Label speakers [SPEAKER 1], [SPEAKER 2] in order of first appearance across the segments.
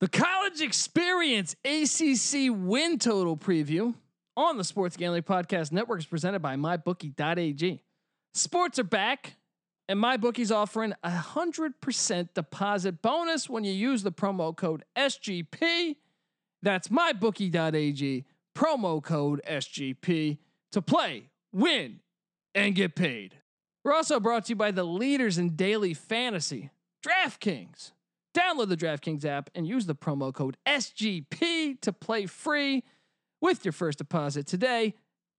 [SPEAKER 1] The college experience ACC win total preview on the Sports Gambling Podcast Network is presented by MyBookie.ag. Sports are back, and MyBookie's offering a hundred percent deposit bonus when you use the promo code SGP. That's MyBookie.ag promo code SGP to play, win, and get paid. We're also brought to you by the leaders in daily fantasy, DraftKings. Download the DraftKings app and use the promo code SGP to play free with your first deposit today.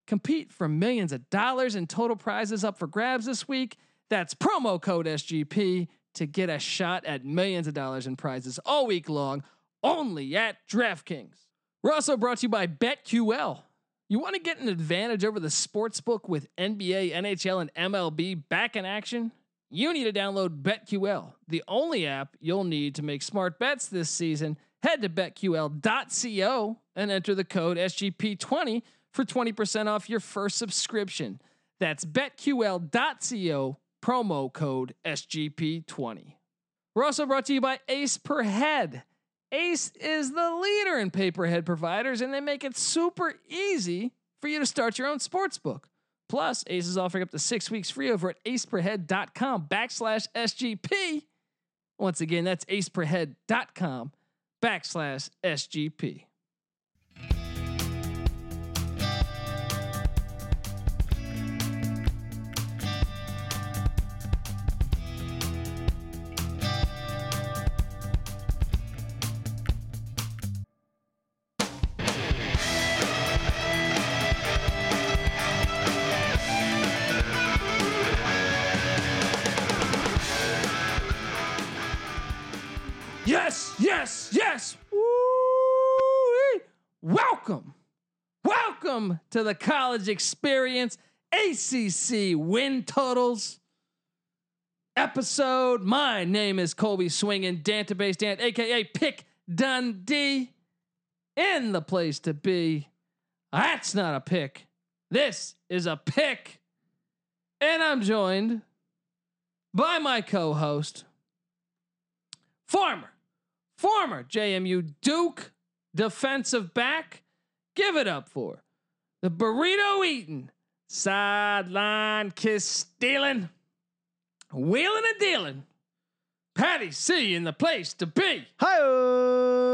[SPEAKER 1] Compete for millions of dollars in total prizes up for grabs this week. That's promo code SGP to get a shot at millions of dollars in prizes all week long, only at DraftKings. We're also brought to you by BetQL. You want to get an advantage over the sports book with NBA, NHL, and MLB back in action? You need to download BetQL, the only app you'll need to make smart bets this season. Head to betql.co and enter the code SGP20 for 20% off your first subscription. That's betql.co, promo code SGP20. We're also brought to you by Ace Per Head. Ace is the leader in paperhead providers, and they make it super easy for you to start your own sports book. Plus, Ace is offering up to six weeks free over at aceperhead.com backslash SGP. Once again, that's aceperhead.com backslash SGP. Yes, yes, yes. Woo-wee. Welcome. Welcome to the college experience ACC win totals episode. My name is Colby Swinging, Dantabase Dan, aka Pick Dundee, in the place to be. That's not a pick. This is a pick. And I'm joined by my co host, former, former JMU Duke defensive back. Give it up for the burrito eating, sideline kiss stealing, wheeling and dealing. Patty C in the place to be.
[SPEAKER 2] Hi.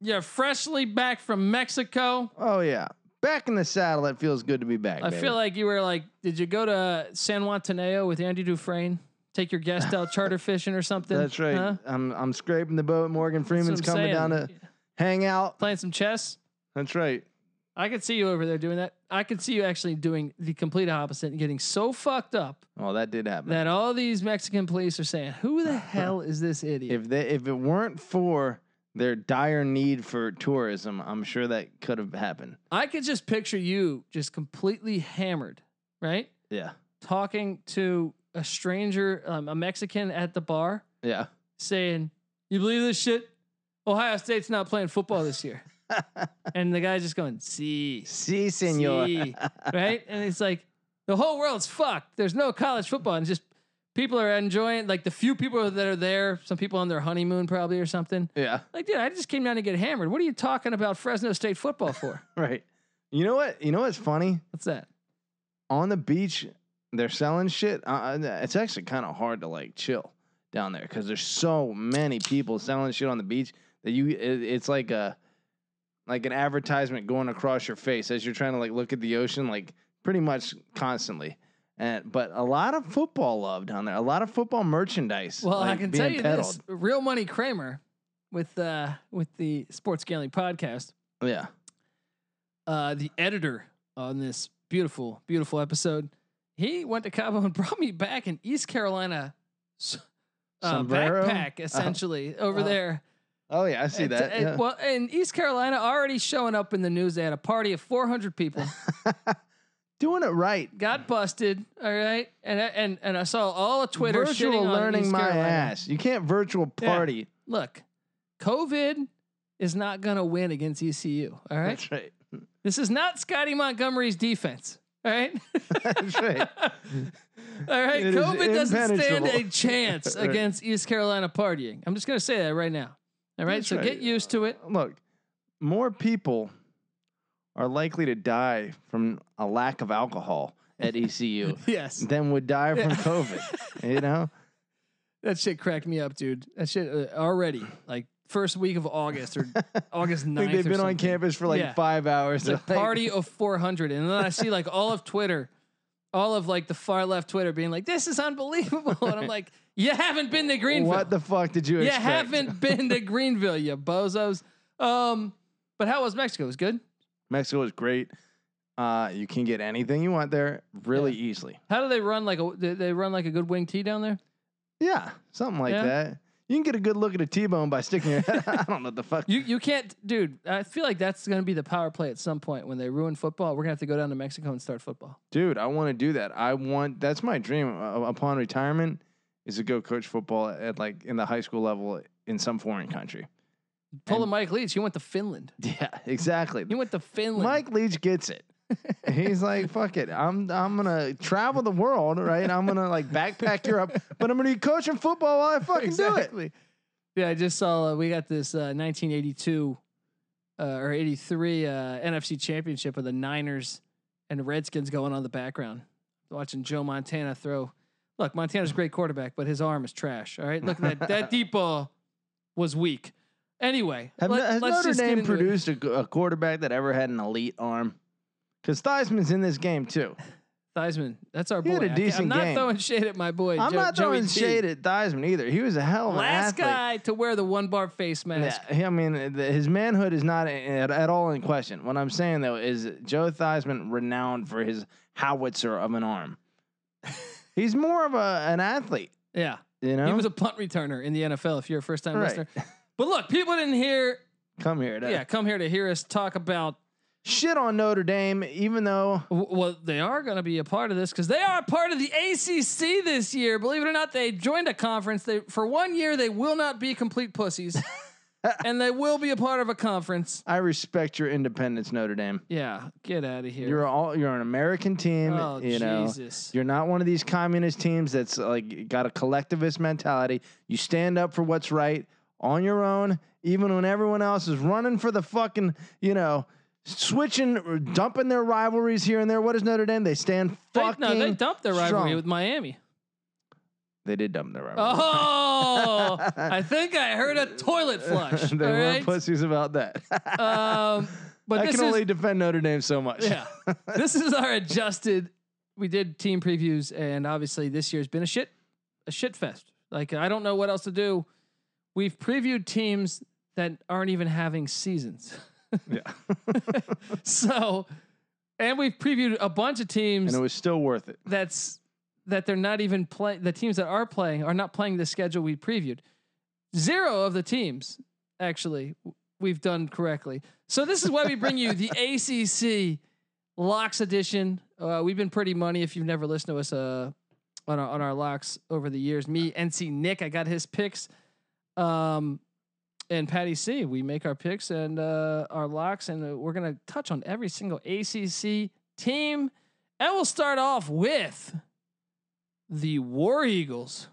[SPEAKER 1] You're freshly back from Mexico.
[SPEAKER 2] Oh yeah. Back in the saddle. It feels good to be back.
[SPEAKER 1] I feel like you were like, did you go to San Juan Teneo with Andy Dufresne? Take your guest out charter fishing or something?
[SPEAKER 2] that's right.
[SPEAKER 1] Huh?
[SPEAKER 2] I'm I'm scraping the boat. Morgan
[SPEAKER 1] That's what
[SPEAKER 2] Freeman's
[SPEAKER 1] I'm
[SPEAKER 2] coming
[SPEAKER 1] saying.
[SPEAKER 2] down to hang out.
[SPEAKER 1] Playing some chess?
[SPEAKER 2] That's right.
[SPEAKER 1] I could see you over there doing that. I could see you actually doing the complete opposite and getting so fucked up
[SPEAKER 2] Oh, that did happen.
[SPEAKER 1] that all these Mexican police are saying, "Who the hell is this idiot?"
[SPEAKER 2] if they if it weren't for their dire need for tourism, I'm sure that could have happened.
[SPEAKER 1] I could just picture you just completely hammered, right?
[SPEAKER 2] Yeah.
[SPEAKER 1] Talking to a stranger, um, a Mexican at the bar,
[SPEAKER 2] Yeah.
[SPEAKER 1] saying, "You believe this shit? Ohio State's not playing football this year," and the guy's just going, "See,
[SPEAKER 2] See, senor.
[SPEAKER 1] See, right? And it's like the whole world's fucked. There's no college football, and just people are enjoying like the few people that are there. Some people on their honeymoon probably or something.
[SPEAKER 2] Yeah.
[SPEAKER 1] Like, dude, I just came down to get hammered. What are you talking about Fresno State football for?
[SPEAKER 2] Right. You know what? You know what's funny?
[SPEAKER 1] What's that?
[SPEAKER 2] on the beach they're selling shit uh, it's actually kind of hard to like chill down there because there's so many people selling shit on the beach that you it, it's like a like an advertisement going across your face as you're trying to like look at the ocean like pretty much constantly and but a lot of football love down there a lot of football merchandise
[SPEAKER 1] Well, I
[SPEAKER 2] like,
[SPEAKER 1] can
[SPEAKER 2] being
[SPEAKER 1] tell you
[SPEAKER 2] peddled.
[SPEAKER 1] this: Real Money Kramer with uh, with the Sports Gambling Podcast.
[SPEAKER 2] yeah
[SPEAKER 1] uh, the editor on this beautiful, beautiful episode. He went to Cabo and brought me back an East Carolina s- uh,
[SPEAKER 2] Sombrero?
[SPEAKER 1] backpack, essentially, over
[SPEAKER 2] Oh,
[SPEAKER 1] there.
[SPEAKER 2] oh yeah i see
[SPEAKER 1] And-
[SPEAKER 2] that
[SPEAKER 1] and-
[SPEAKER 2] yeah.
[SPEAKER 1] Well, and East Carolina already showing up in the news. They had a party of 400 people,
[SPEAKER 2] doing it right
[SPEAKER 1] got busted. All right, and I- and and I saw all of Twitter
[SPEAKER 2] virtual
[SPEAKER 1] shitting on
[SPEAKER 2] learning
[SPEAKER 1] East
[SPEAKER 2] my
[SPEAKER 1] Carolina.
[SPEAKER 2] ass you can't virtual
[SPEAKER 1] Yeah.
[SPEAKER 2] party
[SPEAKER 1] Look, COVID is not gonna win against ECU. All right,
[SPEAKER 2] that's right
[SPEAKER 1] this is not Scotty Montgomery's defense. All right.
[SPEAKER 2] that's right
[SPEAKER 1] All right,
[SPEAKER 2] It is
[SPEAKER 1] COVID doesn't stand a
[SPEAKER 2] impenetrable.
[SPEAKER 1] chance
[SPEAKER 2] Right.
[SPEAKER 1] against East Carolina partying. I'm just going to say that right now. All right,
[SPEAKER 2] That's
[SPEAKER 1] so
[SPEAKER 2] right.
[SPEAKER 1] get used to it.
[SPEAKER 2] Look, more people are likely to die from a lack of alcohol at ECU
[SPEAKER 1] Yes,
[SPEAKER 2] than would die from
[SPEAKER 1] Yeah.
[SPEAKER 2] COVID. You know,
[SPEAKER 1] that shit cracked me up, dude. That shit uh, already like first week of August or August 9th.
[SPEAKER 2] like they've
[SPEAKER 1] or
[SPEAKER 2] been on
[SPEAKER 1] something.
[SPEAKER 2] campus for like
[SPEAKER 1] Yeah.
[SPEAKER 2] five hours.
[SPEAKER 1] It's a
[SPEAKER 2] They're like,
[SPEAKER 1] party of 400, and then I see like all of Twitter, all of like the far left Twitter being like, "This is unbelievable," and I'm like, "You haven't been to Greenville.
[SPEAKER 2] What the fuck did you
[SPEAKER 1] you
[SPEAKER 2] expect?
[SPEAKER 1] haven't been to Greenville, you bozos." Um, but how was Mexico? It was good.
[SPEAKER 2] Mexico is great. Uh, you can get anything you want there really easily.
[SPEAKER 1] How do they run like a? They they run like a good wing tee down there.
[SPEAKER 2] Yeah, something like
[SPEAKER 1] Yeah.
[SPEAKER 2] that. You can get a good look at a T-bone by sticking your head. I don't know what the fuck.
[SPEAKER 1] You you can't, dude. I feel like that's going to be the power play at some point when they ruin football. We're gonna have to go down to Mexico and start football.
[SPEAKER 2] dude i want to do that i want that's my dream uh, upon retirement is to go coach football at like in the high school level in some foreign country
[SPEAKER 1] Pull a
[SPEAKER 2] And-
[SPEAKER 1] Mike Leach. He went to Finland.
[SPEAKER 2] yeah exactly
[SPEAKER 1] He went to Finland.
[SPEAKER 2] mike leach gets it he's like fuck it i'm i'm gonna travel the world right i'm gonna like backpack europe but i'm gonna be coaching football while i fucking do it
[SPEAKER 1] exactly. Yeah, I just saw uh, we got this uh, 1982 uh, or 83 uh, NFC Championship of the Niners and the Redskins going on in the background. Watching Joe Montana throw. Look, Montana's a great quarterback, but his arm is trash. All right, look at that. that deep ball was weak. Anyway,
[SPEAKER 2] Have
[SPEAKER 1] let-
[SPEAKER 2] no- has
[SPEAKER 1] let's
[SPEAKER 2] Notre
[SPEAKER 1] just get
[SPEAKER 2] Dame
[SPEAKER 1] into it.
[SPEAKER 2] produced a, g- a quarterback that ever had an elite arm? Because Theismann's in this game too.
[SPEAKER 1] Theismann, that's our
[SPEAKER 2] He
[SPEAKER 1] boy.
[SPEAKER 2] had a
[SPEAKER 1] I can't- I'm
[SPEAKER 2] decent
[SPEAKER 1] not
[SPEAKER 2] game.
[SPEAKER 1] throwing shade at my boy.
[SPEAKER 2] I'm
[SPEAKER 1] Jo-
[SPEAKER 2] not
[SPEAKER 1] Joey
[SPEAKER 2] throwing
[SPEAKER 1] T.
[SPEAKER 2] shade at Theismann either. He was a hell of an
[SPEAKER 1] Last
[SPEAKER 2] athlete.
[SPEAKER 1] guy to wear the one bar face mask.
[SPEAKER 2] Yeah, he- I mean, the, his manhood is not at, at all in question. What I'm saying though is Joe Theismann renowned for his howitzer of an arm. He's more of a an athlete,
[SPEAKER 1] Yeah,
[SPEAKER 2] you know.
[SPEAKER 1] he was a punt returner in the NFL. If you're a first time
[SPEAKER 2] Right.
[SPEAKER 1] listener, but look, people didn't hear.
[SPEAKER 2] Come here, to
[SPEAKER 1] Yeah, come here to hear us talk about.
[SPEAKER 2] Shit on Notre Dame, even though
[SPEAKER 1] w- Well, they are going to be a part of this because they are part of the ACC this year. Believe it or not, they joined a conference. They for one year they will not be complete pussies, and they will be a part of a conference.
[SPEAKER 2] I respect your independence, Notre Dame.
[SPEAKER 1] Yeah, get out of here.
[SPEAKER 2] You're all you're an American team,
[SPEAKER 1] oh
[SPEAKER 2] you know.
[SPEAKER 1] Jesus.
[SPEAKER 2] You're not one of these communist teams that's like got a collectivist mentality. You stand up for what's right on your own, even when everyone else is running for the fucking, you know, switching, or dumping their rivalries here and there. What is Notre Dame? They stand
[SPEAKER 1] They,
[SPEAKER 2] fucking.
[SPEAKER 1] no, they dumped their rivalry
[SPEAKER 2] strong.
[SPEAKER 1] with Miami.
[SPEAKER 2] They did dump their rivalry.
[SPEAKER 1] Oh, I think I heard a toilet flush.
[SPEAKER 2] they
[SPEAKER 1] all
[SPEAKER 2] were
[SPEAKER 1] right?
[SPEAKER 2] pussies about that.
[SPEAKER 1] Um, but
[SPEAKER 2] I
[SPEAKER 1] this
[SPEAKER 2] can
[SPEAKER 1] is
[SPEAKER 2] only defend Notre Dame so much.
[SPEAKER 1] yeah. This is our adjusted. We did team previews, and obviously this year's been a shit, a shit fest. Like I don't know what else to do. We've previewed teams that aren't even having seasons.
[SPEAKER 2] yeah.
[SPEAKER 1] So, and we've previewed a bunch of teams
[SPEAKER 2] And it was still worth it.
[SPEAKER 1] that's that they're not even playing. The teams that are playing are not playing the schedule we previewed. Zero of the teams actually w- we've done correctly. So this is why we bring you the ACC locks edition. Uh, we've been pretty money if you've never listened to us uh, on our on our locks over the years. Me, NC Nick, I got his picks. Um, and Patty C, we make our picks and uh, our locks, and uh, we're gonna touch on every single ACC team. And we'll start off with the War Eagles.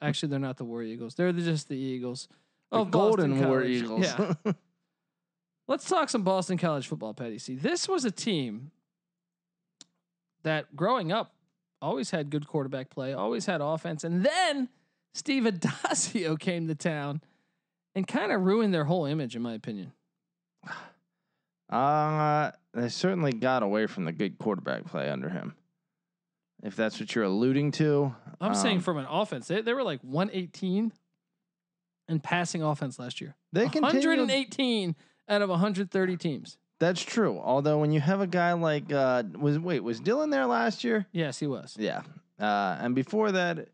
[SPEAKER 1] Actually, they're not the War Eagles. They're the- just the Eagles.
[SPEAKER 2] The
[SPEAKER 1] of Oh, Boston
[SPEAKER 2] Golden War
[SPEAKER 1] College.
[SPEAKER 2] Eagles.
[SPEAKER 1] Yeah. Let's talk some Boston College football, Patty C. This was a team that growing up always had good quarterback play, always had offense, and then Steve Adazio came to town and kind of ruined their whole image, in my opinion.
[SPEAKER 2] Uh, they certainly got away from the good quarterback play under him. If that's what you're alluding to,
[SPEAKER 1] I'm saying
[SPEAKER 2] Um,
[SPEAKER 1] from an offense, they, they were like 118 in passing offense last year.
[SPEAKER 2] they continue.
[SPEAKER 1] 118 out of 130 teams.
[SPEAKER 2] That's true. Although when you have a guy like uh, was wait was Dylan there last year?
[SPEAKER 1] Yes, he was.
[SPEAKER 2] Yeah. Uh, and before that,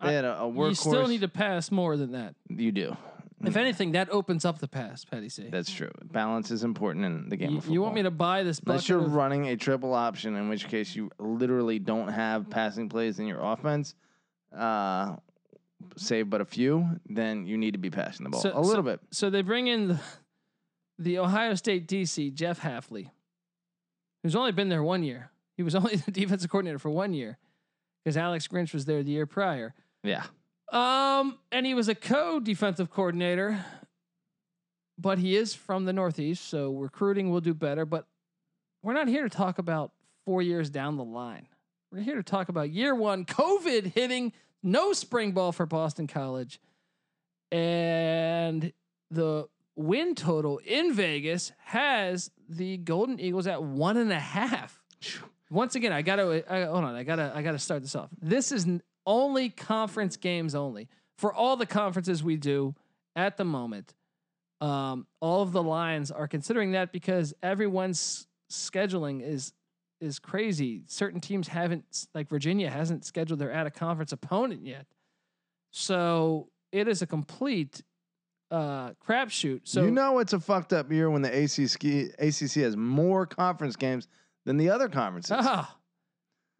[SPEAKER 1] I-
[SPEAKER 2] they had a, a workhorse.
[SPEAKER 1] You still need to pass more than that.
[SPEAKER 2] You do.
[SPEAKER 1] If anything, that opens up the pass, Patty C.
[SPEAKER 2] That's true. Balance is important in the game
[SPEAKER 1] you,
[SPEAKER 2] of football.
[SPEAKER 1] you want me to buy this bucket?
[SPEAKER 2] Unless you're
[SPEAKER 1] of-
[SPEAKER 2] running a triple option, in which case you literally don't have passing plays in your offense, uh, save but a few, then you need to be passing the ball
[SPEAKER 1] So-
[SPEAKER 2] a little bit.
[SPEAKER 1] so they bring in the, the Ohio State DC Jeff Halfley, who's only been there one year. He was only the defensive coordinator for one year. because Alex Grinch was there the year prior.
[SPEAKER 2] Yeah.
[SPEAKER 1] Um, and he was a co-defensive coordinator, but he is from the Northeast, so recruiting will do better. But we're not here to talk about four years down the line. We're here to talk about year one, COVID hitting, no spring ball for Boston College, and the win total in Vegas has the Golden Eagles at one and a half. Once again, I gotta I, hold on. I gotta I gotta start this off. This is n- only conference games only for all the conferences we do at the moment. Um, all of the lines are considering that because everyone's scheduling is is crazy. Certain teams haven't s- like Virginia hasn't scheduled their out of conference opponent yet, so it is a complete uh, crapshoot. So
[SPEAKER 2] you know it's a fucked up year when the ACC ACC has more conference games than the other conferences.
[SPEAKER 1] Ah,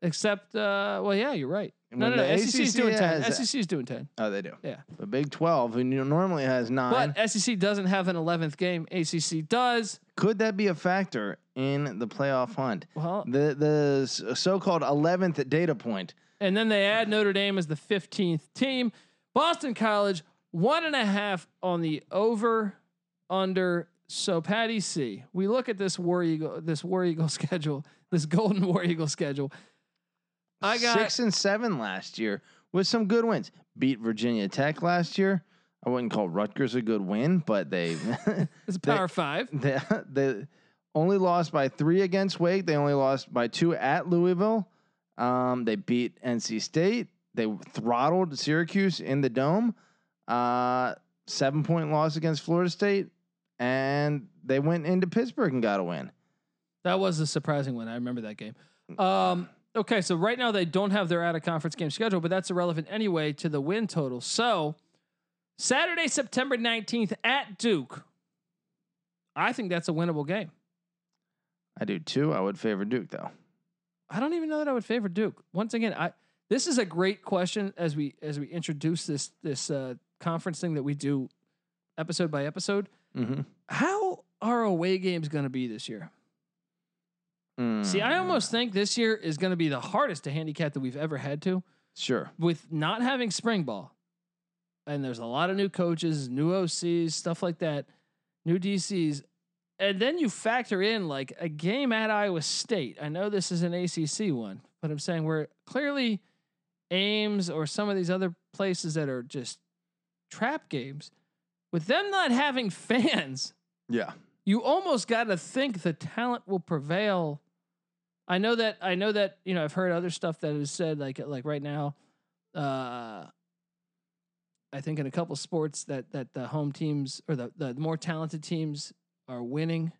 [SPEAKER 1] except, uh, well, yeah, you're right.
[SPEAKER 2] And
[SPEAKER 1] No, no,
[SPEAKER 2] when
[SPEAKER 1] no.
[SPEAKER 2] the
[SPEAKER 1] SEC is
[SPEAKER 2] ACC
[SPEAKER 1] doing ten.
[SPEAKER 2] has-
[SPEAKER 1] SEC is doing ten.
[SPEAKER 2] Oh, they do.
[SPEAKER 1] Yeah.
[SPEAKER 2] The Big Twelve, who n- normally has nine,
[SPEAKER 1] But SEC doesn't have an eleventh game. ACC does.
[SPEAKER 2] could that be a factor in the playoff hunt?
[SPEAKER 1] Well,
[SPEAKER 2] The the s- so-called eleventh data point.
[SPEAKER 1] and then they add Notre Dame as the fifteenth team. Boston College one and a half on the over under. So Patty C, we look at this War Eagle, this War Eagle schedule, this Golden War Eagle schedule. I got
[SPEAKER 2] six and seven last year with some good wins. Beat Virginia Tech last year. I wouldn't call Rutgers a good win, but they
[SPEAKER 1] it's a power five.
[SPEAKER 2] they, they only lost by three against Wake. They only lost by two at Louisville. Um, they beat NC State. They throttled Syracuse in the dome. Uh, seven point loss against Florida State, and they went into Pittsburgh and got a win.
[SPEAKER 1] That was a surprising one. I remember that game. Um, okay, so right now they don't have their out of conference game schedule, but that's irrelevant anyway to the win total. So Saturday, September 19th at Duke. I think that's a winnable game.
[SPEAKER 2] I do too. I would favor Duke though.
[SPEAKER 1] I don't even know that I would favor Duke. Once again, I this is a great question as we as we introduce this this uh conference thing that we do episode by episode.
[SPEAKER 2] Mm-hmm.
[SPEAKER 1] How are away games going to be this year?
[SPEAKER 2] Mm-hmm.
[SPEAKER 1] See,
[SPEAKER 2] Mm.
[SPEAKER 1] I almost think this year is going to be the hardest to handicap that we've ever had to.
[SPEAKER 2] sure.
[SPEAKER 1] with not having spring ball, and there's a lot of new coaches, new OCs, stuff like that, new DCs, and then you factor in like a game at Iowa State. I know this is an ACC one, but I'm saying we're clearly Ames or some of these other places that are just trap games. With them not having fans,
[SPEAKER 2] Yeah.
[SPEAKER 1] you almost got to think the talent will prevail. I know that I know that you know I've heard other stuff that is said like like right now. Uh, I think in a couple sports that that the home teams or the the more talented teams are winning.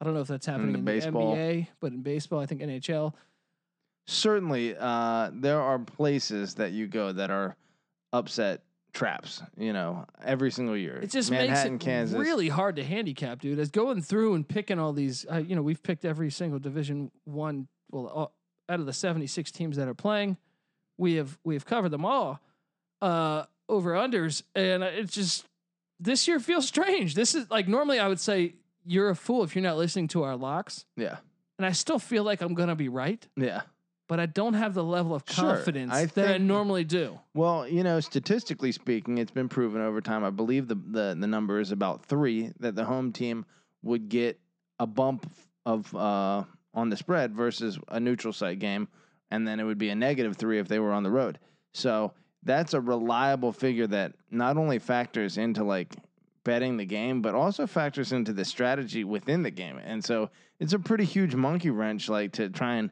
[SPEAKER 1] I don't know if that's happening
[SPEAKER 2] the
[SPEAKER 1] in
[SPEAKER 2] baseball.
[SPEAKER 1] the NBA, but in baseball, I think NHL.
[SPEAKER 2] certainly uh, there are places that you go that are upset traps. You know, every single year.
[SPEAKER 1] It just
[SPEAKER 2] Manhattan,
[SPEAKER 1] makes it
[SPEAKER 2] Kansas.
[SPEAKER 1] really hard to handicap, dude. As going through and picking all these, uh, you know, we've picked every single Division One. Well, all, out of the seventy-six teams that are playing, we have we have covered them all uh, over unders, and it's just this year feels strange. This is like normally I would say you're a fool if you're not listening to our locks,
[SPEAKER 2] yeah,
[SPEAKER 1] and I still feel like I'm gonna be right,
[SPEAKER 2] yeah.
[SPEAKER 1] but I don't have the level of
[SPEAKER 2] Sure.
[SPEAKER 1] confidence
[SPEAKER 2] I
[SPEAKER 1] that I
[SPEAKER 2] think-
[SPEAKER 1] normally do.
[SPEAKER 2] Well, you know, statistically speaking, it's been proven over time. I believe the the, the number is about three that the home team would get a bump of uh, on the spread versus a neutral site game, and then it would be a negative three if they were on the road. So that's a reliable figure that not only factors into like betting the game, but also factors into the strategy within the game. And so it's a pretty huge monkey wrench, like to try and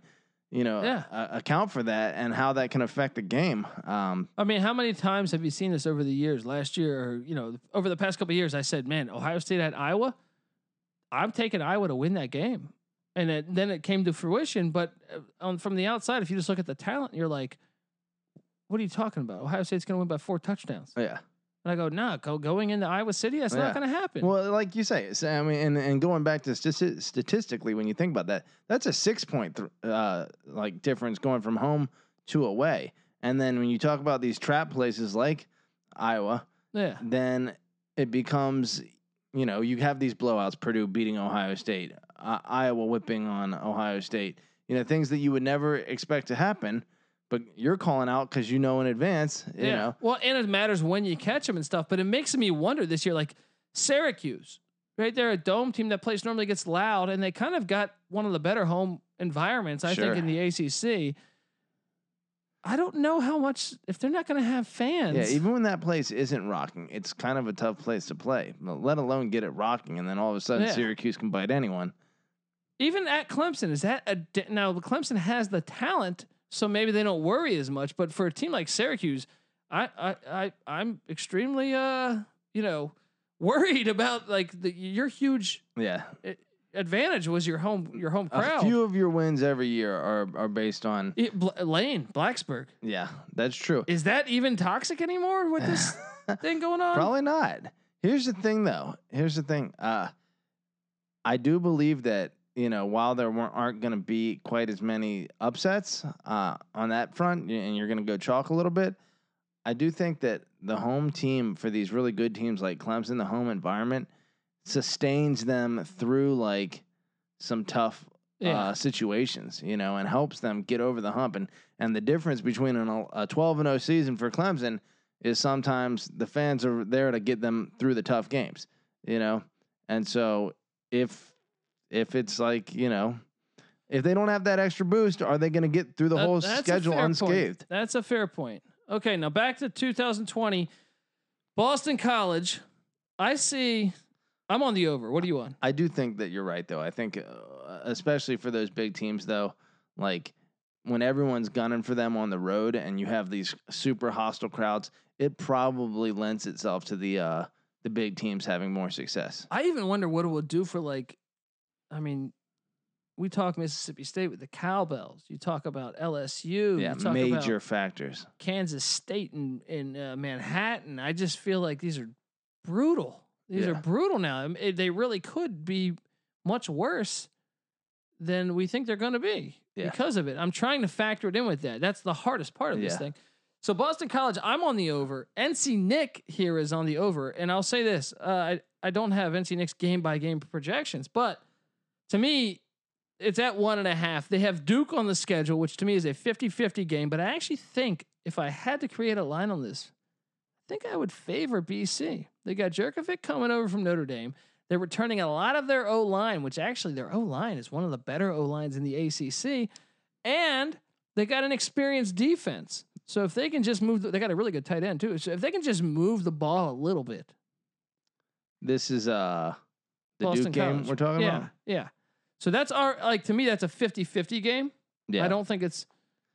[SPEAKER 2] you know
[SPEAKER 1] Yeah.
[SPEAKER 2] a- account for that and how that can affect the game. Um,
[SPEAKER 1] I mean, how many times have you seen this over the years? Last year, or you know, over the past couple of years, I said, "Man, Ohio State at Iowa, I'm taking Iowa to win that game," and it, then it came to fruition. But uh, on from the outside, if you just look at the talent, you're like, "What are you talking about? Ohio State's going to win by four touchdowns."
[SPEAKER 2] yeah.
[SPEAKER 1] And I go, "Nah, go going into Iowa City, that's
[SPEAKER 2] Oh, Yeah.
[SPEAKER 1] not going to happen."
[SPEAKER 2] Well, like you say, so, I mean, and, and going back to stati- statistically, when you think about that, that's a six point th- uh, like difference going from home to away. And then when you talk about these trap places like Iowa,
[SPEAKER 1] yeah,
[SPEAKER 2] then it becomes, you know, you have these blowouts: Purdue beating Ohio State, uh, Iowa whipping on Ohio State. You know, things that you would never expect to happen. but you're calling out because you know in advance. You
[SPEAKER 1] Yeah.
[SPEAKER 2] know,
[SPEAKER 1] Well, and it matters when you catch them and stuff, but it makes me wonder this year, like Syracuse, right? They're a dome team that plays normally gets loud, and they kind of got one of the better home environments, I
[SPEAKER 2] Sure.
[SPEAKER 1] think, in the ACC. I don't know how much if they're not going to have fans.
[SPEAKER 2] yeah. Even when that place isn't rocking, it's kind of a tough place to play. Let alone get it rocking, and then all of a sudden
[SPEAKER 1] Yeah.
[SPEAKER 2] Syracuse can bite anyone.
[SPEAKER 1] even at Clemson, is that a di- now? Clemson has the talent, so maybe they don't worry as much. But for a team like Syracuse, I I, I I'm extremely uh you know worried about like the, your huge
[SPEAKER 2] Yeah,
[SPEAKER 1] advantage was your home your home crowd.
[SPEAKER 2] a few of your wins every year are are based on.
[SPEAKER 1] It- Bla- Lane Blacksburg
[SPEAKER 2] Yeah, that's true.
[SPEAKER 1] is that even toxic anymore with this thing going on?
[SPEAKER 2] Probably not. Here's the thing, though. Here's the thing. Uh, I do believe that you know while there weren't, aren't going to be quite as many upsets uh, on that front, y- and you're going to go chalk a little bit. I do think that the home team for these really good teams like Clemson, the home environment sustains them through like some tough
[SPEAKER 1] yeah.
[SPEAKER 2] uh, situations, you know, and helps them get over the hump. And and the difference between an, el- a 12 and 0 season for Clemson is sometimes the fans are there to get them through the tough games, you know. And so if if it's like you know, if they don't have that extra boost, are they going to get through the
[SPEAKER 1] That-
[SPEAKER 2] whole
[SPEAKER 1] that's a
[SPEAKER 2] schedule
[SPEAKER 1] fair point.
[SPEAKER 2] unscathed?
[SPEAKER 1] That's a fair point. Okay, now back to 2020, Boston College. I see. I'm on the over. What are you on?
[SPEAKER 2] I do think that you're right, though. I think, uh, especially for those big teams, though, like when everyone's gunning for them on the road and you have these super hostile crowds, it probably lends itself to the uh, the big teams having more success.
[SPEAKER 1] I even wonder what it will do for like. I mean, we talk Mississippi State with the cowbells. You talk about LSU.
[SPEAKER 2] yeah,
[SPEAKER 1] you talk
[SPEAKER 2] major
[SPEAKER 1] about
[SPEAKER 2] factors.
[SPEAKER 1] Kansas State and in uh, Manhattan. I just feel like these are brutal. These are
[SPEAKER 2] Yeah.
[SPEAKER 1] brutal now. I mean, it- they really could be much worse than we think they're going to be
[SPEAKER 2] Yeah.
[SPEAKER 1] because of it. I'm trying to factor it in with that. That's the hardest part of this
[SPEAKER 2] Yeah.
[SPEAKER 1] thing. So Boston College, I'm on the over. NC Nick here is on the over, and I'll say this: uh, I I don't have NC Nick's game by game projections, but to me, it's at one and a half. They have Duke on the schedule, which to me is a 50 50 game. But I actually think if I had to create a line on this, I think I would favor BC. They got Jerkovic coming over from Notre Dame. They're returning a lot of their O line, which actually their O line is one of the better O lines in the ACC. And they got an experienced defense. So if they can just move, the, they got a really good tight end too. So if they can just move the ball a little bit,
[SPEAKER 2] This is uh, the
[SPEAKER 1] Boston
[SPEAKER 2] Duke game
[SPEAKER 1] College.
[SPEAKER 2] we're talking
[SPEAKER 1] yeah,
[SPEAKER 2] about.
[SPEAKER 1] yeah. So that's our like to me that's a 50-50 game.
[SPEAKER 2] Yeah,
[SPEAKER 1] I don't think it's.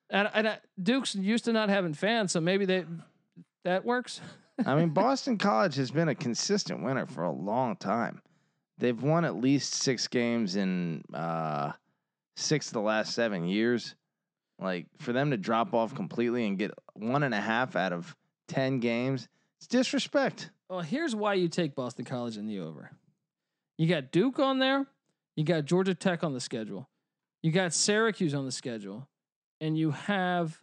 [SPEAKER 1] And, and I, Duke's used to not having fans, so maybe they that works.
[SPEAKER 2] I mean, Boston College has been a consistent winner for a long time. They've won at least six games in uh, six of the last seven years. Like for them to drop off completely and get one and a half out of ten games, it's disrespect.
[SPEAKER 1] Well, here's why you take Boston College in the over. You got Duke on there. You got Georgia Tech on the schedule. You got Syracuse on the schedule, and you have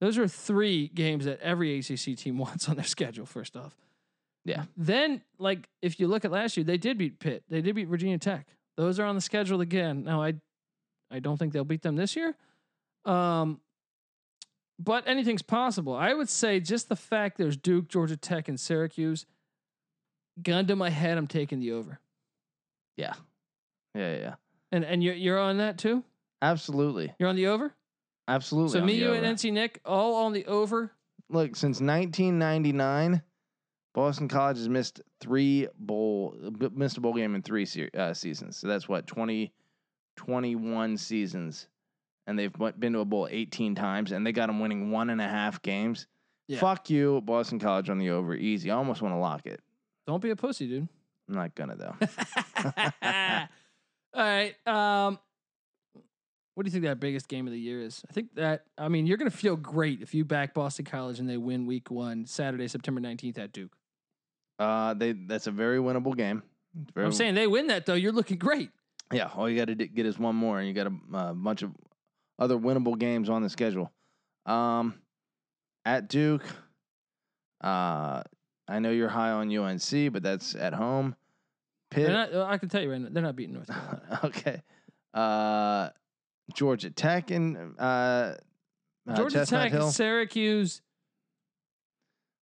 [SPEAKER 1] those are three games that every ACC team wants on their schedule. First off,
[SPEAKER 2] Yeah.
[SPEAKER 1] Then, like, if you look at last year, they did beat Pitt. They did beat Virginia Tech. Those are on the schedule again. Now, I, I don't think they'll beat them this year. Um, but anything's possible. I would say just the fact there's Duke, Georgia Tech, and Syracuse. Gun to my head, I'm taking the over.
[SPEAKER 2] Yeah, yeah, yeah, yeah.
[SPEAKER 1] And and you're you're on that too.
[SPEAKER 2] Absolutely,
[SPEAKER 1] You're on the over.
[SPEAKER 2] absolutely.
[SPEAKER 1] So
[SPEAKER 2] on
[SPEAKER 1] me,
[SPEAKER 2] the
[SPEAKER 1] you,
[SPEAKER 2] over.
[SPEAKER 1] and NC Nick all on the over.
[SPEAKER 2] look since 1999, Boston College has missed three bowl b- missed a bowl game in three se- uh, seasons. So that's what 20, 21 seasons, and they've went- been to a bowl 18 times, and they got them winning one and a half games.
[SPEAKER 1] Yeah.
[SPEAKER 2] Fuck you, Boston College on the over easy. I almost want to lock it.
[SPEAKER 1] Don't be a pussy, dude.
[SPEAKER 2] I'm not gonna though.
[SPEAKER 1] all right. Um, what do you think that biggest game of the year is? I think that I mean you're gonna feel great if you back Boston College and they win Week One Saturday, September 19th at Duke.
[SPEAKER 2] uh, they that's a very winnable game. It's very-
[SPEAKER 1] I'm saying they win that though. You're looking great.
[SPEAKER 2] Yeah, all you got to get is one more, and you got a uh, bunch of other winnable games on the schedule. Um, at Duke, uh, I know you're high on UNC, but that's at home. Pitt,
[SPEAKER 1] They're not, uh, I can tell you right now, they're not beating North Carolina.
[SPEAKER 2] okay. Uh, Georgia Tech and uh, uh,
[SPEAKER 1] Georgia
[SPEAKER 2] Chestnut
[SPEAKER 1] Tech,
[SPEAKER 2] Hill.
[SPEAKER 1] Syracuse,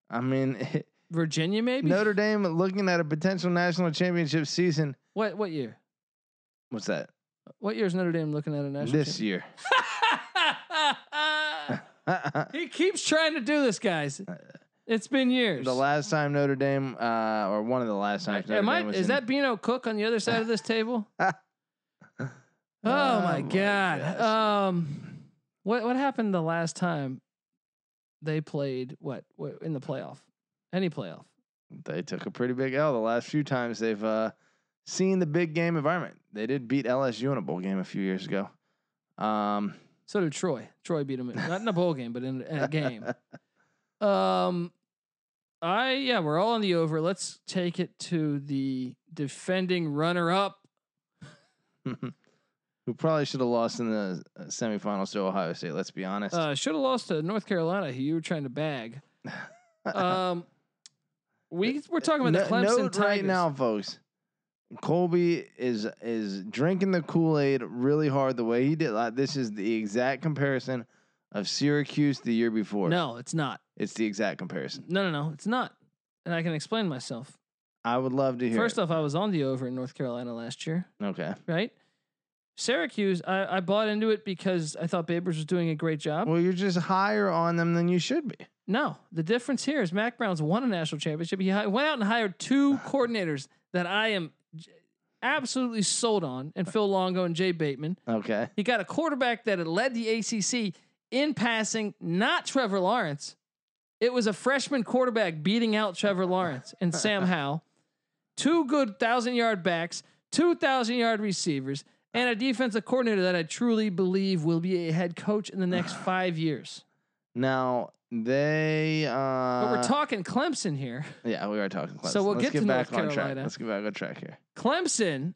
[SPEAKER 2] I mean,
[SPEAKER 1] Virginia, maybe.
[SPEAKER 2] Notre Dame looking at a potential national championship season.
[SPEAKER 1] What what year?
[SPEAKER 2] What's that?
[SPEAKER 1] What year is Notre Dame looking at a national?
[SPEAKER 2] this year.
[SPEAKER 1] champion- he keeps trying to do this, guys. It's been years.
[SPEAKER 2] Uh, the last time Notre Dame, uh, or one of the last times. Notre
[SPEAKER 1] Am I-
[SPEAKER 2] Dame was
[SPEAKER 1] is
[SPEAKER 2] in-
[SPEAKER 1] that Beano Cook on the other side of this table? oh my
[SPEAKER 2] Oh, my
[SPEAKER 1] god.
[SPEAKER 2] gosh.
[SPEAKER 1] Um what what happened the last time they played what, what in the playoff? Any playoff?
[SPEAKER 2] They took a pretty big L the last few times they've uh, seen the big game environment. They did beat LSU in a bowl game a few years ago. Um,
[SPEAKER 1] So did Troy. Troy beat him in, not in a bowl game, but in, in a game. Um I yeah, we're all on the over. Let's take it to the defending runner up.
[SPEAKER 2] who probably should have lost in the uh, semifinals to Ohio State. Let's be honest.
[SPEAKER 1] Uh should have lost to North Carolina who you were trying to bag. Um we we're talking about the
[SPEAKER 2] Uh, No-
[SPEAKER 1] Clemson
[SPEAKER 2] note
[SPEAKER 1] Tigers.
[SPEAKER 2] right now, folks. Colby is is drinking the Kool Aid really hard the way he did. Like, this is the exact comparison of Syracuse the year before.
[SPEAKER 1] No, it's not.
[SPEAKER 2] it's the exact comparison.
[SPEAKER 1] No, no, no, it's not. And I can explain myself.
[SPEAKER 2] I would love to hear.
[SPEAKER 1] First
[SPEAKER 2] it.
[SPEAKER 1] off, I was on the over in North Carolina last year,
[SPEAKER 2] okay.
[SPEAKER 1] right? Syracuse, I, I bought into it because I thought Babers was doing a great job.
[SPEAKER 2] Well, you're just higher on them than you should be.
[SPEAKER 1] No, the difference here is Mac Brown's won a national championship. He hi- went out and hired two coordinators that I am j- absolutely sold on, and Phil Longo and Jay Bateman.
[SPEAKER 2] Okay.
[SPEAKER 1] He got a quarterback that had led the ACC in passing, not Trevor Lawrence. It was a freshman quarterback beating out Trevor Lawrence and Sam Howell. Two good 1,000 yard backs, 2,000 yard receivers, and a defensive coordinator that I truly believe will be a head coach in the next five years.
[SPEAKER 2] Now they. Uh,
[SPEAKER 1] But we're talking Clemson here.
[SPEAKER 2] yeah, we are talking. Clemson.
[SPEAKER 1] So we'll
[SPEAKER 2] Let's
[SPEAKER 1] get to
[SPEAKER 2] back
[SPEAKER 1] North
[SPEAKER 2] on track.
[SPEAKER 1] Carolina.
[SPEAKER 2] Let's get back on track here.
[SPEAKER 1] Clemson,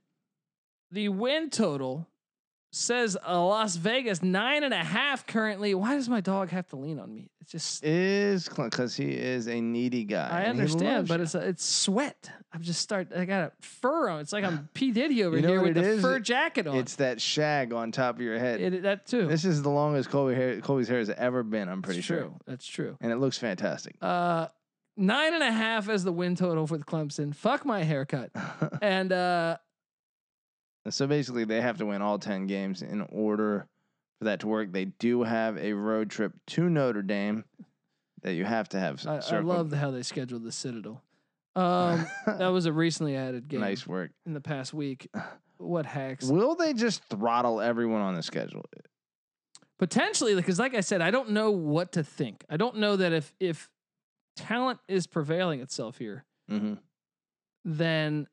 [SPEAKER 1] the win total says uh, Las Vegas nine and a half currently. Why does my dog have to lean on me? It's just
[SPEAKER 2] Is because he is a needy guy.
[SPEAKER 1] I
[SPEAKER 2] and he
[SPEAKER 1] understand,
[SPEAKER 2] loves
[SPEAKER 1] but
[SPEAKER 2] you.
[SPEAKER 1] it's a, it's sweat. I'm just start. I got a fur on. It's like I'm P Diddy over
[SPEAKER 2] You know
[SPEAKER 1] here
[SPEAKER 2] what
[SPEAKER 1] with
[SPEAKER 2] it
[SPEAKER 1] the
[SPEAKER 2] is?
[SPEAKER 1] fur jacket on.
[SPEAKER 2] it's that shag on top of your head.
[SPEAKER 1] It- that too.
[SPEAKER 2] This is the longest Colby hair, Colby's hair has ever been. I'm
[SPEAKER 1] It's
[SPEAKER 2] pretty
[SPEAKER 1] true.
[SPEAKER 2] sure,
[SPEAKER 1] That's true.
[SPEAKER 2] and it looks fantastic.
[SPEAKER 1] Uh, nine and a half as the win total for the Clemson. Fuck my haircut. And uh,
[SPEAKER 2] so basically, they have to win all ten games in order for that to work. They do have a road trip to Notre Dame that you have to have.
[SPEAKER 1] I, I
[SPEAKER 2] circled.
[SPEAKER 1] love the- how they scheduled the Citadel. Um, that was a recently added game
[SPEAKER 2] nice work.
[SPEAKER 1] in the past week. What hacks?
[SPEAKER 2] Will they just throttle everyone on the schedule?
[SPEAKER 1] potentially because like i said i don't know what to think i don't know that if if talent is prevailing itself here
[SPEAKER 2] Mm-hmm.
[SPEAKER 1] then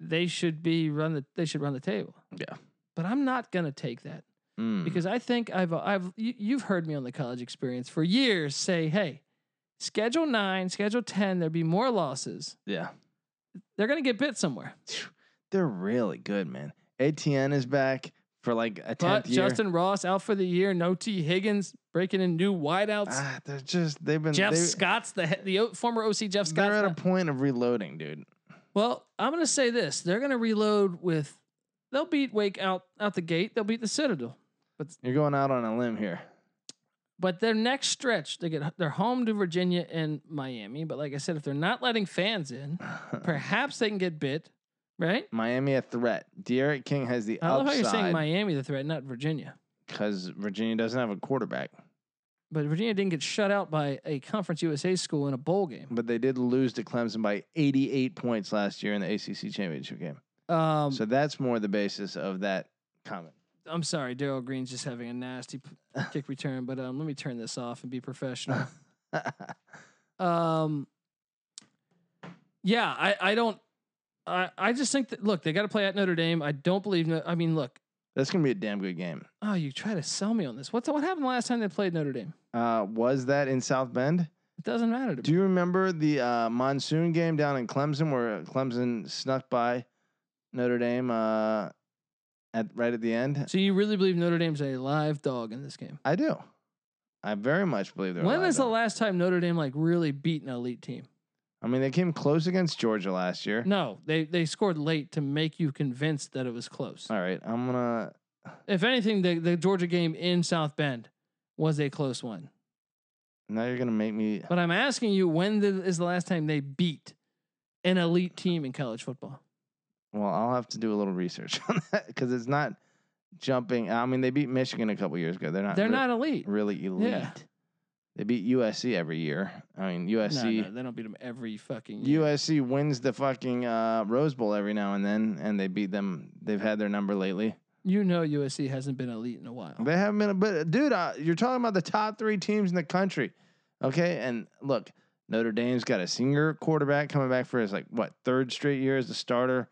[SPEAKER 1] they should be run the they should run the table
[SPEAKER 2] Yeah.
[SPEAKER 1] but i'm not going to take that
[SPEAKER 2] Mm.
[SPEAKER 1] because i think i've i've you, you've heard me on the college experience for years say hey schedule 9 schedule 10 there'll be more losses
[SPEAKER 2] yeah,
[SPEAKER 1] they're going to get bit somewhere
[SPEAKER 2] they're really good, man. ATN is back for like a
[SPEAKER 1] but
[SPEAKER 2] tenth year.
[SPEAKER 1] justin ross out for the year no t higgins breaking in new wideouts
[SPEAKER 2] Ah, they're just they've been
[SPEAKER 1] jeff
[SPEAKER 2] they,
[SPEAKER 1] scott's the he- the o- former oc jeff scott's
[SPEAKER 2] they're at
[SPEAKER 1] not-
[SPEAKER 2] a point of reloading, dude.
[SPEAKER 1] Well, I'm going to say this: they're going to reload with. They'll beat Wake out out the gate. They'll beat the Citadel,
[SPEAKER 2] You're going out on a limb here.
[SPEAKER 1] but their next stretch they get they're home to Virginia and Miami. But like I said, if they're not letting fans in, perhaps they can get bit. Right?
[SPEAKER 2] Miami a threat. Derek King has the
[SPEAKER 1] I love how you're saying
[SPEAKER 2] upside
[SPEAKER 1] Miami the threat, not Virginia.
[SPEAKER 2] because Virginia doesn't have a quarterback,
[SPEAKER 1] But Virginia didn't get shut out by a Conference USA school in a bowl game.
[SPEAKER 2] but they did lose to Clemson by 88 points last year in the ACC championship game.
[SPEAKER 1] Um,
[SPEAKER 2] so that's more the basis of that comment.
[SPEAKER 1] I'm sorry, Daryl Green's just having a nasty p- kick return. But um, let me turn this off and be professional. Um, yeah, I, I don't, I, I just think that look, they got to play at Notre Dame. I don't believe. No, I mean, look,
[SPEAKER 2] that's gonna be a damn good game.
[SPEAKER 1] oh, you try to sell me on this. What's what happened the last time they played Notre Dame?
[SPEAKER 2] Uh, was that in South Bend?
[SPEAKER 1] It doesn't matter to
[SPEAKER 2] Do
[SPEAKER 1] me.
[SPEAKER 2] you remember the uh, monsoon game down in Clemson where Clemson snuck by Notre Dame uh, at right at the end?
[SPEAKER 1] So you really believe Notre Dame's a live dog in this game?
[SPEAKER 2] I do. I very much believe they're.
[SPEAKER 1] When
[SPEAKER 2] alive,
[SPEAKER 1] was the
[SPEAKER 2] though.
[SPEAKER 1] last time Notre Dame like really beat an elite team?
[SPEAKER 2] I mean, they came close against Georgia last year.
[SPEAKER 1] No, they they scored late to make you convinced that it was close.
[SPEAKER 2] All right, I'm gonna.
[SPEAKER 1] If anything, the, the Georgia game in South Bend was a close one.
[SPEAKER 2] Now you're gonna make me.
[SPEAKER 1] But I'm asking you, when did, is the last time they beat an elite team in college football?
[SPEAKER 2] Well, I'll have to do a little research on that because it's not jumping. I mean, they beat Michigan a couple years ago. They're not.
[SPEAKER 1] They're
[SPEAKER 2] re-
[SPEAKER 1] not elite.
[SPEAKER 2] really elite.
[SPEAKER 1] Yeah.
[SPEAKER 2] They beat USC every year. I mean,
[SPEAKER 1] No,
[SPEAKER 2] USC.
[SPEAKER 1] no, they don't beat them every fucking year.
[SPEAKER 2] USC wins the fucking uh, Rose Bowl every now and then, and they beat them. They've had their number lately.
[SPEAKER 1] You know USC hasn't been elite in a while.
[SPEAKER 2] They haven't been, but dude, uh, you're talking about the top three teams in the country, okay? And look, Notre Dame's got a senior quarterback coming back for his like what third straight year as the starter.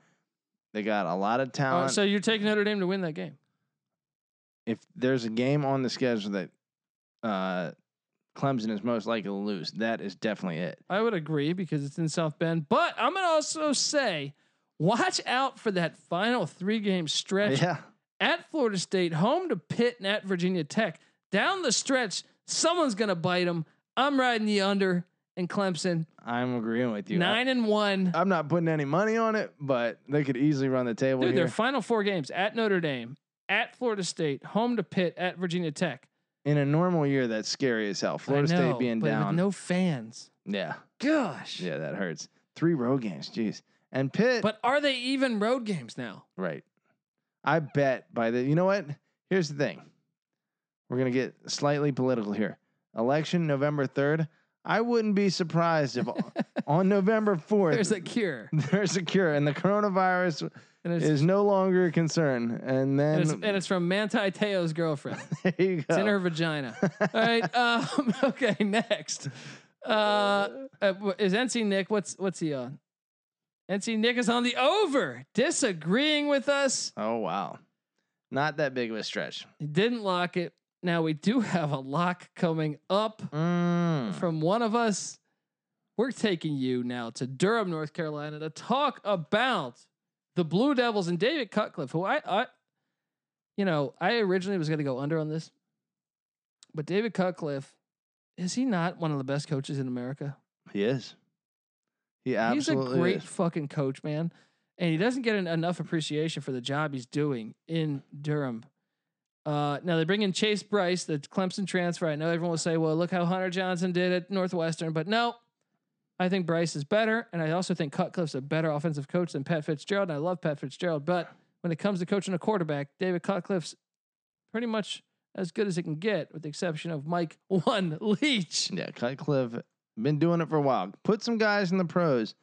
[SPEAKER 2] They got a lot of
[SPEAKER 1] Oh,
[SPEAKER 2] talent.
[SPEAKER 1] so you're taking Notre Dame to win that game.
[SPEAKER 2] if there's a game on the schedule that uh, Clemson is most likely to lose, that is definitely it.
[SPEAKER 1] I would agree because it's in South Bend. But I'm gonna also say, watch out for that final three game stretch
[SPEAKER 2] Yeah,
[SPEAKER 1] at Florida State, home to Pitt and at Virginia Tech. Down the stretch, someone's gonna bite them. I'm riding the under and Clemson
[SPEAKER 2] I'm agreeing with you.
[SPEAKER 1] nine and one.
[SPEAKER 2] I, am not putting any money on it, but they could easily run the table
[SPEAKER 1] Dude,
[SPEAKER 2] here
[SPEAKER 1] their final four games at Notre Dame, at Florida State, home to Pitt, at Virginia Tech.
[SPEAKER 2] in a normal year. That's scary as hell. Florida
[SPEAKER 1] I know,
[SPEAKER 2] State being
[SPEAKER 1] but with
[SPEAKER 2] down.
[SPEAKER 1] no fans.
[SPEAKER 2] yeah.
[SPEAKER 1] Gosh.
[SPEAKER 2] Yeah, that hurts. Three road games, jeez. And Pitt,
[SPEAKER 1] But are they even road games now?
[SPEAKER 2] right? I bet by the. You know what? Here's the thing. We're gonna get slightly political here. Election November third. I wouldn't be surprised if on November fourth
[SPEAKER 1] There's a cure.
[SPEAKER 2] there's a cure and the coronavirus
[SPEAKER 1] And it's,
[SPEAKER 2] is no longer a concern. And Oh.
[SPEAKER 1] and
[SPEAKER 2] then
[SPEAKER 1] it's, and it's from Manti Teo's girlfriend.
[SPEAKER 2] there you
[SPEAKER 1] It's in
[SPEAKER 2] go.
[SPEAKER 1] her vagina. All right. Um, okay, next. Uh, uh, wh- is NC Nick, what's what's he on? NC Nick is on the over, disagreeing with us.
[SPEAKER 2] Oh wow, not that big of a stretch.
[SPEAKER 1] He didn't lock it. Now we do have a lock coming up.
[SPEAKER 2] Mm.
[SPEAKER 1] from one of us. We're taking you now to Durham, North Carolina to talk about the Blue Devils and David Cutcliffe, who I, I you know, I originally was going to go under on this, but David Cutcliffe, is he not one of the best coaches in America?
[SPEAKER 2] He is. He
[SPEAKER 1] he's a
[SPEAKER 2] absolutely
[SPEAKER 1] great
[SPEAKER 2] is.
[SPEAKER 1] fucking coach, man. And he doesn't get en- enough appreciation for the job he's doing in Durham. Uh, now they bring in Chase Bryce, the Clemson transfer. I know everyone will say, "Well, look how Hunter Johnson did at Northwestern," but no, I think Bryce is better, and I also think Cutcliffe's a better offensive coach than Pat Fitzgerald. And I love Pat Fitzgerald, but when it comes to coaching a quarterback, David Cutcliffe's pretty much as good as it can get, with the exception of Mike One Leach.
[SPEAKER 2] Yeah, Cutcliffe been doing it for a while. Put some guys in the pros,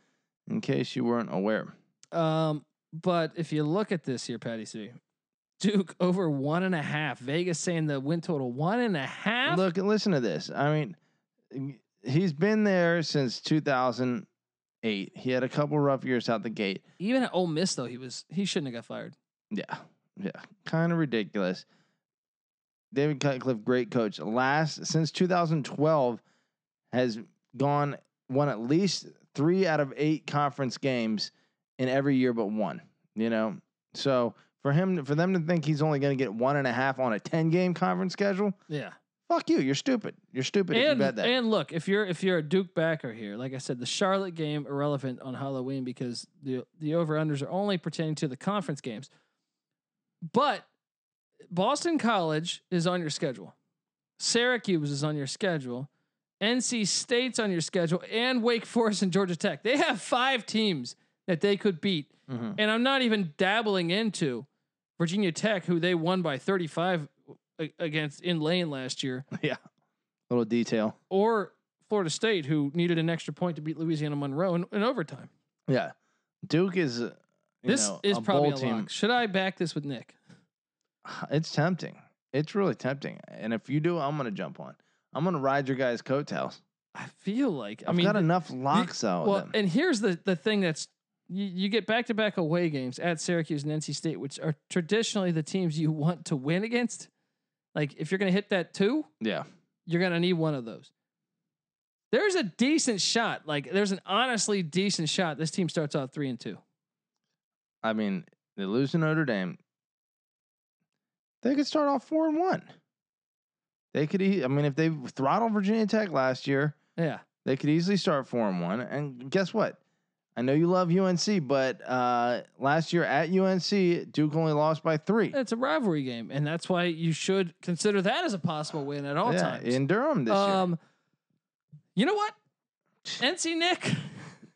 [SPEAKER 2] in case you weren't aware.
[SPEAKER 1] Um, but if you look at this here, Patty C, Duke over one and a half. Vegas saying the win total one and a half.
[SPEAKER 2] Look, listen to this. I mean, he's been there since 2008. He had a couple rough years out the gate.
[SPEAKER 1] Even at Ole Miss, though, he was he shouldn't have got fired.
[SPEAKER 2] Yeah, yeah, kind of ridiculous. David Cutcliffe, great coach. Last since 2012, has gone won at least three out of eight conference games in every year but one. You know, so for him, for them to think he's only going to get one and a half on a 10 game conference schedule,
[SPEAKER 1] Yeah.
[SPEAKER 2] fuck you. You're stupid. You're stupid if you
[SPEAKER 1] And,
[SPEAKER 2] bet that.
[SPEAKER 1] and look, if you're if you're a Duke backer here, like I said, the Charlotte game irrelevant on Halloween because the the over unders are only pertaining to the conference games. But Boston College is on your schedule. Syracuse is on your schedule. NC State's on your schedule, and Wake Forest and Georgia Tech. They have five teams that they could beat,
[SPEAKER 2] Mhm.
[SPEAKER 1] and I'm not even dabbling into Virginia Tech, who they won by 35 a- against in Lane last year
[SPEAKER 2] Yeah, little detail.
[SPEAKER 1] or Florida State, who needed an extra point to beat Louisiana Monroe in, in overtime.
[SPEAKER 2] Yeah, Duke is. uh, you
[SPEAKER 1] this
[SPEAKER 2] know,
[SPEAKER 1] is
[SPEAKER 2] a
[SPEAKER 1] probably
[SPEAKER 2] bowl
[SPEAKER 1] a
[SPEAKER 2] team.
[SPEAKER 1] lock. Should I back this with Nick?
[SPEAKER 2] It's tempting. It's really tempting. And if you do, I'm gonna jump on. I'm gonna ride your guys' coattails.
[SPEAKER 1] I feel like I
[SPEAKER 2] I've
[SPEAKER 1] mean,
[SPEAKER 2] got
[SPEAKER 1] the-
[SPEAKER 2] enough locks out. of
[SPEAKER 1] well,
[SPEAKER 2] them.
[SPEAKER 1] and here's the the thing that's you, you get back to back away games at Syracuse and NC State, which are traditionally the teams you want to win against. Like if you're going to hit that two,
[SPEAKER 2] yeah,
[SPEAKER 1] you're going to need one of those. There's a decent shot. Like there's an honestly decent shot. This team starts off three and two.
[SPEAKER 2] I mean they lose to Notre Dame. They could start off four and one. They could. E- I mean, if they throttled Virginia Tech last year,
[SPEAKER 1] Yeah.
[SPEAKER 2] they could easily start four and one. And guess what? I know you love UNC, but uh, last year at UNC, Duke only lost by three.
[SPEAKER 1] It's a rivalry game, and that's why you should consider that as a possible win at all
[SPEAKER 2] yeah,
[SPEAKER 1] times.
[SPEAKER 2] in Durham this
[SPEAKER 1] um, you know what? NC Nick,
[SPEAKER 2] year.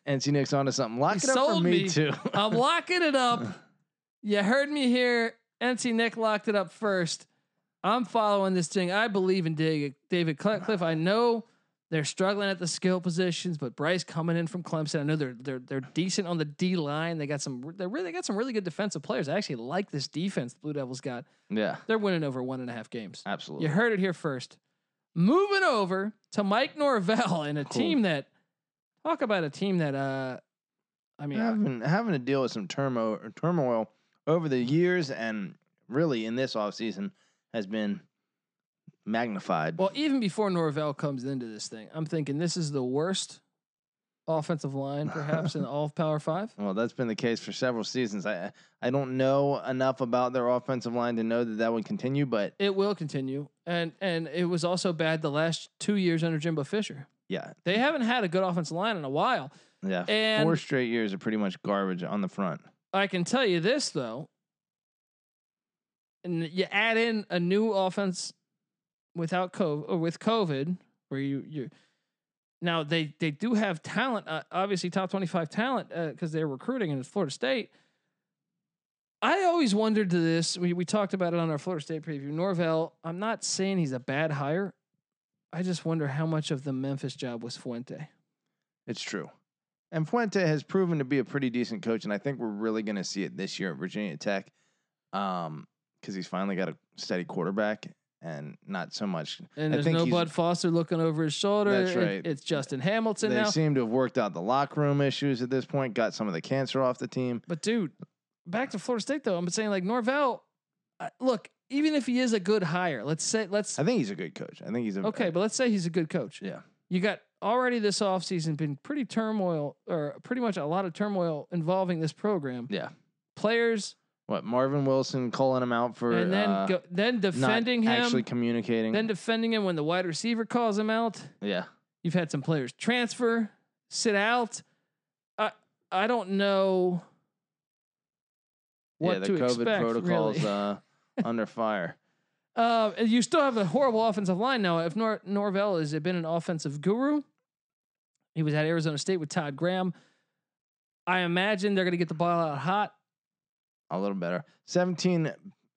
[SPEAKER 2] NC Nick's onto something. Lock
[SPEAKER 1] he
[SPEAKER 2] it up for
[SPEAKER 1] sold
[SPEAKER 2] me,
[SPEAKER 1] me.
[SPEAKER 2] too.
[SPEAKER 1] I'm locking it up. You heard me here. NC Nick locked it up first. I'm following this thing. I believe in David David Cutcliffe. I know they're struggling at the skill positions, but Bryce coming in from Clemson. I know they're they're they're decent on the D line. They got some they really they got some really good defensive players. I actually like this defense the Blue Devils got.
[SPEAKER 2] yeah,
[SPEAKER 1] They're winning over one and a half games.
[SPEAKER 2] absolutely.
[SPEAKER 1] You heard it here first. Moving over to Mike Norvell and a
[SPEAKER 2] Cool.
[SPEAKER 1] team that talk about a team that uh I mean
[SPEAKER 2] having having to deal with some turmoil turmoil over the years and really in this offseason has been magnified.
[SPEAKER 1] well even before Norvell comes into this thing, I'm thinking this is the worst offensive line perhaps in all of Power 5.
[SPEAKER 2] Well, that's been the case for several seasons. I I don't know enough about their offensive line to know that that would continue, but
[SPEAKER 1] It will continue and and it was also bad the last 2 years under Jimbo Fisher.
[SPEAKER 2] yeah,
[SPEAKER 1] They haven't had a good offensive line in a while.
[SPEAKER 2] yeah,
[SPEAKER 1] And-
[SPEAKER 2] four straight years of pretty much garbage on the front.
[SPEAKER 1] I can tell you this though, and you add in a new offense without COVID or with COVID, where you you now they they do have talent, uh, obviously top twenty five talent because they're recruiting and it's Florida State. I always wondered to this. We we talked about it on our Florida State preview. Norvell, I'm not saying he's a bad hire. I just wonder how much of the Memphis job was Fuente.
[SPEAKER 2] It's true. And Fuente has proven to be a pretty decent coach, and I think we're really going to see it this year at Virginia Tech, because he's finally got a steady quarterback and not so much
[SPEAKER 1] And
[SPEAKER 2] I
[SPEAKER 1] there's
[SPEAKER 2] think
[SPEAKER 1] no
[SPEAKER 2] he's-
[SPEAKER 1] Bud Foster looking over his shoulder.
[SPEAKER 2] That's
[SPEAKER 1] It-
[SPEAKER 2] right.
[SPEAKER 1] it's Justin Hamilton
[SPEAKER 2] they
[SPEAKER 1] now.
[SPEAKER 2] seem to have worked out the locker room issues at this point, got some of the cancer off the team.
[SPEAKER 1] But dude, back to Florida State though. I'm saying like Norvell. I- Look, even if he is a good hire, let's say let's
[SPEAKER 2] I think he's a good coach. I think he's a
[SPEAKER 1] okay, but let's say he's a good coach.
[SPEAKER 2] Yeah.
[SPEAKER 1] You got already this offseason been pretty turmoil or pretty much a lot of turmoil involving this program.
[SPEAKER 2] Yeah.
[SPEAKER 1] Players
[SPEAKER 2] What Marvin Wilson calling him out for
[SPEAKER 1] and then
[SPEAKER 2] uh,
[SPEAKER 1] go, then
[SPEAKER 2] not
[SPEAKER 1] defending
[SPEAKER 2] actually
[SPEAKER 1] him,
[SPEAKER 2] communicating.
[SPEAKER 1] then defending him when the wide receiver calls him out.
[SPEAKER 2] yeah,
[SPEAKER 1] You've had some players transfer, sit out. I I don't know what
[SPEAKER 2] yeah, the
[SPEAKER 1] to
[SPEAKER 2] COVID
[SPEAKER 1] expect.
[SPEAKER 2] protocols
[SPEAKER 1] really.
[SPEAKER 2] uh, under fire.
[SPEAKER 1] Uh, and you still have a horrible offensive line now. If Nor- Norvell has been an offensive guru, he was at Arizona State with Todd Graham. I imagine they're going to get the ball out hot.
[SPEAKER 2] a little better. 17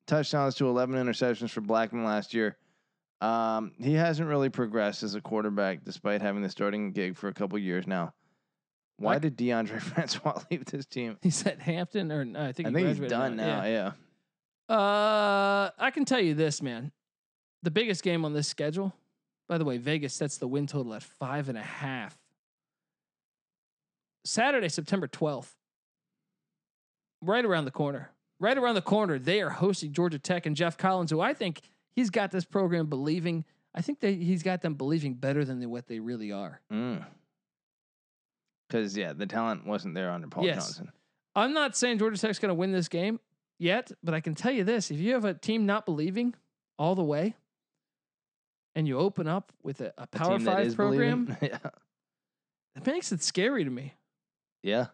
[SPEAKER 2] touchdowns to 11 interceptions for Blackman last year. Um, he hasn't really progressed as a quarterback despite having the starting gig for a couple years now. Why
[SPEAKER 1] Like-
[SPEAKER 2] did DeAndre Francois leave this team?
[SPEAKER 1] He's at Hampton, or no, I think
[SPEAKER 2] I
[SPEAKER 1] he
[SPEAKER 2] think he's
[SPEAKER 1] graduated
[SPEAKER 2] done
[SPEAKER 1] yeah.
[SPEAKER 2] now. Yeah.
[SPEAKER 1] Uh, I can tell you this, man. The biggest game on this schedule, by the way, Vegas sets the win total at five and a half. Saturday, September 12th, right around the corner. Right around the corner, they are hosting Georgia Tech and Jeff Collins, who I think he's got this program believing. I think they, he's got them believing better than they, what they really are.
[SPEAKER 2] Because, Mm. yeah, the talent wasn't there under Paul
[SPEAKER 1] Yes.
[SPEAKER 2] Johnson.
[SPEAKER 1] I'm not saying Georgia Tech's going to win this game yet, but I can tell you this: if you have a team not believing all the way, and you open up with a, a
[SPEAKER 2] A
[SPEAKER 1] Power
[SPEAKER 2] team that
[SPEAKER 1] Five
[SPEAKER 2] is
[SPEAKER 1] program,
[SPEAKER 2] believing- yeah.
[SPEAKER 1] it makes it scary to me.
[SPEAKER 2] Yeah.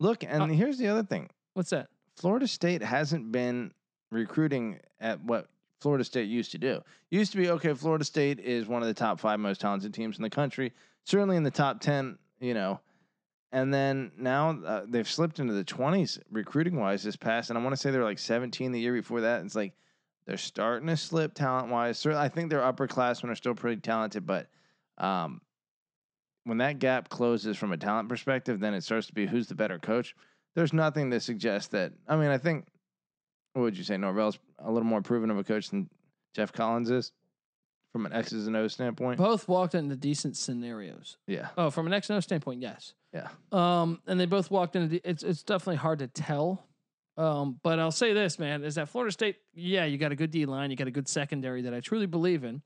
[SPEAKER 2] Look, and
[SPEAKER 1] Uh,
[SPEAKER 2] here's the other thing
[SPEAKER 1] What's that?
[SPEAKER 2] Florida State hasn't been recruiting at what Florida State used to do. Used to be okay. Florida State is one of the top five most talented teams in the country, certainly in the top ten. You know, and then now uh, they've slipped into the twenties recruiting wise this past. And I want to say they're like seventeen the year before that. It's like they're starting to slip talent wise. Certainly, I think their upperclassmen are still pretty talented, but um, when that gap closes from a talent perspective, then it starts to be who's the better coach there's nothing to suggest that. I mean, I think what would you say? Norvell's a little more proven of a coach than Jeff Collins is from an X's and O's standpoint.
[SPEAKER 1] Both walked into decent scenarios.
[SPEAKER 2] Yeah,
[SPEAKER 1] Oh, from an X and O standpoint, yes.
[SPEAKER 2] yeah,
[SPEAKER 1] Um, and they both walked into the, it's it's definitely hard to tell. Um, but I'll say this, man, is that Florida State, yeah, you got a good D line, you got a good secondary that I truly believe in.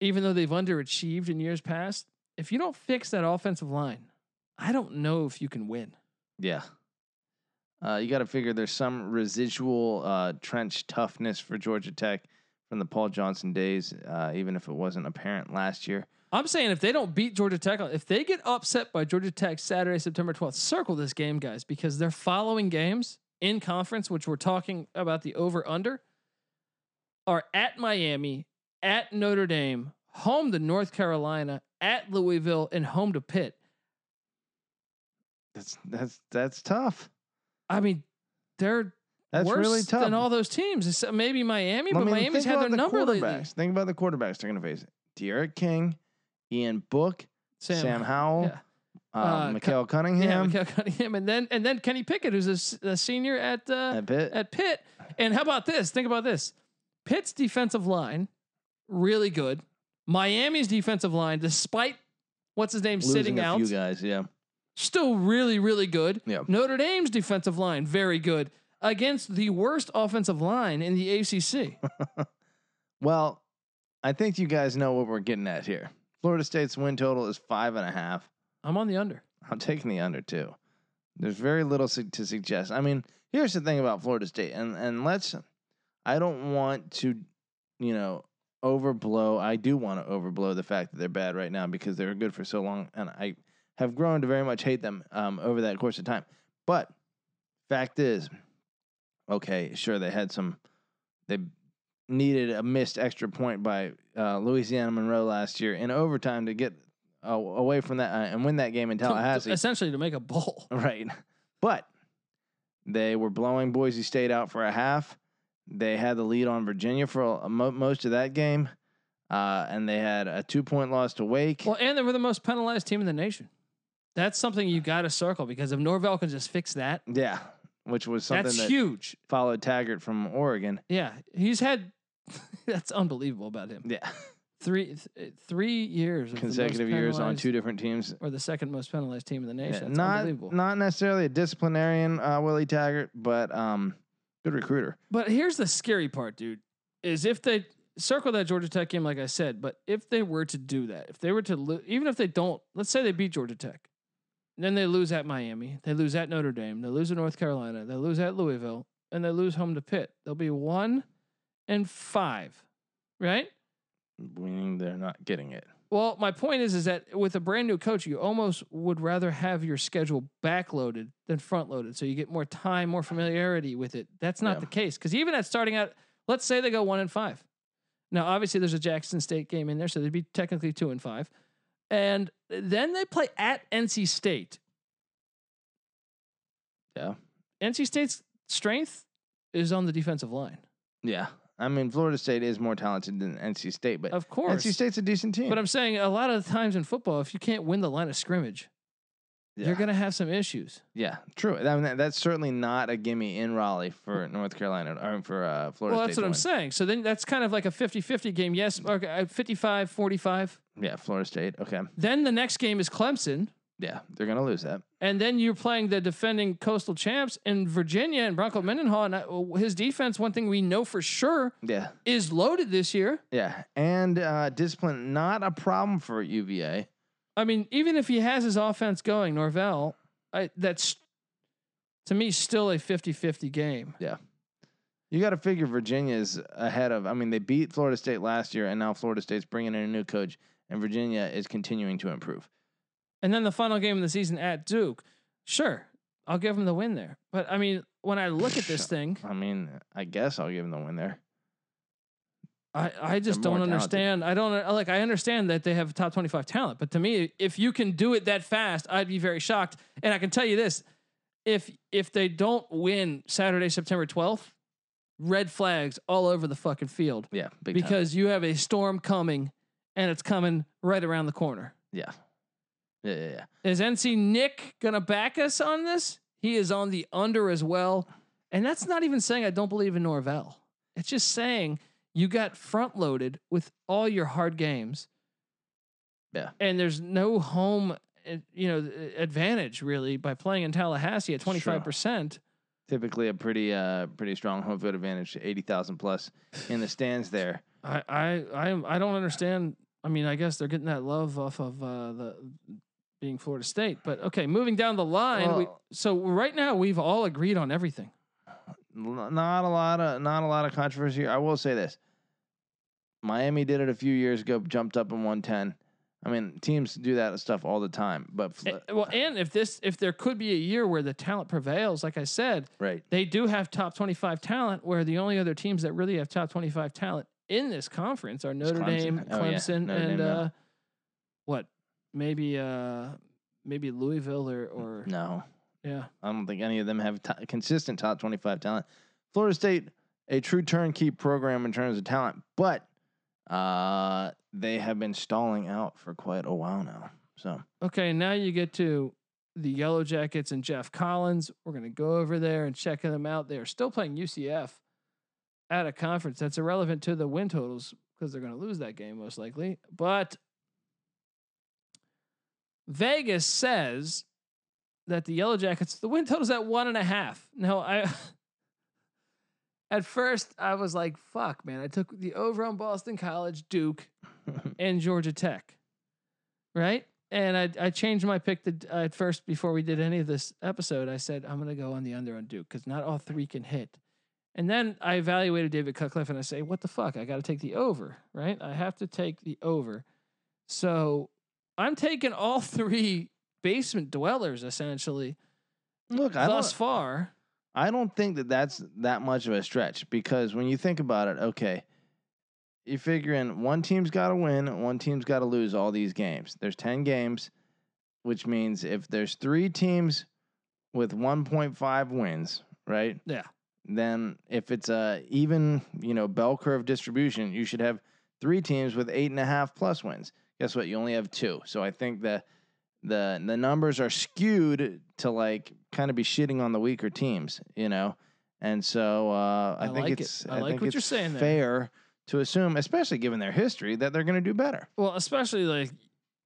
[SPEAKER 1] Even though they've underachieved in years past, if you don't fix that offensive line, I don't know if you can win.
[SPEAKER 2] yeah. Uh, you got to figure there's some residual uh, trench toughness for Georgia Tech from the Paul Johnson days, uh, even if it wasn't apparent last year.
[SPEAKER 1] I'm saying if they don't beat Georgia Tech, if they get upset by Georgia Tech Saturday, September 12th, circle this game, guys, because their following games in conference, which we're talking about the over under, are at Miami, at Notre Dame, home to North Carolina, at Louisville, and home to Pitt.
[SPEAKER 2] That's that's that's tough.
[SPEAKER 1] I mean, they're
[SPEAKER 2] That's
[SPEAKER 1] worse
[SPEAKER 2] really tough.
[SPEAKER 1] than all those teams. Except maybe Miami,
[SPEAKER 2] I
[SPEAKER 1] but
[SPEAKER 2] mean,
[SPEAKER 1] Miami's
[SPEAKER 2] think
[SPEAKER 1] had
[SPEAKER 2] about
[SPEAKER 1] their
[SPEAKER 2] the
[SPEAKER 1] number lately.
[SPEAKER 2] quarterbacks. Think about the quarterbacks they're going to face: Derek King, Ian Book, Sam, Howell,
[SPEAKER 1] yeah.
[SPEAKER 2] uh,
[SPEAKER 1] Uh,
[SPEAKER 2] Mikael
[SPEAKER 1] Yeah,
[SPEAKER 2] Cunningham.
[SPEAKER 1] Mikael Cunningham, and then and then Kenny Pickett, who's a, s- a senior at uh,
[SPEAKER 2] a bit.
[SPEAKER 1] at Pitt. And how about this? Think about this. Pitt's defensive line, really good. Miami's defensive line, despite what's his name
[SPEAKER 2] losing
[SPEAKER 1] sitting
[SPEAKER 2] a
[SPEAKER 1] out,
[SPEAKER 2] few guys. Yeah,
[SPEAKER 1] still really really good.
[SPEAKER 2] yeah.
[SPEAKER 1] Notre Dame's defensive line, very good against the worst offensive line in the ACC.
[SPEAKER 2] Well, I think you guys know what we're getting at here. Florida State's win total is five and a half.
[SPEAKER 1] I'm on the under.
[SPEAKER 2] I'm taking the under too. There's very little su- to suggest. I mean, here's the thing about Florida State, and and let's. I don't want to, you know, overblow. I do want to overblow the fact that they're bad right now because they were good for so long, and I have grown to very much hate them um, over that course of time. But fact is, okay, sure they had some. They needed a missed extra point by uh, Louisiana Monroe last year in overtime to get. Uh, away from that uh, and win that game in
[SPEAKER 1] To- to-
[SPEAKER 2] Tallahassee.
[SPEAKER 1] essentially to make a bowl.
[SPEAKER 2] Right. But they were blowing Boise State out for a half. They had the lead on Virginia for a, mo- most of that game. Uh, and they had a two point loss to Wake.
[SPEAKER 1] Well, and they were the most penalized team in the nation. That's something you got to circle because if Norvell can just fix that,
[SPEAKER 2] Yeah. Which was something
[SPEAKER 1] that's
[SPEAKER 2] that
[SPEAKER 1] huge.
[SPEAKER 2] followed Taggart from Oregon.
[SPEAKER 1] Yeah, he's had. that's unbelievable about him.
[SPEAKER 2] Yeah.
[SPEAKER 1] Three th- eh, three years of the most
[SPEAKER 2] Consecutive years on
[SPEAKER 1] penalized-
[SPEAKER 2] two different teams.
[SPEAKER 1] or the second most penalized team in the nation.
[SPEAKER 2] Yeah,
[SPEAKER 1] That's unbelievable.
[SPEAKER 2] not not necessarily a disciplinarian, uh, Willie Taggart, but um, good recruiter.
[SPEAKER 1] But here's the scary part, dude, is if they circle that Georgia Tech game, like I said, but if they were to do that, if they were to lo- even if they don't, let's say they beat Georgia Tech, and then they lose at Miami, they lose at Notre Dame, they lose at North Carolina, they lose at Louisville, and they lose home to Pitt. They'll be one and five, right?
[SPEAKER 2] Meaning they're not getting it.
[SPEAKER 1] Well, my point is, is that with a brand new coach, you almost would rather have your schedule backloaded than front loaded, so you get more time, more familiarity with it. That's not
[SPEAKER 2] Yeah.
[SPEAKER 1] the case because even at starting out, let's say they go one and five. Now, obviously, there's a Jackson State game in there, so they'd be technically two and five, and then they play at NC State.
[SPEAKER 2] Yeah.
[SPEAKER 1] NC State's strength is on the defensive line,
[SPEAKER 2] Yeah. I mean, Florida State is more talented than NC State, but
[SPEAKER 1] of course.
[SPEAKER 2] NC State's a decent team.
[SPEAKER 1] but I'm saying a lot of the times in football, if you can't win the line of scrimmage,
[SPEAKER 2] yeah.
[SPEAKER 1] you're gonna have some issues.
[SPEAKER 2] yeah, true. I mean, that, that's certainly not a gimme in Raleigh for North Carolina or for uh, Florida.
[SPEAKER 1] well, that's
[SPEAKER 2] State
[SPEAKER 1] what
[SPEAKER 2] to
[SPEAKER 1] I'm
[SPEAKER 2] win.
[SPEAKER 1] saying. So then that's kind of like a 50 50 game. Yes, okay, uh, 55 45.
[SPEAKER 2] Yeah, Florida State. Okay,
[SPEAKER 1] Then the next game is Clemson.
[SPEAKER 2] yeah, they're gonna lose that.
[SPEAKER 1] And then you're playing the defending coastal champs in Virginia and Bronco Mendenhall. And I, his defense, one thing we know for sure,
[SPEAKER 2] Yeah,
[SPEAKER 1] is loaded this year.
[SPEAKER 2] yeah, and uh, discipline not a problem for UVA.
[SPEAKER 1] I mean, even if he has his offense going, Norvell, I, that's to me still a 50 50 game.
[SPEAKER 2] You got to figure Virginia's ahead of. I mean, they beat Florida State last year, and now Florida State's bringing in a new coach, and Virginia is continuing to improve.
[SPEAKER 1] And then the final game of the season at Duke. Sure, I'll give him the win there. But I mean, when I look at this thing,
[SPEAKER 2] I mean, I guess I'll give them the win there.
[SPEAKER 1] I, I just
[SPEAKER 2] They're more
[SPEAKER 1] don't
[SPEAKER 2] talented.
[SPEAKER 1] understand. I don't like. I understand that they have top twenty five talent, but to me, if you can do it that fast, I'd be very shocked. And I can tell you this: if if they don't win Saturday, September twelfth, red flags all over the fucking field
[SPEAKER 2] Yeah, big time.
[SPEAKER 1] because you have a storm coming, and it's coming right around the corner.
[SPEAKER 2] yeah, yeah, yeah, yeah.
[SPEAKER 1] Is NC Nick gonna back us on this? He is on the under as well. And that's not even saying I don't believe in Norvell. It's just saying you got front loaded with all your hard games.
[SPEAKER 2] Yeah.
[SPEAKER 1] And there's no home eh, you know eh, advantage really by playing in Tallahassee at
[SPEAKER 2] It's true.
[SPEAKER 1] 25%.
[SPEAKER 2] typically a pretty uh pretty strong home field advantage, eighty thousand plus in the stands there.
[SPEAKER 1] I I I I don't understand. I mean, I guess they're getting that love off of uh, the being Florida State, but okay, moving down the line. we,
[SPEAKER 2] Well-
[SPEAKER 1] so right now we've all agreed on everything.
[SPEAKER 2] N- Not a lot of not a lot of controversy. I will say this: Miami did it a few years ago, jumped up in one ten. I mean, teams do that stuff all the time. But fl-
[SPEAKER 1] Eh, well, and if this, if there could be a year where the talent prevails, like I said,
[SPEAKER 2] right,
[SPEAKER 1] they do have top 25 talent where the only other teams that really have top 25 talent in this conference are Notre
[SPEAKER 2] Clemson.
[SPEAKER 1] Dame,
[SPEAKER 2] Oh, yeah.
[SPEAKER 1] Clemson
[SPEAKER 2] Notre
[SPEAKER 1] and
[SPEAKER 2] Dame, yeah.
[SPEAKER 1] uh what? Maybe uh maybe Louisville or or
[SPEAKER 2] no,
[SPEAKER 1] yeah.
[SPEAKER 2] I don't think any of them have to- consistent top 25 talent. Florida State, a true turnkey program in terms of talent, but uh, they have been stalling out for quite a while now. So,
[SPEAKER 1] Okay, now you get to the Yellow Jackets and Jeff Collins. We're going to go over there and check them out. They are still playing UCF at a conference that's irrelevant to the win totals because they're going to lose that game most likely. But Vegas says that the Yellow Jackets, the win total's at one and a half. Now, I. At first, I was like, fuck, man. I took the over on Boston College, Duke, and Georgia Tech, right? And I I changed my pick to, uh, at first before we did any of this episode. I said I'm going to go on the under on Duke because not all three can hit. And then I evaluated David Cutcliffe and I say, what the fuck? I got to take the over, right? I have to take the over. So I'm taking all three basement dwellers essentially
[SPEAKER 2] look, I
[SPEAKER 1] thus
[SPEAKER 2] don't,
[SPEAKER 1] far.
[SPEAKER 2] I don't think that that's that much of a stretch because when you think about it, okay, you're figuring one team's got to win, one team's got to lose all these games. There's 10 games, which means if there's three teams with 1.5 wins, right?
[SPEAKER 1] Yeah.
[SPEAKER 2] then if it's a even you know bell curve distribution, you should have three teams with eight and a half plus wins. Guess what? You only have two. So I think the the the numbers are skewed to like kind of be shitting on the weaker teams, you know. And so uh, I,
[SPEAKER 1] I
[SPEAKER 2] think
[SPEAKER 1] like it.
[SPEAKER 2] it's
[SPEAKER 1] I like
[SPEAKER 2] think
[SPEAKER 1] what you're
[SPEAKER 2] it's
[SPEAKER 1] saying there.
[SPEAKER 2] Fair to assume, especially given their history, that they're going to do better.
[SPEAKER 1] Well, especially like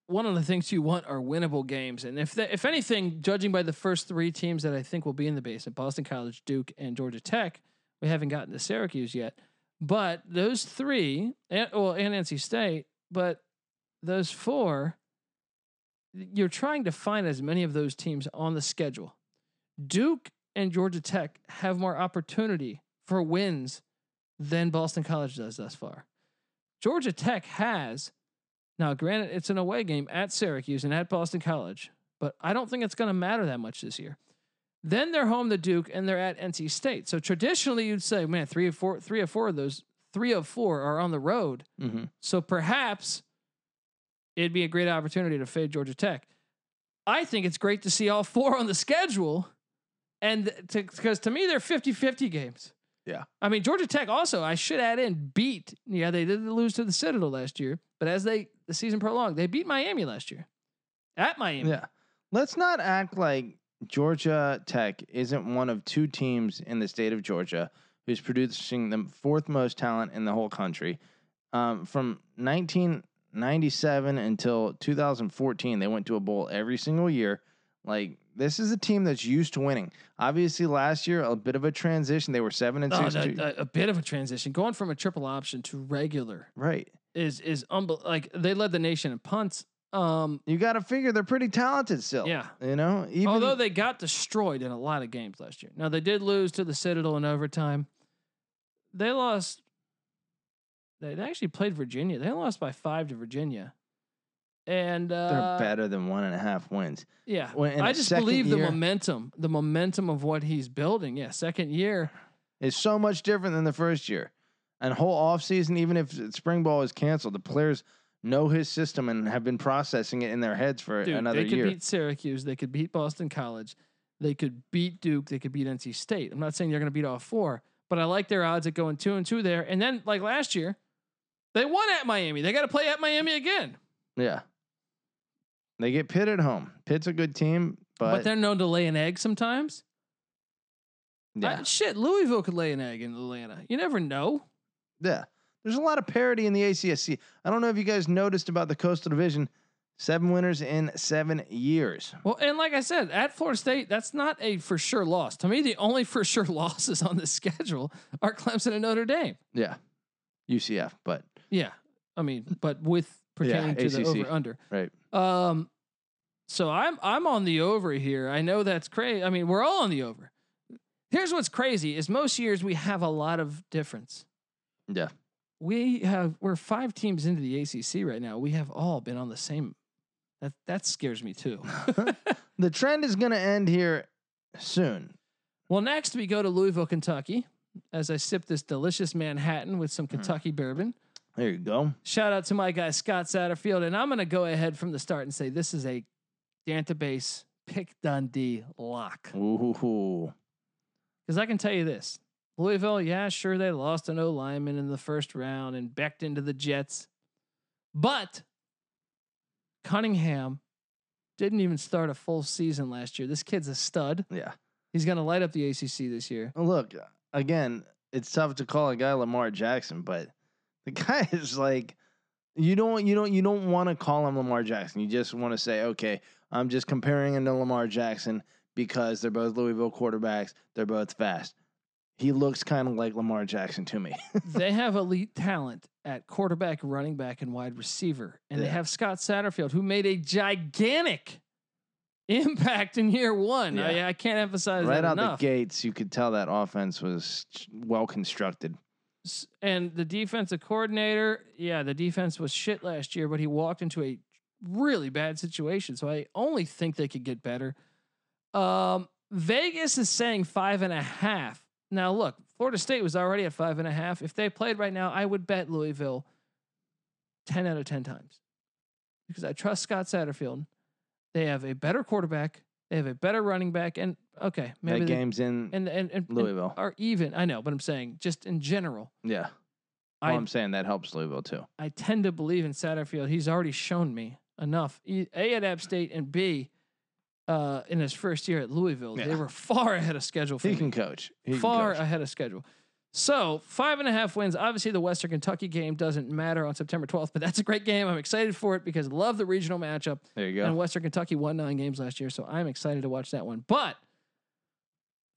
[SPEAKER 1] one of the things you want are winnable games, and if the, if anything, judging by the first three teams that I think will be in the basement, Boston College, Duke, and Georgia Tech, we haven't gotten to Syracuse yet. But those three, and, well, and NC State, but those four, you're trying to find as many of those teams on the schedule. Duke and Georgia Tech have more opportunity for wins than Boston College does thus far. Georgia Tech has now, granted, it's an away game at Syracuse and at Boston College, but I don't think it's going to matter that much this year. Then they're home to Duke and they're at NC State. So traditionally, you'd say, man, three of four, three of four of those, three of four are on the road.
[SPEAKER 2] Mm-hmm.
[SPEAKER 1] So perhaps it'd be a great opportunity to fade Georgia Tech. I think it's great to see all four on the schedule. And because to me, they're 50 50 games.
[SPEAKER 2] Yeah.
[SPEAKER 1] I mean, Georgia Tech also, I should add in, beat. Yeah, they did lose to the Citadel last year, but as they, the season prolonged, they beat Miami last year at Miami.
[SPEAKER 2] Yeah. Let's not act like Georgia Tech isn't one of two teams in the state of Georgia who's producing the fourth most talent in the whole country. Um, from 1997 until 2014, they went to a bowl every single year. Like, this is a team that's used to winning. Obviously, last year, a bit of a transition. They were 7 and
[SPEAKER 1] Oh,
[SPEAKER 2] 6.
[SPEAKER 1] that-
[SPEAKER 2] two-
[SPEAKER 1] a, a bit of a transition. Going from a triple option to regular
[SPEAKER 2] right.
[SPEAKER 1] is is unbel- like they led the nation in punts. Um,
[SPEAKER 2] You got to figure they're pretty talented still.
[SPEAKER 1] Yeah.
[SPEAKER 2] You know, even
[SPEAKER 1] Although they got destroyed in a lot of games last year. Now they did lose to the Citadel in overtime. They lost. They they actually played Virginia. They lost by five to Virginia, and
[SPEAKER 2] they're
[SPEAKER 1] uh,
[SPEAKER 2] better than one and a half wins.
[SPEAKER 1] Yeah,
[SPEAKER 2] When- in
[SPEAKER 1] I
[SPEAKER 2] the
[SPEAKER 1] just
[SPEAKER 2] second
[SPEAKER 1] believe the
[SPEAKER 2] year-
[SPEAKER 1] momentum, the momentum of what he's building. Yeah, second year.
[SPEAKER 2] is so much different than the first year. And whole offseason, even if spring ball is canceled, the players know his system and have been processing it in their heads for
[SPEAKER 1] Dude,
[SPEAKER 2] another
[SPEAKER 1] they could
[SPEAKER 2] year.
[SPEAKER 1] beat Syracuse. They could beat Boston College. They could beat Duke. They could beat NC State. I'm not saying they're going to beat all four, but I like their odds at going two and two there. And then, like last year, they won at Miami. They got to play at Miami again.
[SPEAKER 2] yeah. They get Pitt at home. Pitt's a good team,
[SPEAKER 1] But,
[SPEAKER 2] but,
[SPEAKER 1] they're known to lay an egg sometimes.
[SPEAKER 2] yeah,
[SPEAKER 1] I- shit, Louisville could lay an egg in Atlanta. You never know.
[SPEAKER 2] yeah. There's a lot of parity in the ACSC. I don't know if you guys noticed about the Coastal Division. Seven winners in seven years.
[SPEAKER 1] Well, and like I said, at Florida State, that's not a for sure loss. To me, the only for sure losses on this schedule are Clemson and Notre Dame.
[SPEAKER 2] Yeah. UCF, but
[SPEAKER 1] Yeah. I mean, but with pertaining to the
[SPEAKER 2] ACC.
[SPEAKER 1] over under.
[SPEAKER 2] right.
[SPEAKER 1] Um, so I'm I'm on the over here. I know that's crazy. I mean, we're all on the over. Here's what's crazy is most years we have a lot of difference.
[SPEAKER 2] Yeah.
[SPEAKER 1] we have we're five teams into the ACC right now. We have all been on the same. That that scares me too.
[SPEAKER 2] The trend is going to end here soon.
[SPEAKER 1] well, next we go to Louisville, Kentucky. As I sip this delicious Manhattan with some Kentucky bourbon.
[SPEAKER 2] There you go.
[SPEAKER 1] Shout out to my guy Scott Satterfield, and I'm going to go ahead from the start and say this is a database pick Dundee lock.
[SPEAKER 2] Ooh.
[SPEAKER 1] Because I can tell you this Louisville, yeah, sure, they lost an O lineman in the first round and backed into the Jets. But Cunningham didn't even start a full season last year. This kid's a stud.
[SPEAKER 2] Yeah.
[SPEAKER 1] He's going to light up the ACC this year.
[SPEAKER 2] Look, uh, again, it's tough to call a guy Lamar Jackson, but the guy is like you don't you don't you don't want to call him Lamar Jackson. You just want to say, okay, I'm just comparing him to Lamar Jackson because they're both Louisville quarterbacks. They're both fast. He looks kind of like Lamar Jackson to me.
[SPEAKER 1] they have elite talent at quarterback, running back, and wide receiver. And they
[SPEAKER 2] Yeah.
[SPEAKER 1] have Scott Satterfield, who made a gigantic impact in year one. I,
[SPEAKER 2] Yeah.
[SPEAKER 1] I can't emphasize
[SPEAKER 2] right
[SPEAKER 1] that
[SPEAKER 2] out
[SPEAKER 1] enough.
[SPEAKER 2] the gates, you could tell that offense was well constructed.
[SPEAKER 1] S- and the defensive coordinator, yeah, the defense was shit last year, but he walked into a really bad situation. So I only think they could get better. Um, Vegas is saying five and a half. Now look, Florida State was already at five and a half. If they played right now, I would bet Louisville ten out of ten times because I trust Scott Satterfield. They have a better quarterback. They have a better running back, and okay, maybe
[SPEAKER 2] that
[SPEAKER 1] they-
[SPEAKER 2] game's in
[SPEAKER 1] and and and, and
[SPEAKER 2] Louisville.
[SPEAKER 1] are even. I know, but I'm saying just in general.
[SPEAKER 2] yeah. Well,
[SPEAKER 1] I
[SPEAKER 2] I'm saying that helps Louisville too.
[SPEAKER 1] I tend to believe in Satterfield. He's already shown me enough. E- A at App State and B uh, in his first year at Louisville, they
[SPEAKER 2] Yeah.
[SPEAKER 1] were far ahead of schedule for
[SPEAKER 2] He
[SPEAKER 1] me.
[SPEAKER 2] can coach. He can
[SPEAKER 1] far
[SPEAKER 2] coach.
[SPEAKER 1] ahead of schedule. So five and a half wins. Obviously, the Western Kentucky game doesn't matter on September 12th, but that's a great game. I'm excited for it because love the regional matchup.
[SPEAKER 2] There you go.
[SPEAKER 1] And Western Kentucky won nine games last year, so I'm excited to watch that one. But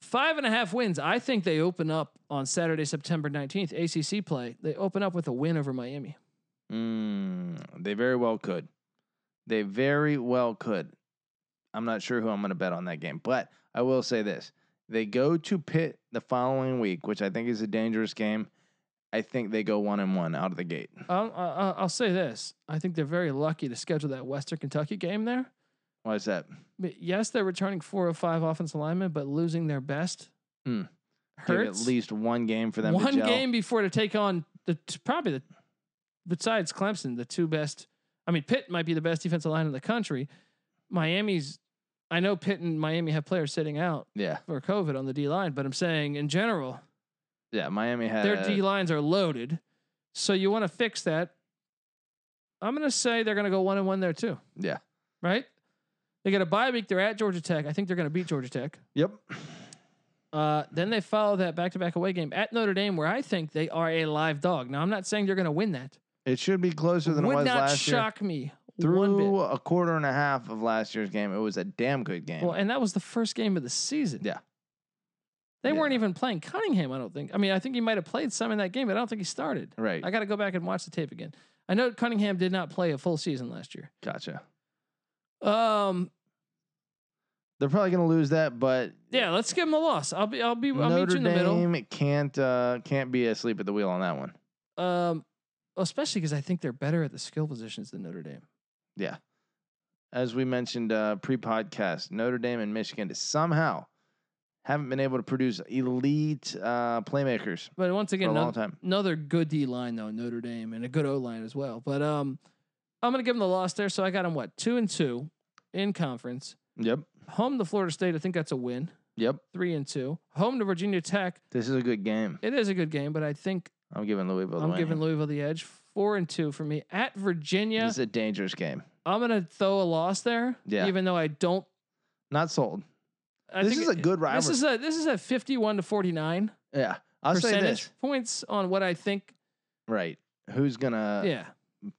[SPEAKER 1] five and a half wins. I think they open up on Saturday, September 19th, ACC play. They open up with a win over Miami.
[SPEAKER 2] Mm, they very well could. They very well could. I'm not sure who I'm going to bet on that game, but I will say this. They go to Pitt the following week, which I think is a dangerous game. I think they go one and one out of the gate.
[SPEAKER 1] I'll, I'll, I'll say this. I think they're very lucky to schedule that Western Kentucky game there.
[SPEAKER 2] Why is that?
[SPEAKER 1] But yes, they're returning four of five offensive linemen, but losing their best
[SPEAKER 2] Hmm. Give
[SPEAKER 1] hurts.
[SPEAKER 2] at least one game for them. to
[SPEAKER 1] One
[SPEAKER 2] gel.
[SPEAKER 1] game before to take on the t- probably the besides Clemson, the two best. I mean, Pitt might be the best defensive line in the country. Miami's. I know Pitt and Miami have players sitting out
[SPEAKER 2] Yeah,
[SPEAKER 1] for COVID on the D line, but I'm saying in general,
[SPEAKER 2] yeah. Miami had
[SPEAKER 1] their
[SPEAKER 2] a-
[SPEAKER 1] D lines are loaded. So you want to fix that. I'm going to say they're going to go one and one there too.
[SPEAKER 2] Yeah.
[SPEAKER 1] Right? They got a bye week. They're at Georgia Tech. I think they're going to beat Georgia Tech.
[SPEAKER 2] Yep.
[SPEAKER 1] Uh, then they follow that back to back away game at Notre Dame, where I think they are a live dog. Now, I'm not saying they're going to win that.
[SPEAKER 2] It should be closer than it
[SPEAKER 1] Would
[SPEAKER 2] was
[SPEAKER 1] not
[SPEAKER 2] last year.
[SPEAKER 1] shock me one bit.
[SPEAKER 2] Through a quarter and a half of last year's game, it was a damn good game.
[SPEAKER 1] Well, and that was the first game of the season.
[SPEAKER 2] Yeah.
[SPEAKER 1] They
[SPEAKER 2] Yeah.
[SPEAKER 1] weren't even playing Cunningham, I don't think. I mean, I think he might have played some in that game, but I don't think he started.
[SPEAKER 2] right.
[SPEAKER 1] I got to go back and watch the tape again. I know Cunningham did not play a full season last year.
[SPEAKER 2] gotcha.
[SPEAKER 1] Um,
[SPEAKER 2] They're probably going to lose that, but
[SPEAKER 1] yeah, let's give him a loss. I'll be, I'll be, I'll meet
[SPEAKER 2] Notre
[SPEAKER 1] you in the middle.
[SPEAKER 2] Dame can't uh, can't be asleep at the wheel on that one.
[SPEAKER 1] Um, especially because I think they're better at the skill positions than Notre Dame.
[SPEAKER 2] As we mentioned uh, pre-podcast, Notre Dame and Michigan somehow haven't been able to produce elite uh, playmakers
[SPEAKER 1] But once
[SPEAKER 2] for
[SPEAKER 1] again,
[SPEAKER 2] a long
[SPEAKER 1] another,
[SPEAKER 2] time.
[SPEAKER 1] another good D line though, Notre Dame, and a good O line as well. But um, I'm gonna give him the loss there. So I got him what two and two in conference.
[SPEAKER 2] Yep,
[SPEAKER 1] Home to Florida State, I think that's a win.
[SPEAKER 2] yep.
[SPEAKER 1] Three and two. Home to Virginia Tech.
[SPEAKER 2] This is a good game.
[SPEAKER 1] It is a good game, but I think
[SPEAKER 2] I'm giving Louisville. the
[SPEAKER 1] I'm
[SPEAKER 2] win
[SPEAKER 1] giving
[SPEAKER 2] here.
[SPEAKER 1] Louisville the edge. Four and two for me at Virginia.
[SPEAKER 2] This is a dangerous game.
[SPEAKER 1] I'm gonna throw a loss there.
[SPEAKER 2] Yeah.
[SPEAKER 1] Even though I don't.
[SPEAKER 2] Not sold.
[SPEAKER 1] I
[SPEAKER 2] this
[SPEAKER 1] think
[SPEAKER 2] is a
[SPEAKER 1] it-
[SPEAKER 2] good rivalry.
[SPEAKER 1] This is a this is a 51 to 49
[SPEAKER 2] yeah, I'll say
[SPEAKER 1] percentage
[SPEAKER 2] this.
[SPEAKER 1] points on what I think.
[SPEAKER 2] Right. Who's gonna
[SPEAKER 1] yeah.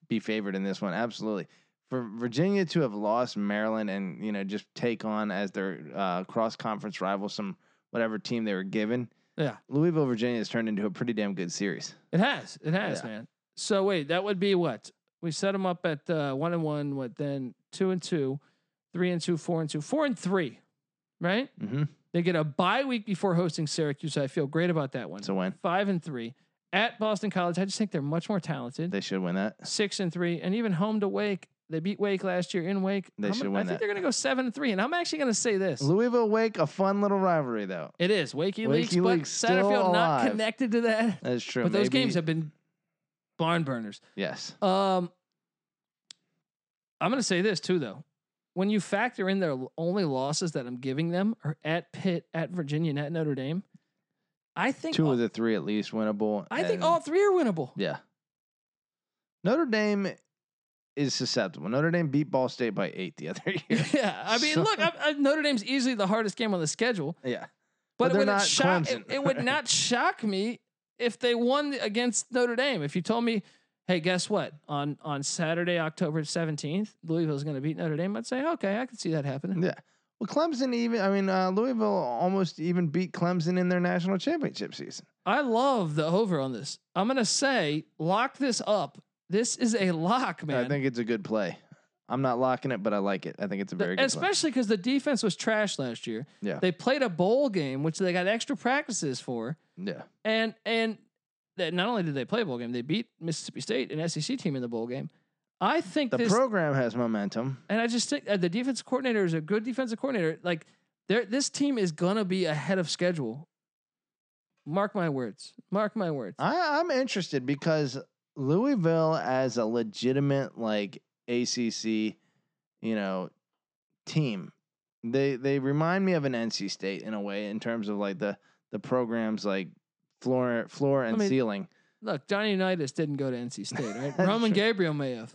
[SPEAKER 2] be favored in this one? Absolutely. For Virginia to have lost Maryland and you know just take on as their uh, cross conference rival some whatever team they were given.
[SPEAKER 1] Yeah.
[SPEAKER 2] Louisville, Virginia has turned into a pretty damn good series.
[SPEAKER 1] It has. It has,
[SPEAKER 2] Yeah.
[SPEAKER 1] man. So wait, that would be what? We set them up at uh, one and one, what then two and two, three and two, four and two, four and three, right?
[SPEAKER 2] Mm-hmm.
[SPEAKER 1] They get a bye week before hosting Syracuse. I feel great about that one.
[SPEAKER 2] It's a win.
[SPEAKER 1] Five and three at Boston College. I just think they're much more talented.
[SPEAKER 2] They should win that.
[SPEAKER 1] six and three, and even home to Wake. They beat Wake last year in Wake.
[SPEAKER 2] They
[SPEAKER 1] I'm
[SPEAKER 2] should
[SPEAKER 1] gonna-
[SPEAKER 2] win
[SPEAKER 1] I think
[SPEAKER 2] that.
[SPEAKER 1] they're going to go seven and three. And I'm actually going to say this:
[SPEAKER 2] Louisville Wake, a fun little rivalry though.
[SPEAKER 1] it is Wakey Leaks, but
[SPEAKER 2] WikiLeaks still
[SPEAKER 1] Satterfield not
[SPEAKER 2] alive.
[SPEAKER 1] connected to that.
[SPEAKER 2] That's true.
[SPEAKER 1] But those
[SPEAKER 2] Maybe-
[SPEAKER 1] games have been barn burners.
[SPEAKER 2] yes,
[SPEAKER 1] Um, I'm going to say this too, though. When you factor in their l- only losses that I'm giving them are at Pitt, at Virginia, and at Notre Dame, I think
[SPEAKER 2] two
[SPEAKER 1] all,
[SPEAKER 2] of the three at least winnable.
[SPEAKER 1] I think
[SPEAKER 2] and-
[SPEAKER 1] all three are winnable.
[SPEAKER 2] Yeah. Notre Dame is susceptible. Notre Dame beat Ball State by eight the other year.
[SPEAKER 1] Yeah, I mean,
[SPEAKER 2] So-
[SPEAKER 1] look, I, I, Notre Dame's easily the hardest game on the schedule.
[SPEAKER 2] yeah.
[SPEAKER 1] But,
[SPEAKER 2] But
[SPEAKER 1] it
[SPEAKER 2] they're
[SPEAKER 1] would
[SPEAKER 2] not
[SPEAKER 1] shock, it,
[SPEAKER 2] Clemson.
[SPEAKER 1] it would not shock me if they won against Notre Dame. If you told me, hey, guess what? On on Saturday, October 17th, Louisville's going to beat Notre Dame, I'd say, okay, I can see that happening.
[SPEAKER 2] Yeah. Well, Clemson even, I mean, uh, Louisville almost even beat Clemson in their national championship season.
[SPEAKER 1] I love the over on this. I'm going to say, lock this up. This is a lock, man.
[SPEAKER 2] I think it's a good play. I'm not locking it, but I like it. I think it's a
[SPEAKER 1] The-
[SPEAKER 2] very good play.
[SPEAKER 1] especially because the defense was trash last year.
[SPEAKER 2] Yeah.
[SPEAKER 1] They played a bowl game, which they got extra practices for.
[SPEAKER 2] Yeah.
[SPEAKER 1] And and that not only did they play a bowl game, they beat Mississippi State, an SEC team, in the bowl game. I think
[SPEAKER 2] The
[SPEAKER 1] this,
[SPEAKER 2] program has momentum.
[SPEAKER 1] and I just think uh, the defense coordinator is a good defensive coordinator. Like, there, this team is gonna be ahead of schedule. Mark my words. Mark my words.
[SPEAKER 2] I, I'm interested because Louisville, as a legitimate like ACC, you know, team, they they remind me of an NC State in a way in terms of like the the programs like floor floor and
[SPEAKER 1] mean-
[SPEAKER 2] ceiling.
[SPEAKER 1] Look, Johnny Unitas didn't go to NC State, right?
[SPEAKER 2] That's
[SPEAKER 1] Roman
[SPEAKER 2] true.
[SPEAKER 1] Gabriel may have,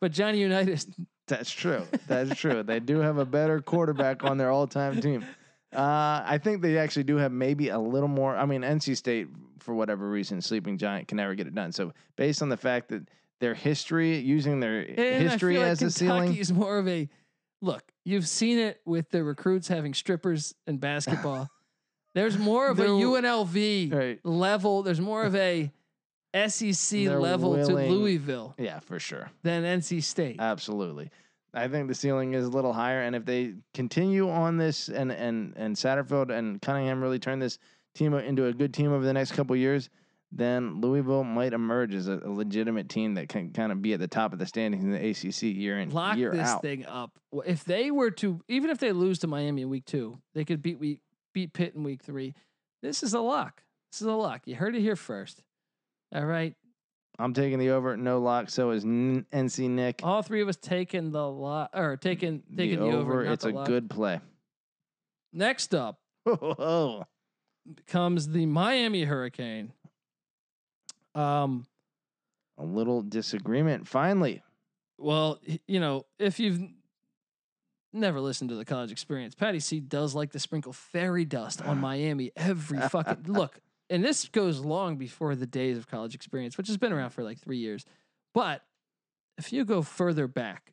[SPEAKER 1] but Johnny Unitas.
[SPEAKER 2] That's true. That's true. They do have a better quarterback on their all-time team. Uh, I think they actually do have maybe a little more. I mean, NC State, for whatever reason, sleeping giant can never get it done. So based on the fact that their history, using their
[SPEAKER 1] And
[SPEAKER 2] history
[SPEAKER 1] I feel
[SPEAKER 2] as
[SPEAKER 1] like
[SPEAKER 2] a ceiling,
[SPEAKER 1] Kentucky's more of a look. You've seen it with the recruits having strippers in basketball. There's more of a
[SPEAKER 2] They're-
[SPEAKER 1] UNLV
[SPEAKER 2] right?
[SPEAKER 1] level. There's more of a SEC
[SPEAKER 2] They're
[SPEAKER 1] level
[SPEAKER 2] willing-
[SPEAKER 1] to Louisville
[SPEAKER 2] Yeah, for sure,
[SPEAKER 1] than NC State.
[SPEAKER 2] absolutely. I think the ceiling is a little higher, and if they continue on this, and and and Satterfield and Cunningham really turn this team into a good team over the next couple of years, then Louisville might emerge as a, a legitimate team that can kind of be at the top of the standings in the ACC year in
[SPEAKER 1] Lock
[SPEAKER 2] year
[SPEAKER 1] this
[SPEAKER 2] out.
[SPEAKER 1] thing up. Well, If they were to, even if they lose to Miami in week two, they could beat week beat Pitt in week three. This is a lock. This is a lock. You heard it here first. All right,
[SPEAKER 2] I'm taking the over, no lock. So is N- NC Nick
[SPEAKER 1] all three of us taking the lock or taking taking the, over. not
[SPEAKER 2] it's
[SPEAKER 1] the
[SPEAKER 2] a
[SPEAKER 1] lock.
[SPEAKER 2] good play.
[SPEAKER 1] Next up
[SPEAKER 2] Oh,
[SPEAKER 1] comes the Miami Hurricane. Um,
[SPEAKER 2] a little disagreement. Finally,
[SPEAKER 1] Well, h- you know, if you've n- never listened to the college experience, Patty C does like to sprinkle fairy dust on Miami every fucking look. And this goes long before the days of college experience, which has been around for like three years. But if you go further back,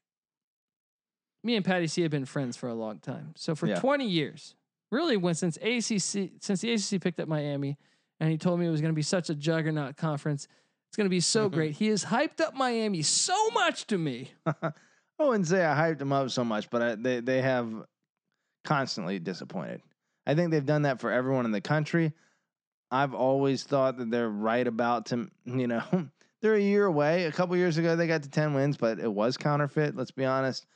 [SPEAKER 1] me and Patty C have been friends for a long time. So for
[SPEAKER 2] Yeah.
[SPEAKER 1] 20 years, really, when since ACC, since the ACC picked up Miami, and he told me it was going to be such a juggernaut conference. It's going to be so great. He has hyped up Miami so much to me.
[SPEAKER 2] I wouldn't say I hyped them up so much, but I, they they have constantly disappointed. I think they've done that for everyone in the country. I've always thought that they're right about to, you know, they're a year away. A couple years ago, they got to ten wins, but it was counterfeit. Let's be honest.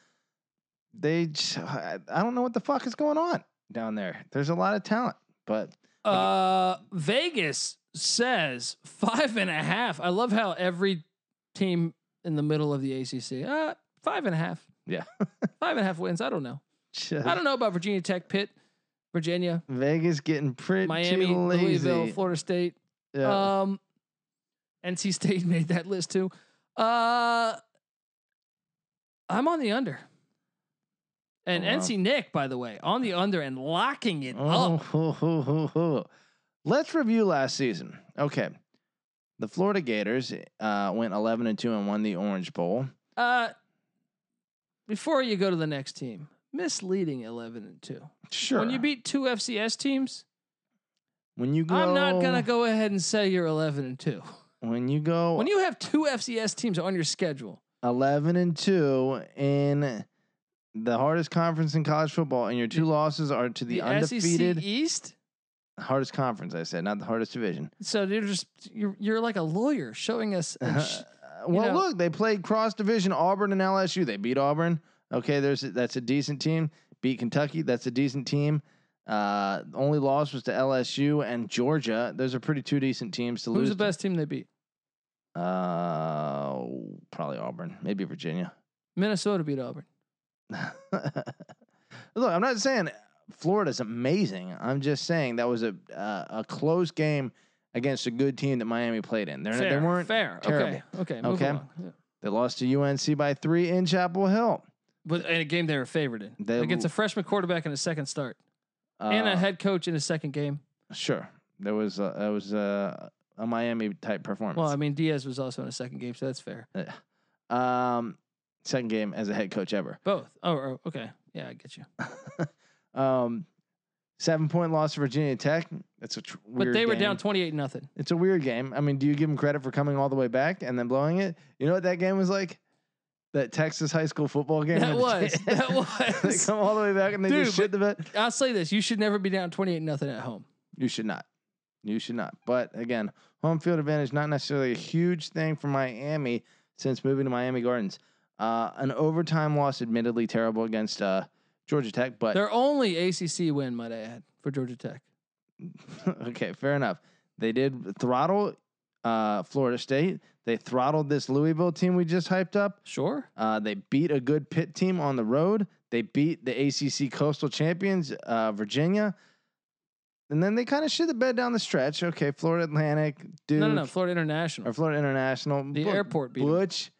[SPEAKER 2] They, j- I I don't know what the fuck is going on down there. There's a lot of talent, but
[SPEAKER 1] Uh, Vegas says five and a half. I love how every team in the middle of the ACC, uh, five and a half.
[SPEAKER 2] Yeah.
[SPEAKER 1] five and a half wins. I don't know. I don't know about Virginia Tech, Pitt, Virginia,
[SPEAKER 2] Vegas getting pretty
[SPEAKER 1] Miami,
[SPEAKER 2] lazy.
[SPEAKER 1] Louisville, Florida State.
[SPEAKER 2] Yeah.
[SPEAKER 1] Um, NC State made that list too. Uh, I'm on the under. And
[SPEAKER 2] Oh, wow.
[SPEAKER 1] NC Nick, by the way, on the under and locking it
[SPEAKER 2] Oh,
[SPEAKER 1] up.
[SPEAKER 2] ho, ho, ho,
[SPEAKER 1] Oh.
[SPEAKER 2] ho. let's review last season. Okay, the Florida Gators uh, went eleven and two and won the Orange Bowl.
[SPEAKER 1] Uh, before you go to the next team, misleading 11 and 2.
[SPEAKER 2] Sure.
[SPEAKER 1] When you beat two FCS teams,
[SPEAKER 2] when you go,
[SPEAKER 1] I'm not going to go ahead and say you're 11 and 2.
[SPEAKER 2] When you go,
[SPEAKER 1] When you have two FCS teams on your schedule,
[SPEAKER 2] eleven and two in the hardest conference in college football, and your two losses are to the,
[SPEAKER 1] the, E
[SPEAKER 2] undefeated
[SPEAKER 1] SEC East,
[SPEAKER 2] The hardest conference, I said, not the hardest division.
[SPEAKER 1] So you're just you're you're like a lawyer showing us. and sh-
[SPEAKER 2] Uh, well,
[SPEAKER 1] know-
[SPEAKER 2] look, they played cross division Auburn and LSU. They beat Auburn. Okay, there's that's a decent team. Beat Kentucky. That's a decent team. Uh, the only loss was to LSU and Georgia. Those are pretty two decent teams to
[SPEAKER 1] who's
[SPEAKER 2] lose.
[SPEAKER 1] the best team they beat?
[SPEAKER 2] To. Uh, probably Auburn. Maybe Virginia.
[SPEAKER 1] Minnesota beat Auburn.
[SPEAKER 2] look, I'm not saying Florida's amazing. I'm just saying that was a uh, a close game against a good team that Miami played in. They're,
[SPEAKER 1] Fair,
[SPEAKER 2] they weren't.
[SPEAKER 1] fair.
[SPEAKER 2] terrible.
[SPEAKER 1] Okay, okay, move
[SPEAKER 2] Okay.
[SPEAKER 1] along. Yeah.
[SPEAKER 2] They lost to UNC by three in Chapel Hill.
[SPEAKER 1] But in a game they were favored in
[SPEAKER 2] They-
[SPEAKER 1] against a freshman quarterback in a second start and
[SPEAKER 2] Uh,
[SPEAKER 1] a head coach in a second game.
[SPEAKER 2] Sure, there was a, it was a, a Miami type performance.
[SPEAKER 1] Well, I mean Diaz was also in a second game, so that's fair.
[SPEAKER 2] um, second game as a head coach ever.
[SPEAKER 1] Both. Oh, oh, okay. Yeah, I get you.
[SPEAKER 2] Um, seven point loss to Virginia Tech. That's a tr-
[SPEAKER 1] But
[SPEAKER 2] weird.
[SPEAKER 1] they were
[SPEAKER 2] game.
[SPEAKER 1] down twenty eight nothing.
[SPEAKER 2] It's a weird game. I mean, do you give them credit for coming all the way back and then blowing it? You know what that game was like? That Texas high school football game.
[SPEAKER 1] That
[SPEAKER 2] where
[SPEAKER 1] was. That
[SPEAKER 2] they
[SPEAKER 1] was.
[SPEAKER 2] come all the way back and they
[SPEAKER 1] Dude,
[SPEAKER 2] just shit the bed.
[SPEAKER 1] I'll say this: you should never be down twenty eight nothing at home.
[SPEAKER 2] You should not. You should not. But again, home field advantage not necessarily a huge thing for Miami since moving to Miami Gardens. Uh, an overtime loss, admittedly terrible against uh, Georgia Tech, but
[SPEAKER 1] Their only ACC win, might I add, for Georgia Tech.
[SPEAKER 2] okay, fair enough. They did throttle uh, Florida State. They throttled this Louisville team we just hyped up.
[SPEAKER 1] Sure.
[SPEAKER 2] Uh, they beat a good pit team on the road. They beat the ACC Coastal Champions, uh, Virginia. And then they kind of shit the bed down the stretch. Okay, Florida Atlantic, Duke,
[SPEAKER 1] No, no, no. Florida International.
[SPEAKER 2] or Florida International.
[SPEAKER 1] The
[SPEAKER 2] Look,
[SPEAKER 1] airport beat 'em.
[SPEAKER 2] Butch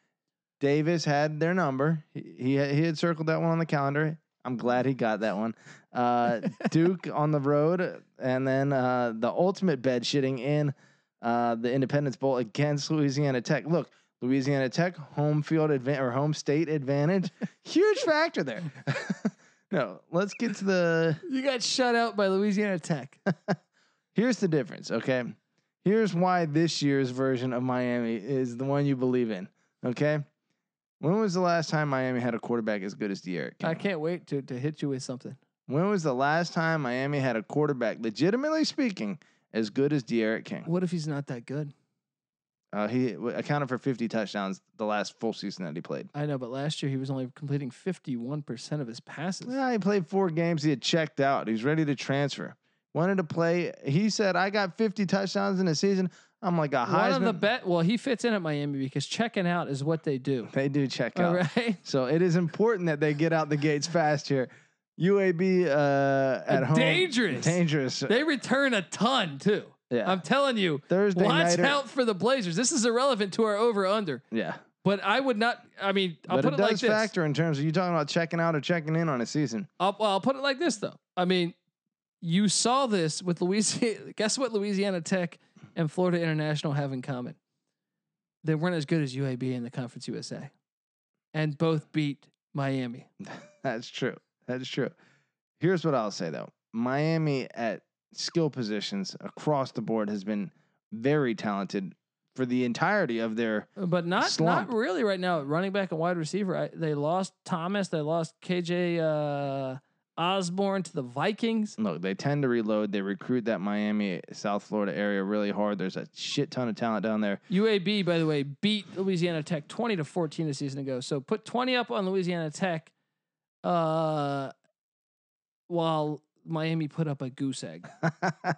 [SPEAKER 2] Davis had their number. He, he he had circled that one on the calendar. I'm glad he got that one. Uh, Duke on the road, and then uh, the ultimate bed shitting in uh, the Independence Bowl against Louisiana Tech. Look, Louisiana Tech home field advantage or home state advantage, huge factor there. no, let's get to the.
[SPEAKER 1] You got shut out by Louisiana Tech.
[SPEAKER 2] Here's the difference, okay? Here's why this year's version of Miami is the one you believe in, okay? When was the last time Miami had a quarterback as good as De'Aaron?
[SPEAKER 1] I
[SPEAKER 2] King?
[SPEAKER 1] can't wait to, to hit you with something.
[SPEAKER 2] When was the last time Miami had a quarterback, legitimately speaking, as good as De'Aaron King?
[SPEAKER 1] What if he's not that good?
[SPEAKER 2] Uh, he w- accounted for 50 touchdowns the last full season that he played.
[SPEAKER 1] I know, but last year he was only completing 51% of his passes.
[SPEAKER 2] Yeah, he played four games. He had checked out. He was ready to transfer. Wanted to play. He said, "I got 50 touchdowns in a season. I'm like a Heisman."
[SPEAKER 1] One of the bet. Well, he fits in at Miami because checking out is what they do.
[SPEAKER 2] they do check out.
[SPEAKER 1] All right.
[SPEAKER 2] So it is important that they get out the gates fast here. UAB uh, at home
[SPEAKER 1] Dangerous.
[SPEAKER 2] dangerous.
[SPEAKER 1] They return a ton too.
[SPEAKER 2] Yeah.
[SPEAKER 1] I'm telling you.
[SPEAKER 2] Thursday
[SPEAKER 1] Watch
[SPEAKER 2] nighter.
[SPEAKER 1] out for the Blazers. This is irrelevant to our over under,
[SPEAKER 2] Yeah,
[SPEAKER 1] but I would not. I mean, I'll
[SPEAKER 2] but
[SPEAKER 1] put
[SPEAKER 2] it
[SPEAKER 1] it,
[SPEAKER 2] does
[SPEAKER 1] like this.
[SPEAKER 2] factor in terms of you talking about checking out or checking in on a season.
[SPEAKER 1] I'll, well, I'll put it like this though. I mean, you saw this with Louisiana. Guess what? Louisiana Tech and Florida International have in common. They weren't as good as UAB in the Conference USA, and both beat Miami.
[SPEAKER 2] That's true. That's true. Here's what I'll say though: Miami at skill positions across the board has been very talented for the entirety of their.
[SPEAKER 1] But not
[SPEAKER 2] Slump.
[SPEAKER 1] not really right now. at Running back and wide receiver. I, they lost Thomas. They lost KJ uh, Osborne to the Vikings.
[SPEAKER 2] Look, they tend to reload. They recruit that Miami, South Florida area really hard. There's a shit ton of talent down there.
[SPEAKER 1] UAB, by the way, beat Louisiana Tech twenty to fourteen a season ago. So put twenty up on Louisiana Tech, uh, while Miami put up a goose egg.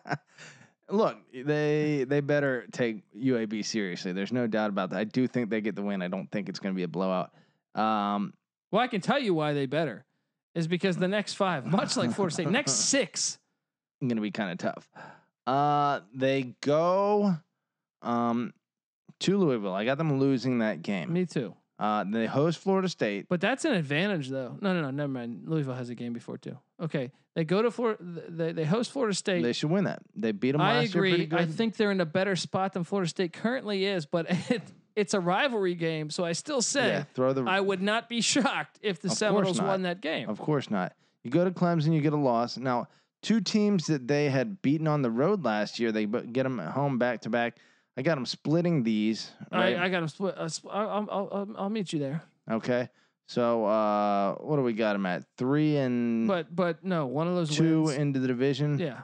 [SPEAKER 2] Look, they they better take UAB seriously. There's no doubt about that. I do think they get the win. I don't think it's going to be a blowout. Um,
[SPEAKER 1] Well, I can tell you why they better is because the next five, much like Florida State, next six.
[SPEAKER 2] going to be kind of tough. Uh, they go um, to Louisville. I got them losing that game.
[SPEAKER 1] Me too.
[SPEAKER 2] Uh, they host Florida State.
[SPEAKER 1] But that's an advantage, though. No, no, no. Never mind. Louisville has a game before too. Okay, they go to Florida. They, they host Florida State.
[SPEAKER 2] They should win that. They beat them
[SPEAKER 1] I
[SPEAKER 2] last year pretty
[SPEAKER 1] agree.
[SPEAKER 2] good.
[SPEAKER 1] I think they're in a better spot than Florida State currently is, but it, it's a rivalry game. So I still say
[SPEAKER 2] yeah, throw the
[SPEAKER 1] I would not be shocked if the
[SPEAKER 2] Of course
[SPEAKER 1] Seminoles
[SPEAKER 2] not.
[SPEAKER 1] won that game.
[SPEAKER 2] Of course not. You go to Clemson, you get a loss. Now, two teams that they had beaten on the road last year, they bu- get them at home back to back. I got them splitting these. Right?
[SPEAKER 1] I, I got them split. Uh, sp- I, I'll, I'll, I'll- I'll meet you there.
[SPEAKER 2] okay. So uh, what do we got them at? Three and
[SPEAKER 1] But but no, one of those
[SPEAKER 2] Mm. two
[SPEAKER 1] wins.
[SPEAKER 2] into the division.
[SPEAKER 1] yeah,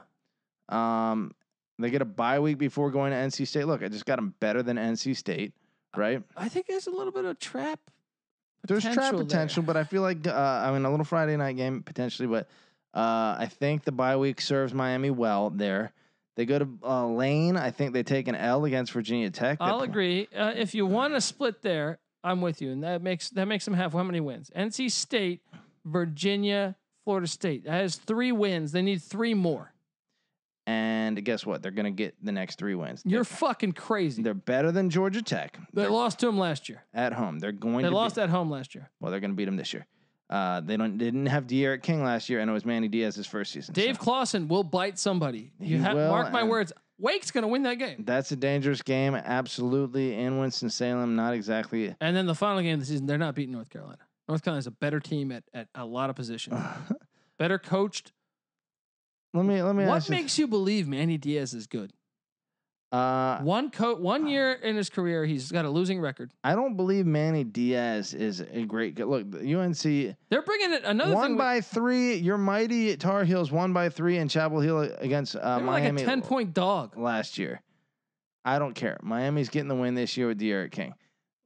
[SPEAKER 2] Um, they get a bye week before going to NC State. Look, I just got them better than NC State, right?
[SPEAKER 1] I think there's a little bit of trap.
[SPEAKER 2] There's trap
[SPEAKER 1] potential there.
[SPEAKER 2] potential, but I feel like uh, I mean a little Friday night game potentially, but uh, I think the bye week serves Miami well there. They go to uh, Lane. I think they take an L against Virginia Tech. They
[SPEAKER 1] I'll
[SPEAKER 2] pl-
[SPEAKER 1] agree. Uh, if you want to split there, I'm with you, and that makes that makes them have how many wins? NC State, Virginia, Florida State. That has three wins. They need three more.
[SPEAKER 2] And guess what? They're gonna get the next three wins.
[SPEAKER 1] You're fucking crazy.
[SPEAKER 2] They're better than Georgia Tech.
[SPEAKER 1] They lost to them last year.
[SPEAKER 2] at home. They're going
[SPEAKER 1] They
[SPEAKER 2] to
[SPEAKER 1] lost
[SPEAKER 2] beat,
[SPEAKER 1] at home last year.
[SPEAKER 2] well, they're going to beat them this year. Uh, they don't they didn't have De'Aaron King last year, and it was Manny Diaz's first season.
[SPEAKER 1] Dave
[SPEAKER 2] so
[SPEAKER 1] Clawson will bite somebody. You
[SPEAKER 2] He
[SPEAKER 1] ha-
[SPEAKER 2] will,
[SPEAKER 1] mark my
[SPEAKER 2] and-
[SPEAKER 1] words. Wake's gonna win that game.
[SPEAKER 2] that's a dangerous game, absolutely. In Winston Salem, not exactly.
[SPEAKER 1] And then the final game of the season, they're not beating North Carolina. North Carolina's a better team at, at a lot of
[SPEAKER 2] Uh,
[SPEAKER 1] positions.
[SPEAKER 2] let
[SPEAKER 1] Better coached.
[SPEAKER 2] me let me
[SPEAKER 1] What
[SPEAKER 2] ask you-
[SPEAKER 1] makes you believe Manny Diaz is good?
[SPEAKER 2] uh,
[SPEAKER 1] One co- one year in his career, he's got a losing record.
[SPEAKER 2] I don't believe Manny Diaz is a great. go- Look, the UNC
[SPEAKER 1] They're bringing it another
[SPEAKER 2] one
[SPEAKER 1] thing.
[SPEAKER 2] by three. Your mighty Tar Heels one by three in Chapel Hill against
[SPEAKER 1] they
[SPEAKER 2] uh,
[SPEAKER 1] were like a
[SPEAKER 2] Miami
[SPEAKER 1] ten point dog.
[SPEAKER 2] last year. I don't care. Miami's getting the win this year with De'Aaron King.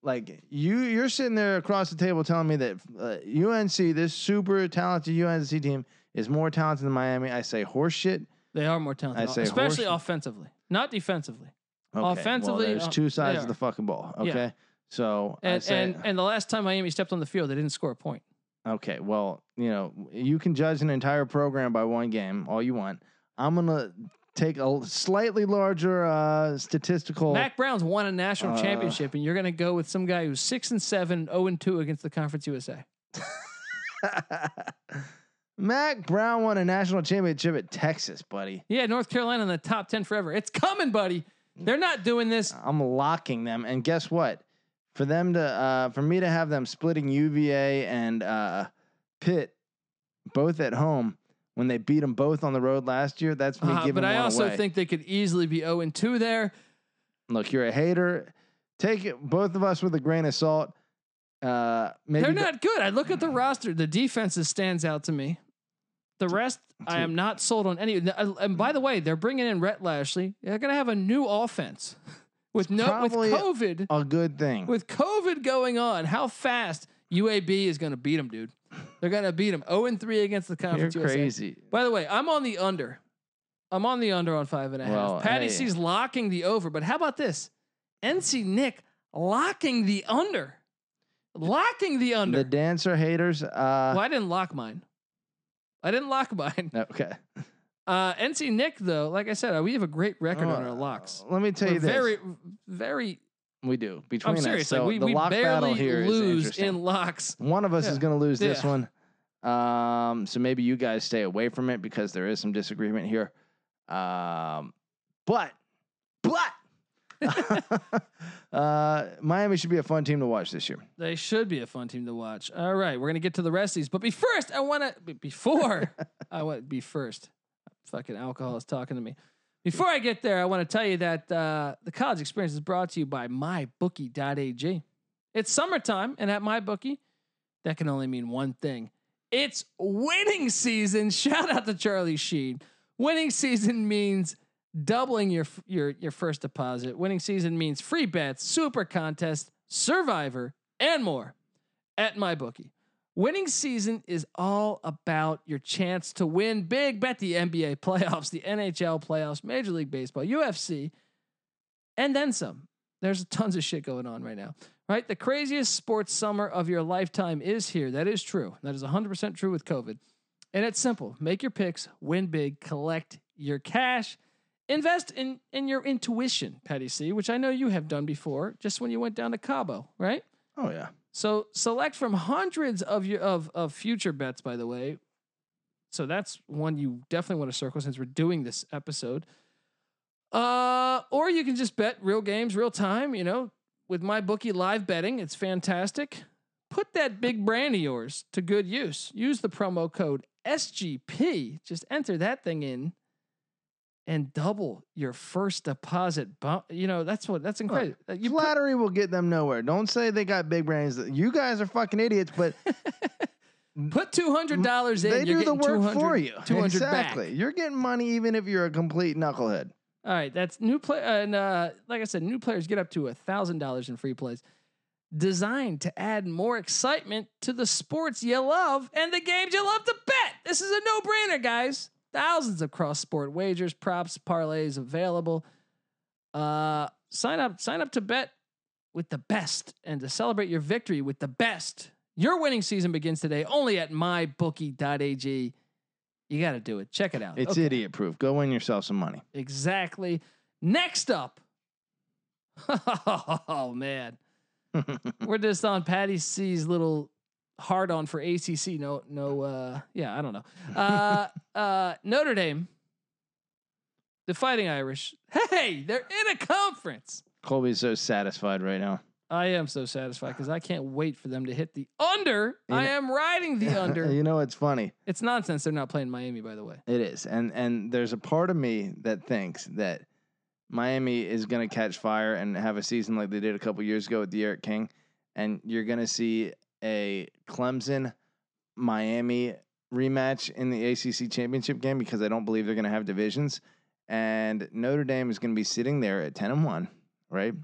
[SPEAKER 2] Like you, you're sitting there across the table telling me that uh, UNC, this super talented UNC team, is more talented than Miami. I say horseshit.
[SPEAKER 1] They are more talented,
[SPEAKER 2] I say
[SPEAKER 1] especially
[SPEAKER 2] horse-
[SPEAKER 1] offensively, not defensively.
[SPEAKER 2] Okay, well,
[SPEAKER 1] Offensively,
[SPEAKER 2] there's
[SPEAKER 1] uh,
[SPEAKER 2] two sides
[SPEAKER 1] they
[SPEAKER 2] of
[SPEAKER 1] are.
[SPEAKER 2] the fucking ball.
[SPEAKER 1] Yeah.
[SPEAKER 2] Okay, so I
[SPEAKER 1] And,
[SPEAKER 2] say,
[SPEAKER 1] and and the last time Miami stepped on the field, they didn't score a point.
[SPEAKER 2] okay, well, you know, you can judge an entire program by one game all you want. I'm gonna take a slightly larger uh, statistical.
[SPEAKER 1] Mac Brown's won a national
[SPEAKER 2] Uh,
[SPEAKER 1] championship, and you're going to go with some guy who's six and seven, zero and two against the Conference USA.
[SPEAKER 2] Mac Brown won a national championship at Texas, buddy.
[SPEAKER 1] Yeah, North Carolina in the top ten forever. It's coming, buddy. They're not doing this.
[SPEAKER 2] I'm locking them, and guess what? For them to, uh, for me to have them splitting UVA and uh, Pitt, both at home when they beat them both on the road last year, that's me
[SPEAKER 1] Uh,
[SPEAKER 2] giving
[SPEAKER 1] but I
[SPEAKER 2] one
[SPEAKER 1] also
[SPEAKER 2] away.
[SPEAKER 1] think they could easily be zero and two there.
[SPEAKER 2] Look, you're a hater. Take it, both of us with a grain of salt. Uh, maybe
[SPEAKER 1] They're
[SPEAKER 2] the-
[SPEAKER 1] not good. I look at the roster. The defenses stands out to me. The rest, I am not sold on any. And
[SPEAKER 2] Mm.
[SPEAKER 1] by the way, they're bringing in Rhett Lashley. They're going to have a new offense with no with
[SPEAKER 2] probably-
[SPEAKER 1] COVID.
[SPEAKER 2] a good thing.
[SPEAKER 1] With COVID going on, how fast UAB is going to beat them, dude? They're going to beat them 0 and 3 against the
[SPEAKER 2] you're
[SPEAKER 1] conference. USA.
[SPEAKER 2] crazy.
[SPEAKER 1] By the way, I'm on the under. I'm on the under on five and a half.
[SPEAKER 2] Well,
[SPEAKER 1] Patty
[SPEAKER 2] hey.
[SPEAKER 1] C's locking the over, but how about this? NC Nick locking the under. Locking the under.
[SPEAKER 2] The dancer haters. Uh,
[SPEAKER 1] well, I didn't lock mine. I didn't lock mine.
[SPEAKER 2] Okay.
[SPEAKER 1] Uh, NC Nick, though, like I said, we have a great record on
[SPEAKER 2] Uh,
[SPEAKER 1] our locks.
[SPEAKER 2] Let me tell
[SPEAKER 1] We're
[SPEAKER 2] you this.
[SPEAKER 1] very, very.
[SPEAKER 2] we do between
[SPEAKER 1] I'm serious.
[SPEAKER 2] us. So
[SPEAKER 1] like we,
[SPEAKER 2] the
[SPEAKER 1] we
[SPEAKER 2] lock battle
[SPEAKER 1] barely
[SPEAKER 2] here is
[SPEAKER 1] lose
[SPEAKER 2] interesting.
[SPEAKER 1] in locks.
[SPEAKER 2] one of us
[SPEAKER 1] Yeah.
[SPEAKER 2] is going to lose this
[SPEAKER 1] Yeah.
[SPEAKER 2] one. Um, so maybe you guys stay away from it because there is some disagreement here. Um, but, but, uh, Miami should be a fun team to watch this year.
[SPEAKER 1] They should be a fun team to watch. All right, we're gonna get to the rest of these, but be first. I want to. Before I want be first. Fucking alcohol is talking to me. Before I get there, I want to tell you that uh, the college experience is brought to you by MyBookie.ag. It's summertime, and at MyBookie, that can only mean one thing: it's winning season. Shout out to Charlie Sheen. Winning season means doubling your f- your your first deposit. Winning season means free bets, super contests, survivor, and more at MyBookie. Winning season is all about your chance to win big. Bet the NBA playoffs, the NHL playoffs, Major League Baseball, UFC, and then some. There's tons of shit going on right now, right? The craziest sports summer of your lifetime is here. That is true. That is 100% true with COVID. And it's simple make your picks, win big, collect your cash, invest in, in your intuition, Patty C, which I know you have done before just when you went down to Cabo, right?
[SPEAKER 2] Oh yeah.
[SPEAKER 1] So select from hundreds of your of of future bets, by the way. So that's one you definitely want to circle since we're doing this episode. Uh, or you can just bet real games, real time. You know, with my bookie live betting, it's fantastic. Put that big brain of yours to good use. Use the promo code SGP. Just enter that thing in, and double your first deposit. Bu- You know, that's what that's incredible. you put-
[SPEAKER 2] Flattery will get them nowhere. Don't say they got big brains. You guys are fucking idiots, but
[SPEAKER 1] Put two hundred dollars in.
[SPEAKER 2] They
[SPEAKER 1] you're
[SPEAKER 2] do the
[SPEAKER 1] getting
[SPEAKER 2] work
[SPEAKER 1] 200
[SPEAKER 2] for you.
[SPEAKER 1] 200
[SPEAKER 2] exactly.
[SPEAKER 1] back.
[SPEAKER 2] You're getting money even if you're a complete knucklehead.
[SPEAKER 1] All right, that's new play. And uh, like I said, new players get up to a thousand dollars in free plays, designed to add more excitement to the sports you love and the games you love to bet. This is a no-brainer, guys. Thousands of cross-sport wagers, props, parlays available. Uh, sign up, sign up to bet with the best, and to celebrate your victory with the best. Your winning season begins today only at mybookie.ag. You got to do it. Check it out.
[SPEAKER 2] It's
[SPEAKER 1] Okay.
[SPEAKER 2] idiot proof. Go win yourself some money.
[SPEAKER 1] Exactly. Next up. Oh man. We're just on Patty C's little hard on for ACC. No no uh yeah, I don't know. Uh uh Notre Dame. The Fighting Irish. Hey, they're in a conference.
[SPEAKER 2] Colby's so satisfied right now.
[SPEAKER 1] I am so satisfied cuz I can't wait for them to hit the under.
[SPEAKER 2] You
[SPEAKER 1] I
[SPEAKER 2] know-
[SPEAKER 1] am riding the under.
[SPEAKER 2] you know it's funny.
[SPEAKER 1] It's nonsense they're not playing Miami by the way.
[SPEAKER 2] It is, and and there's a part of me that thinks that Miami is going to catch fire and have a season like they did a couple years ago with Derek King, and you're going to see a Clemson Miami rematch in the ACC championship game because I don't believe they're going to have divisions, and Notre Dame is going to be sitting there at ten and one, right?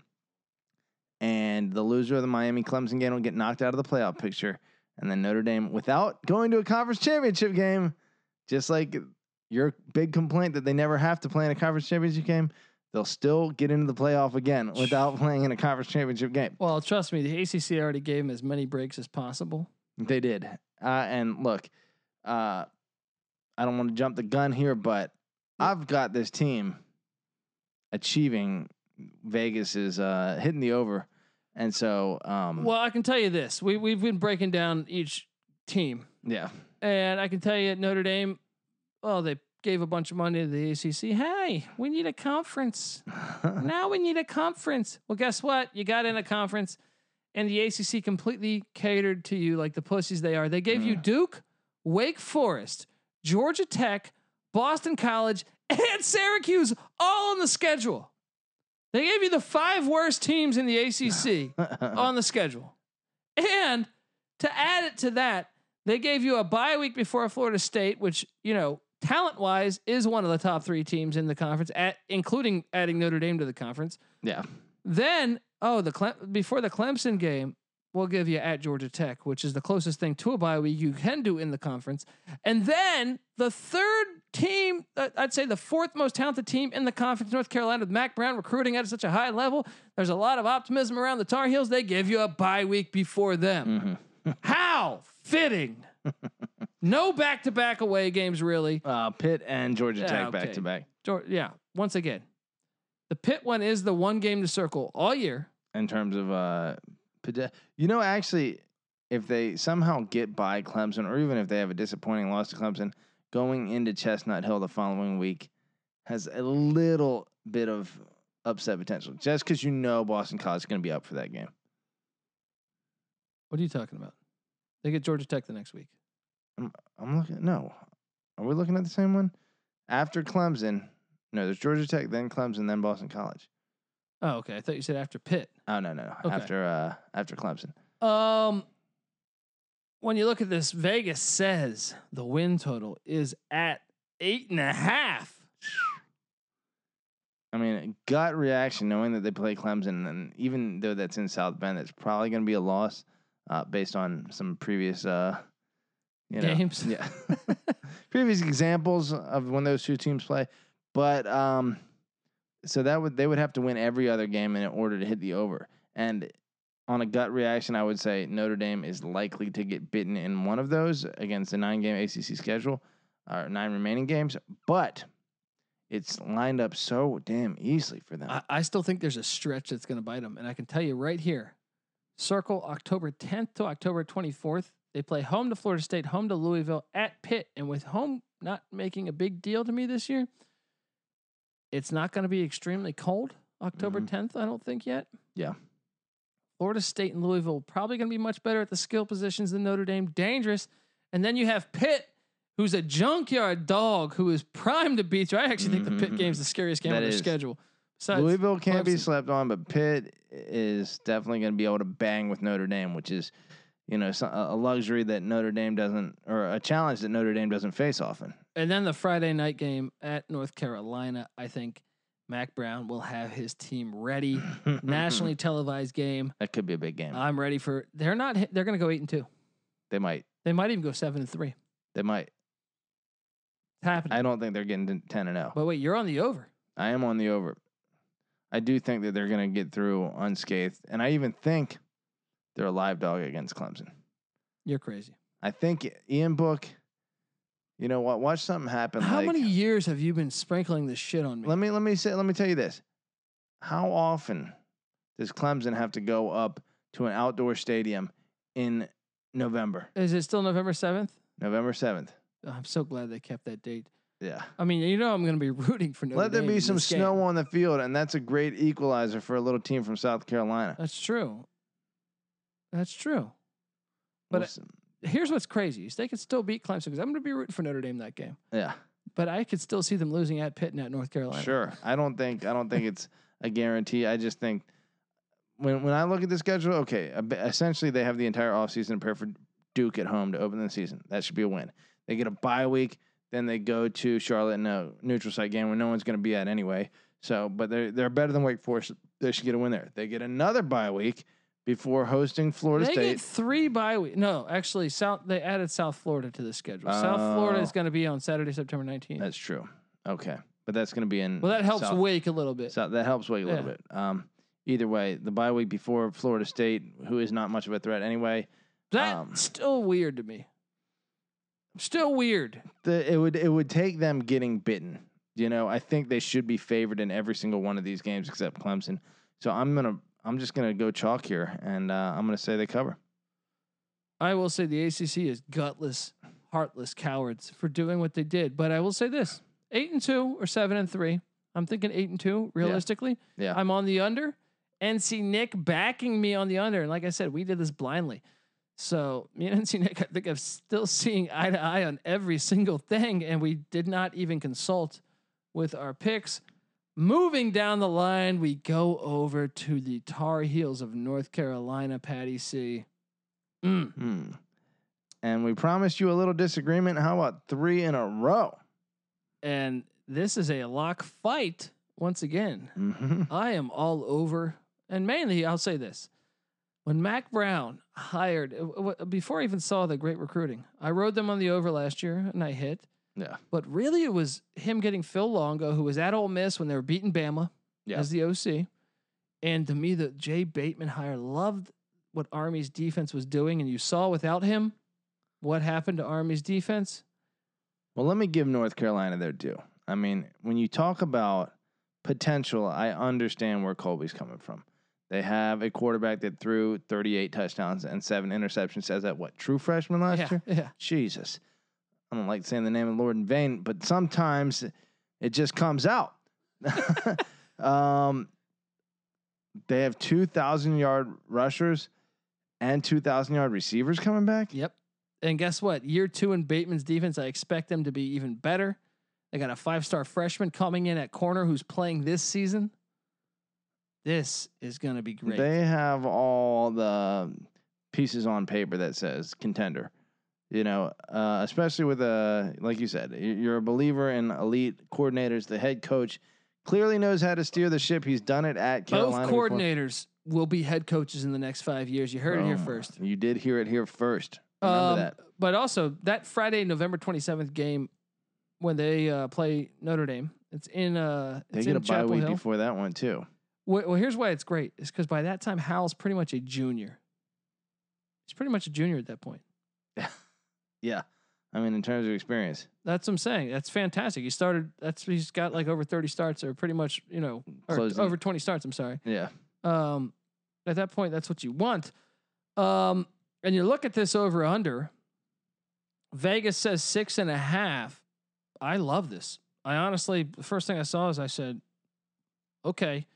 [SPEAKER 2] And the loser of the Miami Clemson game will get knocked out of the playoff picture, and then Notre Dame, without going to a conference championship game, just like your big complaint that they never have to play in a conference championship game, they'll still get into the playoff again without playing in a conference championship game.
[SPEAKER 1] Well, trust me, the ACC already gave them as many breaks as possible.
[SPEAKER 2] They did. Uh, and look, uh, I don't want to jump the gun here, but I've got this team achieving Vegas is uh, hitting the over. And so, um,
[SPEAKER 1] Well, I can tell you this. We we've been breaking down each team,
[SPEAKER 2] yeah,
[SPEAKER 1] and I can tell you at Notre Dame, well, they gave a bunch of money to the ACC. Hey, we need a conference. now we need a conference. Well, guess what? You got in a conference, and the ACC completely catered to you like the pussies they are. They gave you
[SPEAKER 2] Mm.
[SPEAKER 1] Duke, Wake Forest, Georgia Tech, Boston College, and Syracuse all on the schedule. They gave you the five worst teams in the ACC
[SPEAKER 2] Uh-uh.
[SPEAKER 1] on the schedule. And to add it to that, they gave you a bye week before Florida State, which, you know, talent wise is one of the top three teams in the conference, at, including adding Notre Dame to the conference.
[SPEAKER 2] yeah,
[SPEAKER 1] Then, oh, the Cle- before the Clemson game, we'll give you at Georgia Tech, which is the closest thing to a bye week you can do in the conference. And then the third team, uh, I'd say the fourth most talented team in the conference, North Carolina, with Mac Brown recruiting at such a high level. There's a lot of optimism around the Tar Heels. They give you a bye week before them.
[SPEAKER 2] hmm
[SPEAKER 1] How fitting. no back to back away games, really.
[SPEAKER 2] uh, Pitt and Georgia
[SPEAKER 1] Yeah,
[SPEAKER 2] Tech
[SPEAKER 1] okay.
[SPEAKER 2] back to back
[SPEAKER 1] Jor- Yeah, once again, the Pitt one is the one game to circle all year.
[SPEAKER 2] in terms of uh pede- you know actually if they somehow get by Clemson or even if they have a disappointing loss to Clemson going into Chestnut Hill the following week has a little bit of upset potential just cuz you know Boston College is going to be up for that game.
[SPEAKER 1] What are you talking about? They get Georgia Tech the next week.
[SPEAKER 2] I'm looking no. Are we looking at the same one? After Clemson, no, there's Georgia Tech, then Clemson, then Boston College.
[SPEAKER 1] Oh, okay. I thought you said after Pitt.
[SPEAKER 2] Oh no, no, no.
[SPEAKER 1] Okay.
[SPEAKER 2] After uh after Clemson.
[SPEAKER 1] Um, when you look at this, Vegas says the win total is at eight and a half.
[SPEAKER 2] I mean, gut reaction knowing that they play Clemson, and even though that's in South Bend, it's probably going to be a loss uh, based on some previous, uh, you know,
[SPEAKER 1] Games.
[SPEAKER 2] yeah, previous examples of when those two teams play. But um, so that would they would have to win every other game in order to hit the over. And on a gut reaction, I would say Notre Dame is likely to get bitten in one of those against the nine game ACC schedule or nine remaining games, but. It's lined up so damn easily for them.
[SPEAKER 1] I, I still think there's a stretch that's going to bite them. And I can tell you right here circle October 10th to October 24th. They play home to Florida State, home to Louisville, at Pitt. And with home not making a big deal to me this year, it's not going to be extremely cold October
[SPEAKER 2] Mhm.
[SPEAKER 1] 10th, I don't think yet.
[SPEAKER 2] Yeah.
[SPEAKER 1] Florida State and Louisville probably going to be much better at the skill positions than Notre Dame. Dangerous. And then you have Pitt, who's a junkyard dog who is primed to beat you. I actually think the Pitt
[SPEAKER 2] Mhm.
[SPEAKER 1] game's the scariest game
[SPEAKER 2] That
[SPEAKER 1] on their
[SPEAKER 2] is.
[SPEAKER 1] schedule. Besides,
[SPEAKER 2] Louisville can't be
[SPEAKER 1] Clemson.
[SPEAKER 2] slept on, but Pitt is definitely going to be able to bang with Notre Dame, which is you know, so- a a luxury that Notre Dame doesn't, or a challenge that Notre Dame doesn't face often.
[SPEAKER 1] And then the Friday night game at North Carolina, I think Mac Brown will have his team ready.
[SPEAKER 2] Mm-hmm.
[SPEAKER 1] Nationally televised game.
[SPEAKER 2] that could be a big game.
[SPEAKER 1] I'm ready for. They're not. hit- They're going to go eight and two.
[SPEAKER 2] they might.
[SPEAKER 1] They might even go seven and three.
[SPEAKER 2] They might.
[SPEAKER 1] It's happening.
[SPEAKER 2] I don't think they're getting to ten and zero.
[SPEAKER 1] but wait, you're on the over.
[SPEAKER 2] I am on the over. I do think that they're going to get through unscathed, and I even think they're a live dog against Clemson.
[SPEAKER 1] You're crazy.
[SPEAKER 2] I think Ian Book. You know what? Watch something happen.
[SPEAKER 1] How
[SPEAKER 2] like,
[SPEAKER 1] many years have you been sprinkling this shit on me?
[SPEAKER 2] Let me let me say let me tell you this. How often does Clemson have to go up to an outdoor stadium in November?
[SPEAKER 1] Is it still November seventh? Oh,
[SPEAKER 2] November seventh.
[SPEAKER 1] I'm so glad they kept that date.
[SPEAKER 2] Yeah.
[SPEAKER 1] I mean, you know, I'm going to be rooting for Notre
[SPEAKER 2] Let there
[SPEAKER 1] Dame
[SPEAKER 2] be
[SPEAKER 1] in
[SPEAKER 2] some
[SPEAKER 1] this game.
[SPEAKER 2] snow on the field, and that's a great equalizer for a little team from South Carolina.
[SPEAKER 1] That's true. That's true. but
[SPEAKER 2] We'll
[SPEAKER 1] I-
[SPEAKER 2] s-
[SPEAKER 1] Here's what's crazy: is they could still beat Clemson because I'm going to be rooting for Notre Dame that game,
[SPEAKER 2] yeah,
[SPEAKER 1] but I could still see them losing at Pitt and at North Carolina.
[SPEAKER 2] sure. I don't think I don't think it's a guarantee. I just think when when I look at the schedule, okay, a bit- essentially they have the entire offseason to prepare for Duke at home to open the season. That should be a win. They get a bye week, then they go to Charlotte in a neutral site game where no one's going to be at anyway. So, but they're they're better than Wake Forest. They should get a win there. They get another bye week before hosting Florida
[SPEAKER 1] they
[SPEAKER 2] State.
[SPEAKER 1] get three bye week. No, actually, South they added South Florida to the schedule. South Florida is
[SPEAKER 2] Oh.
[SPEAKER 1] going to be on Saturday, September 19th.
[SPEAKER 2] That's true. Okay, but that's going to be in.
[SPEAKER 1] well, that helps
[SPEAKER 2] South-
[SPEAKER 1] Wake a little bit.
[SPEAKER 2] So that helps Wake a little
[SPEAKER 1] Yeah.
[SPEAKER 2] bit. Um, either way, the bye week before Florida State, who is not much of a threat anyway,
[SPEAKER 1] That's
[SPEAKER 2] um,
[SPEAKER 1] still weird to me. Still weird.
[SPEAKER 2] the, it would it would take them getting bitten. You know, I think they should be favored in every single one of these games except Clemson. So I'm gonna I'm just gonna go chalk here, and uh, I'm gonna say they cover.
[SPEAKER 1] I will say the ACC is gutless, heartless cowards for doing what they did. But I will say this: eight and two or seven and three. I'm thinking eight and two. Realistically,
[SPEAKER 2] Yeah.
[SPEAKER 1] I'm on the under. NC Nick backing me on the under, and like I said, we did this blindly. So me and NC Nick, I think I'm still seeing eye to eye on every single thing, and we did not even consult with our picks. Moving down the line, we go over to the Tar Heels of North Carolina, Patty C. Mm.
[SPEAKER 2] Hmm. And we promised you a little disagreement. How about three in a row?
[SPEAKER 1] and this is a lock fight once again.
[SPEAKER 2] hmm
[SPEAKER 1] I am all over, and mainly I'll say this: when Mac Brown hired uh, w- w- before I even saw the great recruiting, I rode them on the over last year, and I hit.
[SPEAKER 2] Yeah.
[SPEAKER 1] But really, it was him getting Phil Longo, who was at Ole Miss when they were beating Bama
[SPEAKER 2] Yeah.
[SPEAKER 1] as the OC. And to me, the Jay Bateman hire loved what Army's defense was doing, and you saw without him what happened to Army's defense.
[SPEAKER 2] Well, let me give North Carolina their due. I mean, when you talk about potential, I understand where Colby's coming from. They have a quarterback that threw 38 touchdowns and seven interceptions as that what true freshman last
[SPEAKER 1] yeah,
[SPEAKER 2] year.
[SPEAKER 1] yeah,
[SPEAKER 2] Jesus, I don't like saying the name of the Lord in vain, but sometimes it just comes out. um, they have 2,000 yard rushers and 2,000 yard receivers coming back.
[SPEAKER 1] Yep. And guess what? Year two in Bateman's defense, I expect them to be even better. They got a five star freshman coming in at corner who's playing this season. This is going to be great.
[SPEAKER 2] They have all the pieces on paper that says contender. You know, uh, especially with a like you said, y- you're a believer in elite coordinators. The head coach clearly knows how to steer the ship. He's done it at
[SPEAKER 1] Both
[SPEAKER 2] Carolina. before.
[SPEAKER 1] coordinators will be head coaches in the next five years. You heard it here
[SPEAKER 2] Boom.
[SPEAKER 1] first.
[SPEAKER 2] Oh, You did hear it here first. Remember
[SPEAKER 1] Um,
[SPEAKER 2] that.
[SPEAKER 1] But also, that Friday, November 27th game when they uh, play Notre Dame, it's in, uh,
[SPEAKER 2] They
[SPEAKER 1] it's
[SPEAKER 2] get
[SPEAKER 1] in
[SPEAKER 2] a bye
[SPEAKER 1] Chapel
[SPEAKER 2] week
[SPEAKER 1] Hill.
[SPEAKER 2] before that one too.
[SPEAKER 1] Well, well, here's why it's great. Is because by that time Hal's pretty much a junior. He's pretty much a junior at that point.
[SPEAKER 2] Yeah, I mean in terms of experience,
[SPEAKER 1] That's what I'm saying. That's fantastic. He started. That's he's got like over 30 starts, or pretty much you know, or
[SPEAKER 2] Closing.
[SPEAKER 1] over 20 starts. I'm sorry.
[SPEAKER 2] yeah,
[SPEAKER 1] Um, at that point, that's what you want. Um, and you look at this over under. Vegas says six and a half. I love this. I honestly, the first thing I saw is I said, okay,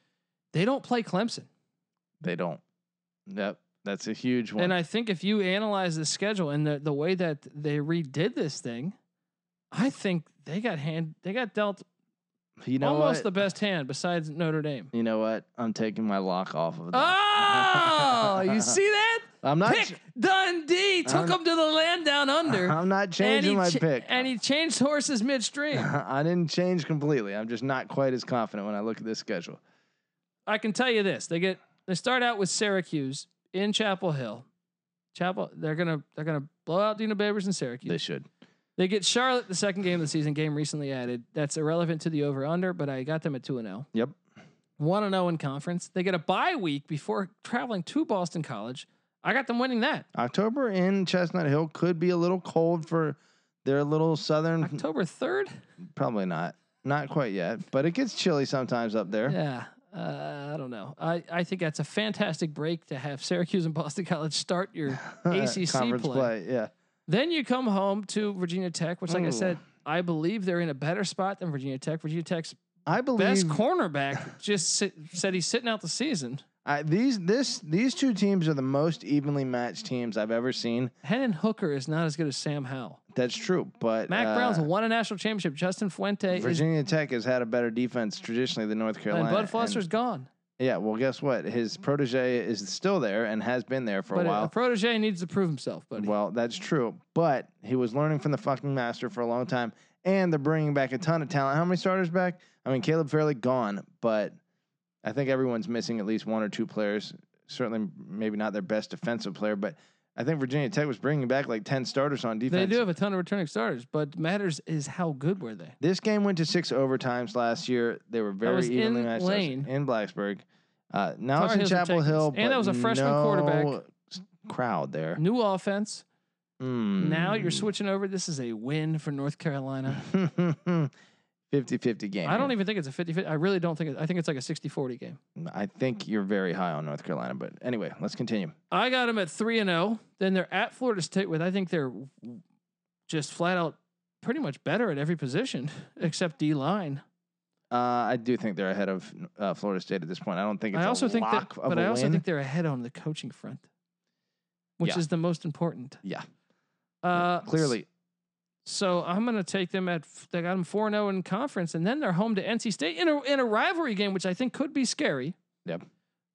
[SPEAKER 1] they don't play Clemson.
[SPEAKER 2] they don't. Yep, that's a huge one.
[SPEAKER 1] And I think if you analyze the schedule and the, the way that they redid this thing, I think they got hand they got dealt
[SPEAKER 2] you know
[SPEAKER 1] almost
[SPEAKER 2] what?
[SPEAKER 1] the best hand besides Notre Dame.
[SPEAKER 2] you know what? I'm taking my lock off of them.
[SPEAKER 1] Oh, you see that?
[SPEAKER 2] I'm
[SPEAKER 1] Ah,
[SPEAKER 2] not.
[SPEAKER 1] Pick Dundee took
[SPEAKER 2] I'm-
[SPEAKER 1] him to the land down under.
[SPEAKER 2] I'm not
[SPEAKER 1] and he
[SPEAKER 2] Uh-huh. changing my
[SPEAKER 1] cha-
[SPEAKER 2] pick.
[SPEAKER 1] And he changed horses midstream.
[SPEAKER 2] I didn't change completely. I'm just not quite as confident when I look at this schedule.
[SPEAKER 1] I can tell you this: they get they start out with Syracuse in Chapel Hill. Chapel, they're gonna they're gonna blow out Dina Babers in Syracuse.
[SPEAKER 2] They should.
[SPEAKER 1] They get Charlotte the second game of the season, game recently added. That's irrelevant to the over under, but I got them at 2 and 0.
[SPEAKER 2] Yep.
[SPEAKER 1] 1 and 0 in conference. They get a bye week before traveling to Boston College. I got them winning that.
[SPEAKER 2] October in Chestnut Hill could be a little cold for their little southern.
[SPEAKER 1] October 3rd?
[SPEAKER 2] Probably not. Not quite yet, but it gets chilly sometimes up there.
[SPEAKER 1] Yeah. Uh, I don't know. I, I think that's a fantastic break to have Syracuse and Boston College start your ACC
[SPEAKER 2] Uh, Conference
[SPEAKER 1] play.
[SPEAKER 2] Yeah.
[SPEAKER 1] Then you come home to Virginia Tech, which, like I
[SPEAKER 2] Ooh.
[SPEAKER 1] said, I believe they're in a better spot than Virginia Tech. Virginia Tech's
[SPEAKER 2] I believe
[SPEAKER 1] best cornerback just sit, said he's sitting out the season.
[SPEAKER 2] I, these this these two teams are the most evenly matched teams I've ever seen.
[SPEAKER 1] Hennon Hooker is not as good as Sam Howell.
[SPEAKER 2] That's true, but
[SPEAKER 1] Mac
[SPEAKER 2] uh,
[SPEAKER 1] Brown's won a national championship. Justin Fuente is
[SPEAKER 2] Virginia Tech has had a better defense traditionally than North Carolina.
[SPEAKER 1] and Bud
[SPEAKER 2] and-
[SPEAKER 1] Foster's gone.
[SPEAKER 2] yeah. Well, guess what? His protege is still there and has been there for
[SPEAKER 1] Mm-hmm. But
[SPEAKER 2] a
[SPEAKER 1] a
[SPEAKER 2] while.
[SPEAKER 1] protege needs to prove himself, buddy.
[SPEAKER 2] Well, that's true, but he was learning from the fucking master for a long time, and they're bringing back a ton of talent. How many starters back? I mean, Caleb Fairley gone, but I think everyone's missing at least one or two players. Certainly, maybe not their best defensive player, but I think Virginia Tech was bringing back like ten starters on
[SPEAKER 1] they
[SPEAKER 2] defense.
[SPEAKER 1] do have a ton of returning starters, but matters is how good were they?
[SPEAKER 2] This game went to six overtimes last year. They were very
[SPEAKER 1] was
[SPEAKER 2] evenly
[SPEAKER 1] in
[SPEAKER 2] matched
[SPEAKER 1] Lane.
[SPEAKER 2] in Blacksburg. Uh,
[SPEAKER 1] Tar
[SPEAKER 2] now it's in
[SPEAKER 1] Heels and
[SPEAKER 2] Chapel
[SPEAKER 1] Texans.
[SPEAKER 2] Hill,
[SPEAKER 1] And
[SPEAKER 2] but
[SPEAKER 1] that was a freshman
[SPEAKER 2] no
[SPEAKER 1] quarterback.
[SPEAKER 2] s- Crowd there.
[SPEAKER 1] New offense.
[SPEAKER 2] Mm.
[SPEAKER 1] Now you're switching over. This is a win for North Carolina.
[SPEAKER 2] 50-50 game.
[SPEAKER 1] I don't even think it's a 50 I really don't think it, I think it's like a 60 40 game.
[SPEAKER 2] even. I think you're very high on North Carolina, but anyway, let's continue.
[SPEAKER 1] I got them at 3 and 0. Then they're at Florida State with I think they're just flat out pretty much better at every position except D line.
[SPEAKER 2] Uh, I do think they're ahead of uh, Florida State at this point. I don't think it's
[SPEAKER 1] I also
[SPEAKER 2] a
[SPEAKER 1] think that,
[SPEAKER 2] lock of
[SPEAKER 1] but
[SPEAKER 2] a
[SPEAKER 1] I also
[SPEAKER 2] win.
[SPEAKER 1] think they're ahead on the coaching front, which
[SPEAKER 2] Yeah.
[SPEAKER 1] is the most important.
[SPEAKER 2] Yeah.
[SPEAKER 1] Uh,
[SPEAKER 2] Clearly,
[SPEAKER 1] So I'm going to take them at f- they got them four zero in conference, and then they're home to NC State in a in a rivalry game, which I think could be scary.
[SPEAKER 2] Yep.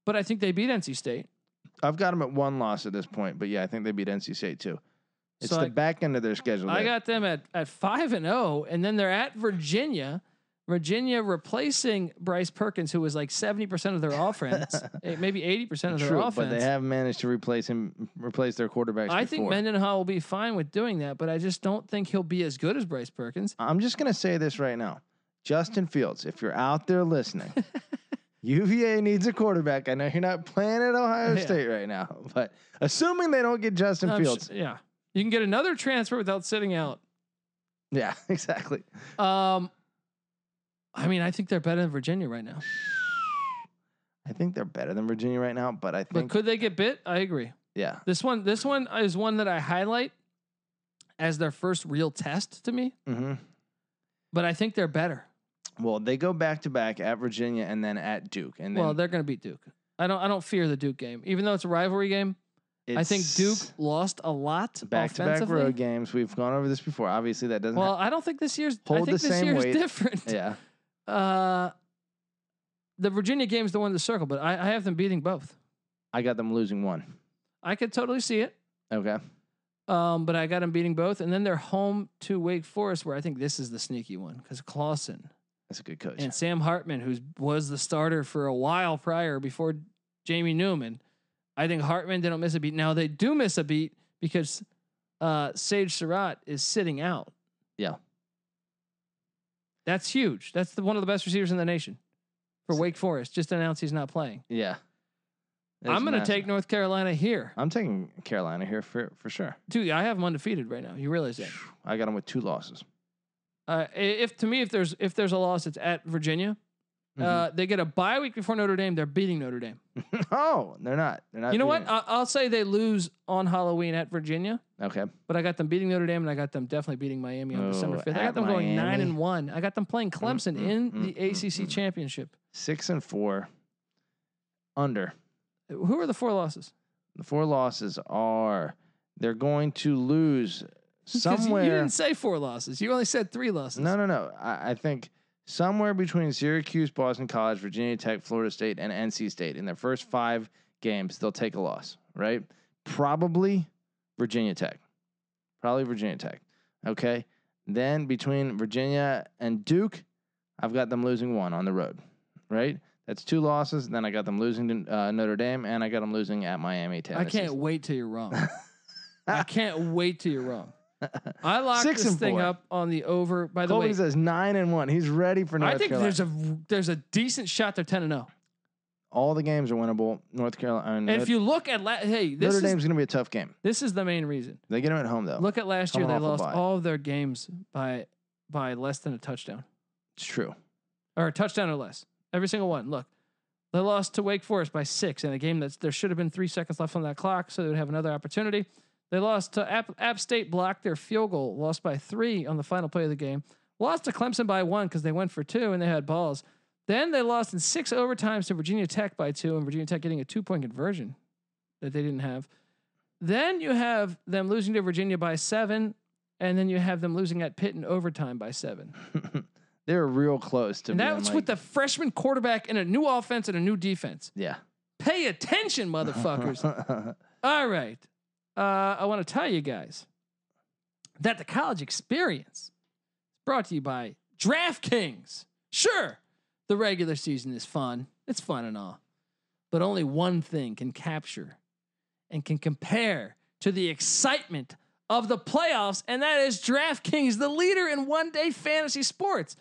[SPEAKER 1] But I think they beat NC State.
[SPEAKER 2] I've got them at one loss at this point, but yeah, I think they beat NC State too. It's
[SPEAKER 1] So
[SPEAKER 2] the
[SPEAKER 1] I-
[SPEAKER 2] back end of their schedule.
[SPEAKER 1] I
[SPEAKER 2] that-
[SPEAKER 1] got them at at five and zero, and then they're at Virginia. Virginia replacing Bryce Perkins, who was like seventy percent of their offense, eh, maybe eighty percent of their
[SPEAKER 2] True,
[SPEAKER 1] offense.
[SPEAKER 2] but they have managed to replace him, replace their quarterbacks.
[SPEAKER 1] I think
[SPEAKER 2] before.
[SPEAKER 1] Mendenhall will be fine with doing that, but I just don't think he'll be as good as Bryce Perkins.
[SPEAKER 2] I'm just gonna say this right now, Justin Fields, if you're out there listening, UVA needs a quarterback. I know you're not playing at Ohio
[SPEAKER 1] Yeah.
[SPEAKER 2] State right now, but assuming they don't get Justin
[SPEAKER 1] I'm
[SPEAKER 2] Fields,
[SPEAKER 1] sh- yeah, you can get another transfer without sitting out.
[SPEAKER 2] yeah, exactly.
[SPEAKER 1] Um, I mean, I think they're better than Virginia right now,
[SPEAKER 2] I think they're better than Virginia right now, but I
[SPEAKER 1] but
[SPEAKER 2] think
[SPEAKER 1] could they get bit? I agree.
[SPEAKER 2] yeah,
[SPEAKER 1] This one, this one is one that I highlight as their first real test to me,
[SPEAKER 2] hmm
[SPEAKER 1] but I think they're better.
[SPEAKER 2] well, they go back to back at Virginia and then at Duke, and then
[SPEAKER 1] well, they're going to beat Duke. I don't. I don't fear the Duke game, even though it's a rivalry game. I think
[SPEAKER 2] it's
[SPEAKER 1] Duke lost a lot
[SPEAKER 2] back to back
[SPEAKER 1] offensively.
[SPEAKER 2] road games. We've gone over this before. Obviously, that doesn't.
[SPEAKER 1] Well, I don't think this year's. I
[SPEAKER 2] Hold
[SPEAKER 1] think
[SPEAKER 2] the
[SPEAKER 1] this
[SPEAKER 2] same
[SPEAKER 1] year's
[SPEAKER 2] weight.
[SPEAKER 1] different.
[SPEAKER 2] ha- yeah,
[SPEAKER 1] Uh, the Virginia game's the one to circle, but I, I have them beating both.
[SPEAKER 2] I got them losing one.
[SPEAKER 1] I could totally see it,
[SPEAKER 2] Okay,
[SPEAKER 1] um, but I got them beating both, and then they're home to Wake Forest, where I think this is the sneaky one because Clausen
[SPEAKER 2] that's a good coach.
[SPEAKER 1] and Sam Hartman, who was the starter for a while prior before Jamie Newman. I think Hartman didn't miss a beat. Now they do miss a beat because uh, Sage Surratt is sitting out.
[SPEAKER 2] Yeah.
[SPEAKER 1] that's huge. That's the, one of the best receivers in the nation for Wake Forest. Just announced he's not playing.
[SPEAKER 2] yeah,
[SPEAKER 1] I'm
[SPEAKER 2] It's
[SPEAKER 1] going to
[SPEAKER 2] massive.
[SPEAKER 1] take North Carolina here.
[SPEAKER 2] I'm taking Carolina here for for sure.
[SPEAKER 1] Dude, I have them undefeated right now. You realize that?
[SPEAKER 2] I got them with two losses.
[SPEAKER 1] Uh, i- if to me, if there's if there's a loss, it's at Virginia. Uh,
[SPEAKER 2] Mm-hmm.
[SPEAKER 1] they get a bye week before Notre Dame. They're beating Notre Dame.
[SPEAKER 2] Mhm. oh, they're not. They're not.
[SPEAKER 1] you know what? Uh,
[SPEAKER 2] beating
[SPEAKER 1] I, I'll say they lose on Halloween at Virginia,
[SPEAKER 2] it. okay.
[SPEAKER 1] but I got them beating Notre Dame, and I got them definitely beating Miami on
[SPEAKER 2] Oh,
[SPEAKER 1] December fifth. I
[SPEAKER 2] at
[SPEAKER 1] got them going nine
[SPEAKER 2] Miami.
[SPEAKER 1] and one. I got them playing Clemson
[SPEAKER 2] mm,
[SPEAKER 1] in
[SPEAKER 2] mm,
[SPEAKER 1] the
[SPEAKER 2] mm,
[SPEAKER 1] ACC
[SPEAKER 2] mm.
[SPEAKER 1] championship.
[SPEAKER 2] Six and four. Under
[SPEAKER 1] Who are the four losses?
[SPEAKER 2] the four losses are they're going to lose
[SPEAKER 1] 'Cause you-
[SPEAKER 2] somewhere.
[SPEAKER 1] you didn't say four losses. You only said three losses.
[SPEAKER 2] No, no, no. I, I think somewhere between Syracuse, Boston College, Virginia Tech, Florida State, and NC State in their first five games, they'll take a loss, right? probably Virginia Tech. Probably Virginia Tech. Okay. Then between Virginia and Duke, I've got them losing one on the road, right? That's two losses. Then I got them losing to uh, Notre Dame, and I got them losing at Miami.
[SPEAKER 1] I
[SPEAKER 2] Tennessee.
[SPEAKER 1] can't wait till you're wrong. I can't wait till you're wrong. I locked
[SPEAKER 2] Six
[SPEAKER 1] this
[SPEAKER 2] and
[SPEAKER 1] thing
[SPEAKER 2] four.
[SPEAKER 1] up on the over. By the
[SPEAKER 2] Colby
[SPEAKER 1] way,
[SPEAKER 2] says nine and one. He's ready for North
[SPEAKER 1] I think
[SPEAKER 2] Carolina.
[SPEAKER 1] there's a there's a decent shot they're ten and zero.
[SPEAKER 2] All the games are winnable. North Carolina. I mean,
[SPEAKER 1] And
[SPEAKER 2] Notre,
[SPEAKER 1] if you look at la- hey, this
[SPEAKER 2] Notre
[SPEAKER 1] is
[SPEAKER 2] Dame's going to be a tough game.
[SPEAKER 1] this is the main reason.
[SPEAKER 2] They get them at home though.
[SPEAKER 1] Look at last year;
[SPEAKER 2] Coming
[SPEAKER 1] they
[SPEAKER 2] off
[SPEAKER 1] lost
[SPEAKER 2] a bye.
[SPEAKER 1] all of their games by by less than a touchdown
[SPEAKER 2] it's true.
[SPEAKER 1] or a touchdown or less. Every single one. Look, they lost to Wake Forest by six in a game that's there should have been three seconds left on that clock, so they would have another opportunity. They lost to App, App State, blocked their field goal, lost by three on the final play of the game, lost to Clemson by one because they went for two and they had balls. Then they lost in six overtimes to Virginia Tech by two, and Virginia Tech getting a two point conversion that they didn't have. Then you have them losing to Virginia by seven, and then you have them losing at Pitt in overtime by seven.
[SPEAKER 2] They're real close to.
[SPEAKER 1] And
[SPEAKER 2] being
[SPEAKER 1] that was
[SPEAKER 2] like,
[SPEAKER 1] with the freshman quarterback and a new offense and a new defense.
[SPEAKER 2] yeah.
[SPEAKER 1] Pay attention, motherfuckers. All right. Uh, I want to tell you guys that the college experience is brought to you by DraftKings. Sure, the regular season is fun, it's fun and all, but only one thing can capture and can compare to the excitement of the playoffs, and that is DraftKings, the leader in one day fantasy sports.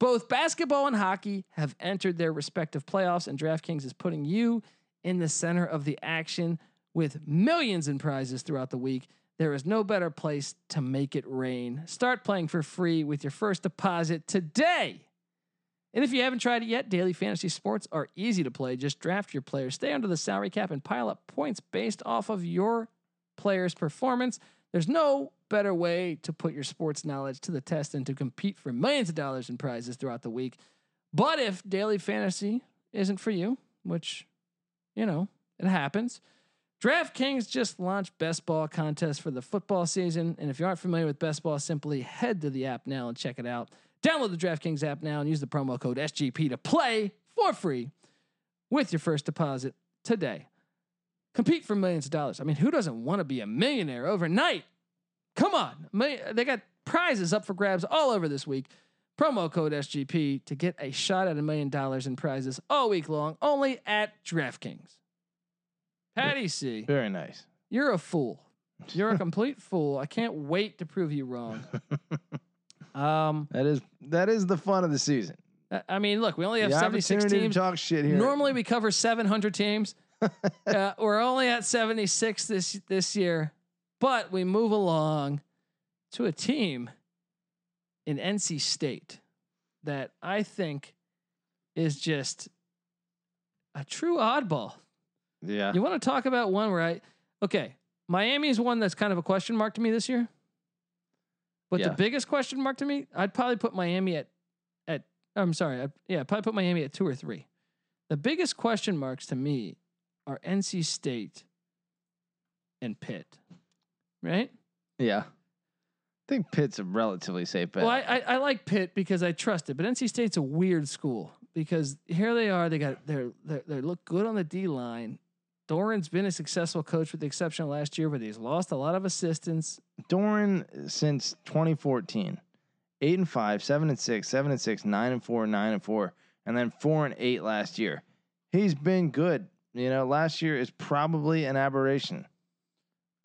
[SPEAKER 1] Both basketball and hockey have entered their respective playoffs, and DraftKings is putting you in the center of the action with millions in prizes throughout the week. There is no better place to make it rain. Start playing for free with your first deposit today. And if you haven't tried it yet, daily fantasy sports are easy to play. Just draft your players, stay under the salary cap, and pile up points based off of your player's performance. There's no better way to put your sports knowledge to the test and to compete for millions of dollars in prizes throughout the week. But if daily fantasy isn't for you, which, you know, it happens, DraftKings just launched Best Ball contest for the football season. And if you aren't familiar with Best Ball, simply head to the app now and check it out. Download the DraftKings app now and use the promo code SGP to play for free with your first deposit today. Compete for millions of dollars. I mean, who doesn't want to be a millionaire overnight? Come on. Mil- They got prizes up for grabs all over this week. Promo code SGP to get a shot at a million dollars in prizes all week long only at DraftKings. Patty C.
[SPEAKER 2] Very nice.
[SPEAKER 1] You're a fool. You're a complete fool. I can't wait to prove you wrong. Um,
[SPEAKER 2] That is that is the fun of the season.
[SPEAKER 1] I- Uh, I mean, look, we only have
[SPEAKER 2] the
[SPEAKER 1] 76
[SPEAKER 2] opportunity
[SPEAKER 1] teams.
[SPEAKER 2] to talk shit here.
[SPEAKER 1] Normally, we cover 700 teams. uh, we're only at 76 this this year, but we move along to a team in NC State that I think is just a true oddball.
[SPEAKER 2] yeah.
[SPEAKER 1] You want to talk about one where I okay, Miami is one that's kind of a question mark to me this year. But the
[SPEAKER 2] Yeah.
[SPEAKER 1] biggest question mark to me, I'd probably put Miami at at I'm sorry, I, yeah, I'd probably put Miami at two or three. The biggest question marks to me are NC State and Pitt, right?
[SPEAKER 2] yeah. I think Pitt's a relatively safe bet.
[SPEAKER 1] Well, I, I I like Pitt because I trust it, but NC State's a weird school because here they are. They got they're they they look good on the D line. Doran's been a successful coach with the exception of last year, but he's lost a lot of assistants.
[SPEAKER 2] Doran since 2014, eight and five, seven and six, seven and six, nine and four, nine and four, and then four and eight last year. He's been good. You know, last year is probably an aberration.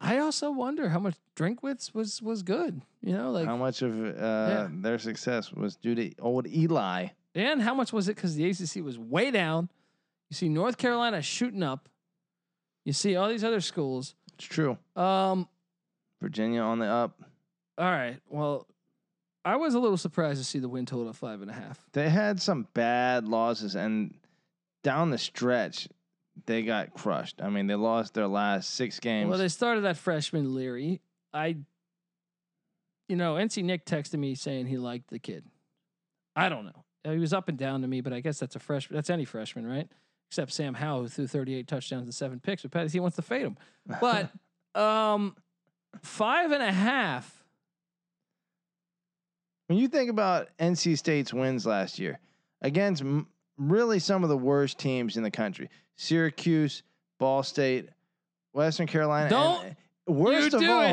[SPEAKER 1] I also wonder how much Drinkwitz was was good. You know, like
[SPEAKER 2] How much of uh,
[SPEAKER 1] Yeah.
[SPEAKER 2] their success was due to old Eli?
[SPEAKER 1] and how much was it because the ACC was way down. You see North Carolina shooting up. You see all these other schools.
[SPEAKER 2] It's true.
[SPEAKER 1] Um,
[SPEAKER 2] Virginia on the up.
[SPEAKER 1] all right. Well, I was a little surprised to see the win total of five and a half.
[SPEAKER 2] They had some bad losses, and down the stretch, they got crushed. I mean, they lost their last six games.
[SPEAKER 1] Well, they started that freshman Leary. I, you know, NC Nick texted me saying he liked the kid. I don't know. Uh, He was up and down to me, but I guess that's a freshman. That's any freshman, right? Except Sam Howell, who threw 38 touchdowns and seven picks. But Patty, he wants to fade him. But um, five and a half.
[SPEAKER 2] When you think about NC State's wins last year against m- really some of the worst teams in the country Syracuse, Ball State, Western Carolina.
[SPEAKER 1] Don't
[SPEAKER 2] and- uh, worst
[SPEAKER 1] you
[SPEAKER 2] of
[SPEAKER 1] do it.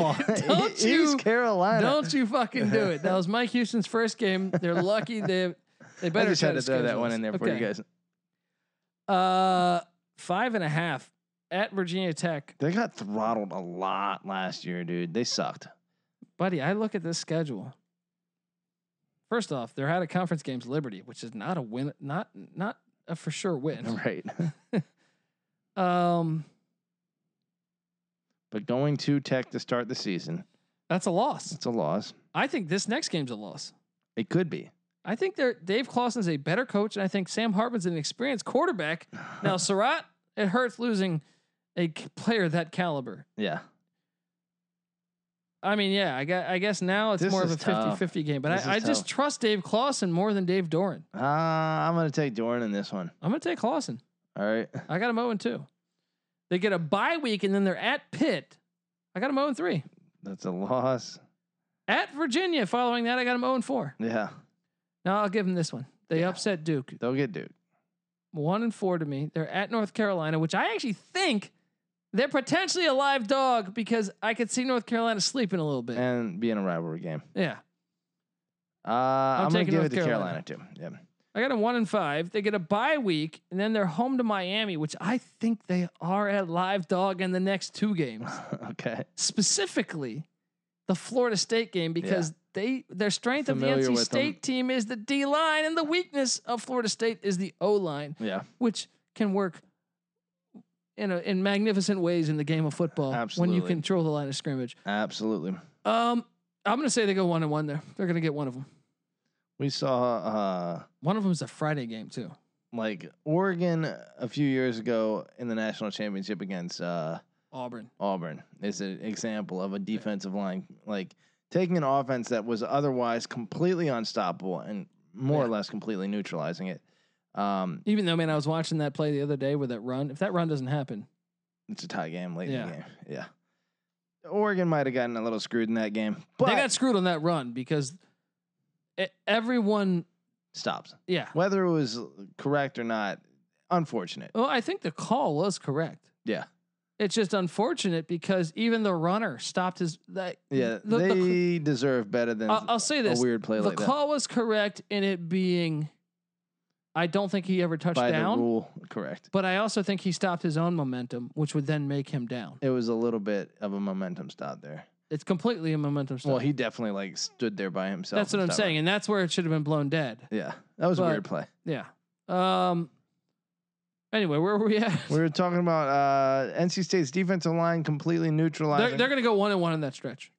[SPEAKER 2] all,
[SPEAKER 1] Don't
[SPEAKER 2] East
[SPEAKER 1] you-
[SPEAKER 2] Carolina.
[SPEAKER 1] Don't you fucking do it. That was Mike Houston's first game. They're lucky they they better
[SPEAKER 2] I just had
[SPEAKER 1] try
[SPEAKER 2] to throw that
[SPEAKER 1] schedule
[SPEAKER 2] one
[SPEAKER 1] us.
[SPEAKER 2] in there for you
[SPEAKER 1] Okay.
[SPEAKER 2] guys.
[SPEAKER 1] Uh, five and a half at Virginia Tech,
[SPEAKER 2] They got throttled a lot last year, dude. They sucked.
[SPEAKER 1] buddy. I look at this schedule. First off, they're out of conference games. Liberty, which is not a win, not not a for sure win.
[SPEAKER 2] Right.
[SPEAKER 1] Um,
[SPEAKER 2] but going to Tech to start the season,
[SPEAKER 1] that's a loss.
[SPEAKER 2] it's a loss.
[SPEAKER 1] I think this next game's a loss.
[SPEAKER 2] It could be.
[SPEAKER 1] I think they're Dave Clawson's a better coach, and I think Sam Hartman's an experienced quarterback. Now, Surratt, it hurts losing a c- player that caliber.
[SPEAKER 2] yeah.
[SPEAKER 1] I mean, yeah, I, gue- I guess now it's
[SPEAKER 2] This
[SPEAKER 1] more of
[SPEAKER 2] is
[SPEAKER 1] a
[SPEAKER 2] tough.
[SPEAKER 1] 50-50 game, but
[SPEAKER 2] This
[SPEAKER 1] I, I
[SPEAKER 2] is
[SPEAKER 1] just
[SPEAKER 2] tough.
[SPEAKER 1] trust Dave Clawson more than Dave Doran.
[SPEAKER 2] Uh, I'm going to take Doran in this one.
[SPEAKER 1] I'm gonna take Clawson.
[SPEAKER 2] All right.
[SPEAKER 1] I got him 0 2. They get a bye week and then they're at Pitt. I got him 0 3.
[SPEAKER 2] That's a loss.
[SPEAKER 1] At Virginia, following that, I got him 0 4.
[SPEAKER 2] Yeah.
[SPEAKER 1] Now I'll give him this one. They
[SPEAKER 2] Yeah.
[SPEAKER 1] upset Duke.
[SPEAKER 2] They'll get Duke.
[SPEAKER 1] 1 and 4 to me. They're at North Carolina, which I actually think they're potentially a live dog because I could see North Carolina sleeping a little bit. Yeah.
[SPEAKER 2] And be in a rivalry game. Uh, I'm, going to
[SPEAKER 1] taking
[SPEAKER 2] give it
[SPEAKER 1] North
[SPEAKER 2] to Carolina, too. Yeah.
[SPEAKER 1] I got them one and five. They get a bye week, and then they're home to Miami, which I think they are at live dog in the next two games.
[SPEAKER 2] okay.
[SPEAKER 1] specifically the Florida State game because they their strength of
[SPEAKER 2] Familiar
[SPEAKER 1] the NC
[SPEAKER 2] with them.
[SPEAKER 1] State team is the D line and the weakness of Florida State is the O line,
[SPEAKER 2] Yeah.
[SPEAKER 1] which can work in a, in magnificent ways in the game of football when you
[SPEAKER 2] Absolutely.
[SPEAKER 1] control the line of scrimmage.
[SPEAKER 2] Absolutely.
[SPEAKER 1] Um, I'm gonna say they go one and one there. They're gonna get one of them.
[SPEAKER 2] We saw uh,
[SPEAKER 1] One of them is a Friday game too.
[SPEAKER 2] like Oregon a few years ago in the national championship against uh,
[SPEAKER 1] Auburn.
[SPEAKER 2] Auburn is an example of a defensive line like taking an offense that was otherwise completely unstoppable and more or
[SPEAKER 1] Yeah.
[SPEAKER 2] less completely neutralizing it. Um,
[SPEAKER 1] Even though, man, I was watching that play the other day with that run. If that run doesn't happen,
[SPEAKER 2] it's a tie game late in
[SPEAKER 1] Yeah.
[SPEAKER 2] the game. Yeah. Oregon might have gotten a little screwed in that game, but
[SPEAKER 1] they got screwed on that run because e- everyone,
[SPEAKER 2] stops.
[SPEAKER 1] yeah,
[SPEAKER 2] Whether it was correct or not, unfortunate.
[SPEAKER 1] Well, I think the call was correct.
[SPEAKER 2] Yeah.
[SPEAKER 1] It's just unfortunate because even the runner stopped his. That,
[SPEAKER 2] Yeah,
[SPEAKER 1] the- the
[SPEAKER 2] they
[SPEAKER 1] cl-
[SPEAKER 2] deserve better than
[SPEAKER 1] I'll, I'll say
[SPEAKER 2] a
[SPEAKER 1] this:
[SPEAKER 2] weird play
[SPEAKER 1] the
[SPEAKER 2] like
[SPEAKER 1] call was correct in it being. I don't think he ever
[SPEAKER 2] that.
[SPEAKER 1] touched
[SPEAKER 2] By the
[SPEAKER 1] down,
[SPEAKER 2] rule, correct.
[SPEAKER 1] but I also think he stopped his own momentum, which would then make him down.
[SPEAKER 2] It was a little bit of a momentum stop there.
[SPEAKER 1] It's completely a momentum stop.
[SPEAKER 2] Well, he definitely like stood there by himself.
[SPEAKER 1] That's what
[SPEAKER 2] and
[SPEAKER 1] I'm
[SPEAKER 2] stopped
[SPEAKER 1] saying, and that's where it should have been blown dead.
[SPEAKER 2] Yeah, that was
[SPEAKER 1] But-
[SPEAKER 2] a weird play.
[SPEAKER 1] Yeah. Um. Anyway, where were we at?
[SPEAKER 2] We were talking about uh, NC State's defensive line completely
[SPEAKER 1] They're,
[SPEAKER 2] neutralizing.
[SPEAKER 1] they're going to go one and one in that stretch.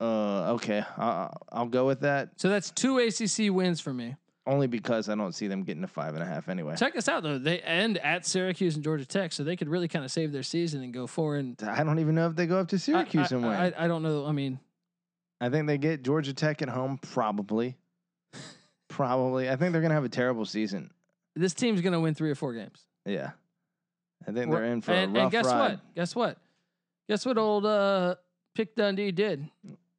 [SPEAKER 2] uh, okay, I, I'll go with that
[SPEAKER 1] So that's two ACC wins for me.
[SPEAKER 2] only because I don't see them getting to five and a half anyway.
[SPEAKER 1] Check this out though. They end at Syracuse and Georgia Tech, so they could really kind of save their season and go four and
[SPEAKER 2] I don't even know if they go up to Syracuse
[SPEAKER 1] I, I,
[SPEAKER 2] and win. I,
[SPEAKER 1] I, I don't know. I mean,
[SPEAKER 2] think they get Georgia Tech at home, probably. probably. I think they're gonna have a terrible season.
[SPEAKER 1] this team's going to win three or four games.
[SPEAKER 2] Yeah, I think they're in for
[SPEAKER 1] and,
[SPEAKER 2] a rough
[SPEAKER 1] and guess
[SPEAKER 2] ride.
[SPEAKER 1] what? Guess what? Guess what? Old uh, Pick Dundee did.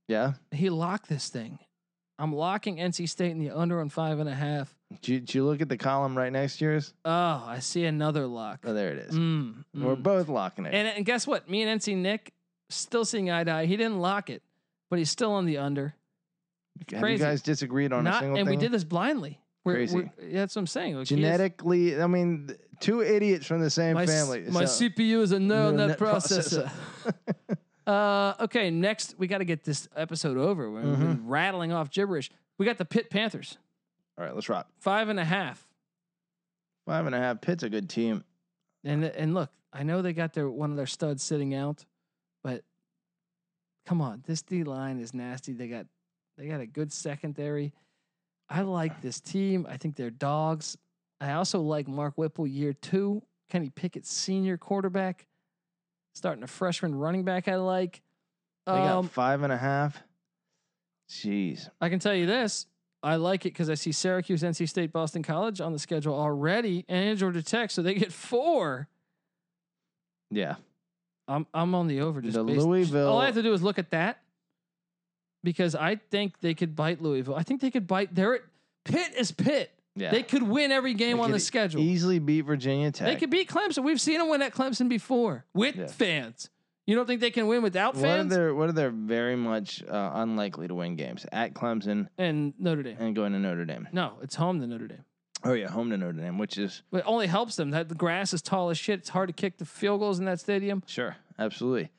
[SPEAKER 2] Yeah.
[SPEAKER 1] He locked this thing. I'm locking NC State in the under on five and a half.
[SPEAKER 2] Did you, did you look at the column right next to yours?
[SPEAKER 1] Oh, I see another lock.
[SPEAKER 2] Oh, there it is.
[SPEAKER 1] Mm,
[SPEAKER 2] We're
[SPEAKER 1] mm.
[SPEAKER 2] both locking it.
[SPEAKER 1] And, and guess what? Me and NC Nick still seeing eye to eye. He didn't lock it, but he's still on the under.
[SPEAKER 2] Have
[SPEAKER 1] crazy.
[SPEAKER 2] you guys disagreed on a
[SPEAKER 1] Not,
[SPEAKER 2] single
[SPEAKER 1] and
[SPEAKER 2] thing?
[SPEAKER 1] we did this blindly. We're,
[SPEAKER 2] Crazy.
[SPEAKER 1] We're, yeah, that's what I'm saying. Like, he is-
[SPEAKER 2] genetically. I mean, th- two idiots from the same
[SPEAKER 1] my, s-
[SPEAKER 2] family.
[SPEAKER 1] My
[SPEAKER 2] so-
[SPEAKER 1] CPU is a neural
[SPEAKER 2] Neural
[SPEAKER 1] net
[SPEAKER 2] net
[SPEAKER 1] processor. uh, okay, next we got to get this episode over. We've
[SPEAKER 2] Mm-hmm.
[SPEAKER 1] been rattling off gibberish. We got the Pitt Panthers
[SPEAKER 2] All right, let's rock.
[SPEAKER 1] five and a half,
[SPEAKER 2] Five and a half. Pitt's a good team.
[SPEAKER 1] and and look, I know they got their one of their studs sitting out, but come on, this D line is nasty. They got they got a good secondary. I like this team. I think they're dogs. I also like Mark Whipple, year two. Kenny Pickett, senior quarterback, starting a freshman running back. I like.
[SPEAKER 2] They
[SPEAKER 1] Um,
[SPEAKER 2] got five and a half. Jeez.
[SPEAKER 1] I can tell you this. I like it because I see Syracuse, NC State, Boston College on the schedule already, and Georgia Tech, so they get four.
[SPEAKER 2] Yeah.
[SPEAKER 1] I'm I'm on the over. Just
[SPEAKER 2] The
[SPEAKER 1] based-
[SPEAKER 2] Louisville-
[SPEAKER 1] All I have to do is look at that because I think they could bite Louisville. I think they could bite. They're at Pitt is Pitt.
[SPEAKER 2] Yeah.
[SPEAKER 1] They could win every game
[SPEAKER 2] They
[SPEAKER 1] on the
[SPEAKER 2] could
[SPEAKER 1] schedule.
[SPEAKER 2] Easily beat Virginia Tech.
[SPEAKER 1] They could beat Clemson. We've seen them win at Clemson before with
[SPEAKER 2] Yeah.
[SPEAKER 1] fans. You don't think they can win without
[SPEAKER 2] what are
[SPEAKER 1] fans?
[SPEAKER 2] their what are their very much uh, unlikely to win games at Clemson
[SPEAKER 1] and Notre Dame.
[SPEAKER 2] and going to Notre Dame.
[SPEAKER 1] No, it's home to Notre Dame.
[SPEAKER 2] Oh yeah, home to Notre Dame, which is
[SPEAKER 1] But it only helps them. That the grass is tall as shit. It's hard to kick the field goals in that stadium.
[SPEAKER 2] sure, absolutely.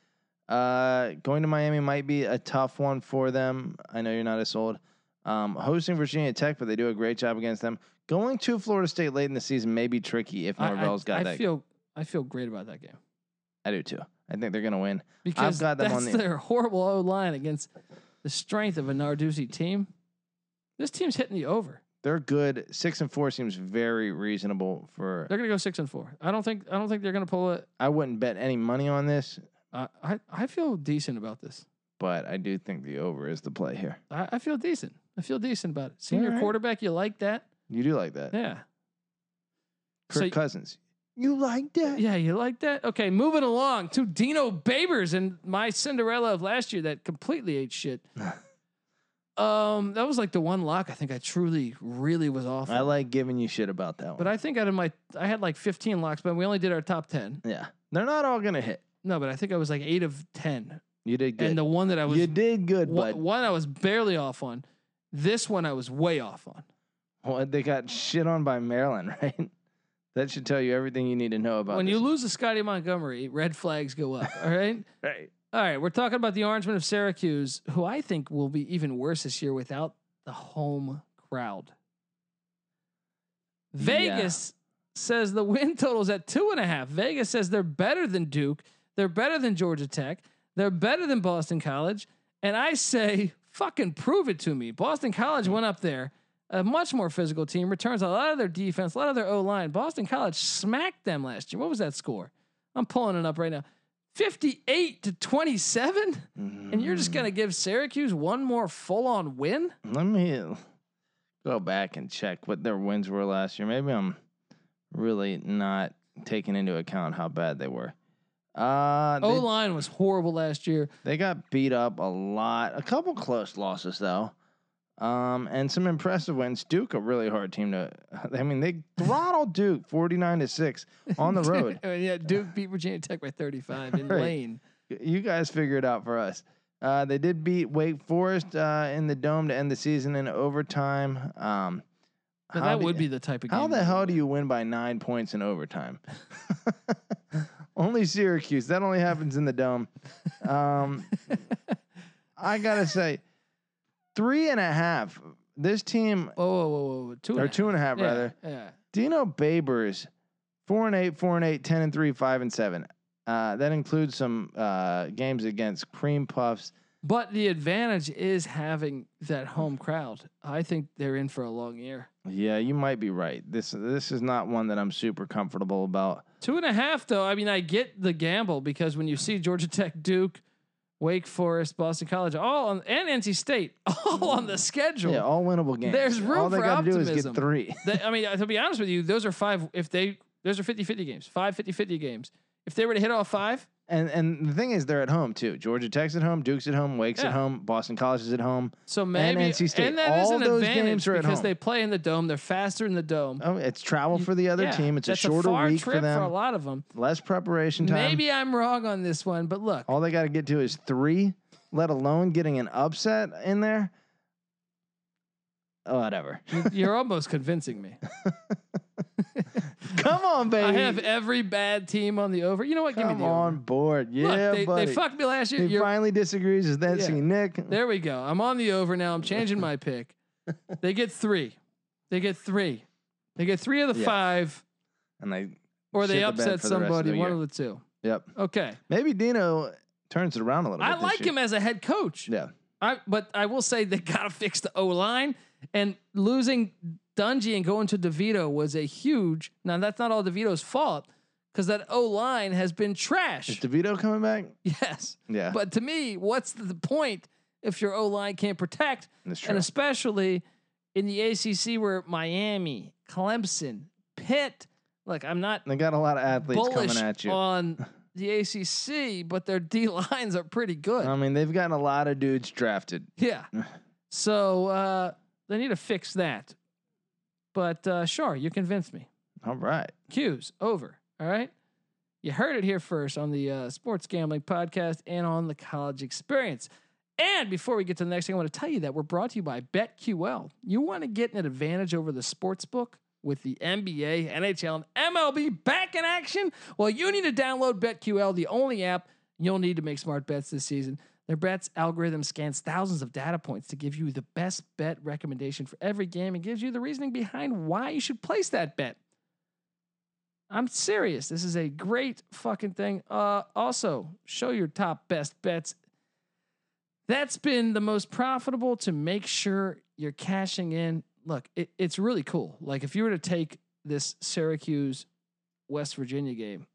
[SPEAKER 2] Uh, going to Miami might be a tough one for them. I know you're not as old. Um, hosting Virginia Tech, but they do a great job against them. Going to Florida State late in the season may be tricky if
[SPEAKER 1] I-
[SPEAKER 2] Norvell's
[SPEAKER 1] I,
[SPEAKER 2] got
[SPEAKER 1] I
[SPEAKER 2] that.
[SPEAKER 1] feel I feel great about that game
[SPEAKER 2] I do too. I think they're gonna win.
[SPEAKER 1] because
[SPEAKER 2] got them on
[SPEAKER 1] that's
[SPEAKER 2] the-
[SPEAKER 1] their horrible O line against the strength of a Narduzzi team. This team's hitting the over.
[SPEAKER 2] They're good. Six and four seems very reasonable for.
[SPEAKER 1] They're gonna go six and four. I don't think I don't think they're gonna pull it.
[SPEAKER 2] I wouldn't bet any money on this,
[SPEAKER 1] I I, I feel decent about this.
[SPEAKER 2] but I do think the over is the play here.
[SPEAKER 1] I, I feel decent. I feel decent about it. Senior
[SPEAKER 2] Alright.
[SPEAKER 1] quarterback, you like that?
[SPEAKER 2] You do like that.
[SPEAKER 1] Yeah.
[SPEAKER 2] Kirk
[SPEAKER 1] So-
[SPEAKER 2] Cousins. You like that?
[SPEAKER 1] Yeah, you like that? Okay, moving along to Dino Babers and my Cinderella of last year that completely ate shit. um, that was like the one lock I think I truly, really was off.
[SPEAKER 2] I
[SPEAKER 1] on.
[SPEAKER 2] like giving you shit about that one.
[SPEAKER 1] but I think out of my, I had like 15 locks, but we only did our top 10.
[SPEAKER 2] yeah, they're not all gonna hit.
[SPEAKER 1] No, but I think I was like eight of 10.
[SPEAKER 2] You did good.
[SPEAKER 1] And the one that I was,
[SPEAKER 2] you did good,
[SPEAKER 1] one,
[SPEAKER 2] but
[SPEAKER 1] one I was barely off on. This one I was way off on.
[SPEAKER 2] Well, they got shit on by Maryland, right? That should tell you everything you need to know about.
[SPEAKER 1] when you
[SPEAKER 2] this.
[SPEAKER 1] lose to Scotty Montgomery, red flags go up. All right.
[SPEAKER 2] right?
[SPEAKER 1] All right, we're talking about the Orangemen of Syracuse, who I think will be even worse this year without the home crowd. Vegas says the win total's at two and a half. Vegas says they're better than Duke, they're better than Georgia Tech, they're better than Boston College, and I say, fucking prove it to me. Boston College went up there, a much more physical team, returns a lot of their defense, a lot of their O line. Boston College smacked them last year. What was that score? I'm pulling it up right now. 58 to 27 and you're just going to give Syracuse one more full-on win?
[SPEAKER 2] Mm-hmm. Let me go back and check what their wins were last year. Maybe I'm really not taking into account how bad they were. Uh, they,
[SPEAKER 1] O-line was horrible last year.
[SPEAKER 2] they got beat up a lot. A couple close losses though, um, and some impressive wins. Duke, a really hard team to. I mean, they throttled Duke forty nine to six on the road.
[SPEAKER 1] I mean, yeah, Duke beat Virginia Tech by 35 in
[SPEAKER 2] Right.
[SPEAKER 1] Lane.
[SPEAKER 2] You guys figure it out for us. Uh, they did beat Wake Forest uh, in the dome to end the season in overtime. Um,
[SPEAKER 1] But
[SPEAKER 2] how
[SPEAKER 1] that
[SPEAKER 2] do-
[SPEAKER 1] would be the type of game.
[SPEAKER 2] How the
[SPEAKER 1] that
[SPEAKER 2] hell
[SPEAKER 1] would
[SPEAKER 2] do you win by nine points in overtime? only Syracuse. That only happens in the dome. Um, I gotta say, three and a half. This team,
[SPEAKER 1] Whoa, whoa, whoa, whoa. Two and
[SPEAKER 2] or
[SPEAKER 1] a
[SPEAKER 2] two and a half
[SPEAKER 1] half. Yeah,
[SPEAKER 2] rather.
[SPEAKER 1] Yeah.
[SPEAKER 2] Dino Babers, four and eight, four and eight, ten and three, five and seven. Uh, that includes some uh, games against Cream Puffs.
[SPEAKER 1] But the advantage is having that home crowd. I think they're in for a long year.
[SPEAKER 2] Yeah, you might be right. This this is not one that I'm super comfortable about.
[SPEAKER 1] Two and a half, though. I mean, I get the gamble because when you see Georgia Tech, Duke, Wake Forest, Boston College, all on, and NC State, all on the schedule.
[SPEAKER 2] Yeah, all winnable games.
[SPEAKER 1] There's room
[SPEAKER 2] all they
[SPEAKER 1] for
[SPEAKER 2] gotta do is
[SPEAKER 1] optimism.
[SPEAKER 2] get three.
[SPEAKER 1] They- I mean, uh, to be honest with you, those are five. If they, those are 50 50 games, five 50 50 games. If they were to hit all five,
[SPEAKER 2] And and the thing is, they're at home too. Georgia Tech's at home, Duke's at home, Wake's
[SPEAKER 1] Yeah.
[SPEAKER 2] at home, Boston College is at home.
[SPEAKER 1] so maybe.
[SPEAKER 2] NC State.
[SPEAKER 1] and that is
[SPEAKER 2] All
[SPEAKER 1] an
[SPEAKER 2] those
[SPEAKER 1] advantage
[SPEAKER 2] games are at
[SPEAKER 1] because
[SPEAKER 2] home.
[SPEAKER 1] they play in the dome. They're faster in the dome.
[SPEAKER 2] Oh, it's travel
[SPEAKER 1] You-
[SPEAKER 2] for the other
[SPEAKER 1] Yeah,
[SPEAKER 2] team. It's a
[SPEAKER 1] that's
[SPEAKER 2] shorter
[SPEAKER 1] far
[SPEAKER 2] week
[SPEAKER 1] trip
[SPEAKER 2] for them.
[SPEAKER 1] a lot of them.
[SPEAKER 2] Less preparation time.
[SPEAKER 1] Maybe I'm wrong on this one, but look,
[SPEAKER 2] All they got to get to is three, let alone getting an upset in there. Whatever.
[SPEAKER 1] you're almost convincing me.
[SPEAKER 2] Come on,
[SPEAKER 1] I
[SPEAKER 2] baby.
[SPEAKER 1] have every bad team on the over. You know what? Give me
[SPEAKER 2] Come
[SPEAKER 1] the
[SPEAKER 2] on
[SPEAKER 1] over.
[SPEAKER 2] board.
[SPEAKER 1] Look,
[SPEAKER 2] Yeah,
[SPEAKER 1] they,
[SPEAKER 2] buddy.
[SPEAKER 1] they fucked me last year.
[SPEAKER 2] he
[SPEAKER 1] You're-
[SPEAKER 2] finally disagrees. Is that
[SPEAKER 1] Yeah.
[SPEAKER 2] see Nick?
[SPEAKER 1] there we go. I'm on the over now. I'm changing my pick. They get three. They get three. They get three of the
[SPEAKER 2] Yeah.
[SPEAKER 1] five,
[SPEAKER 2] And they,
[SPEAKER 1] or they
[SPEAKER 2] Shit the bed
[SPEAKER 1] upset
[SPEAKER 2] for the rest of
[SPEAKER 1] somebody.
[SPEAKER 2] the
[SPEAKER 1] one
[SPEAKER 2] year.
[SPEAKER 1] of the two.
[SPEAKER 2] yep.
[SPEAKER 1] Okay,
[SPEAKER 2] Maybe Dino turns it around a little. bit
[SPEAKER 1] I
[SPEAKER 2] this
[SPEAKER 1] like
[SPEAKER 2] year.
[SPEAKER 1] him as a head coach.
[SPEAKER 2] Yeah.
[SPEAKER 1] I but I will say they gotta fix the O line and losing Dungy and going to Devito was a huge. Now that's not all Devito's fault because that O line has been
[SPEAKER 2] Is
[SPEAKER 1] trash.
[SPEAKER 2] DeVito coming back?
[SPEAKER 1] yes,
[SPEAKER 2] Yeah.
[SPEAKER 1] but to me, what's the point if your O line can't protect?
[SPEAKER 2] that's
[SPEAKER 1] and
[SPEAKER 2] true.
[SPEAKER 1] especially in the ACC where Miami, Clemson, Pitt. Look, I'm not
[SPEAKER 2] They got a lot of athletes
[SPEAKER 1] bullish
[SPEAKER 2] coming at you.
[SPEAKER 1] on the ACC, but their D lines are pretty good.
[SPEAKER 2] I mean, they've gotten a lot of dudes drafted.
[SPEAKER 1] yeah. So uh, they need to fix that. But uh, sure, you convinced me.
[SPEAKER 2] All right.
[SPEAKER 1] Cues over. All right. You heard it here first on the uh, Sports Gambling Podcast and on the College Experience. And before we get to the next thing, I want to tell you that we're brought to you by BetQL. You want to get an advantage over the sports book with the NBA, NHL, and MLB back in action? Well, you need to download BetQL, the only app you'll need to make smart bets this season. Their bets algorithm scans thousands of data points to give you the best bet recommendation for every game and gives you the reasoning behind why you should place that bet. I'm serious. This is a great fucking thing. Uh, also, show your top best bets. That's been the most profitable to make sure you're cashing in. Look, it, it's really cool. Like if you were to take this Syracuse West Virginia game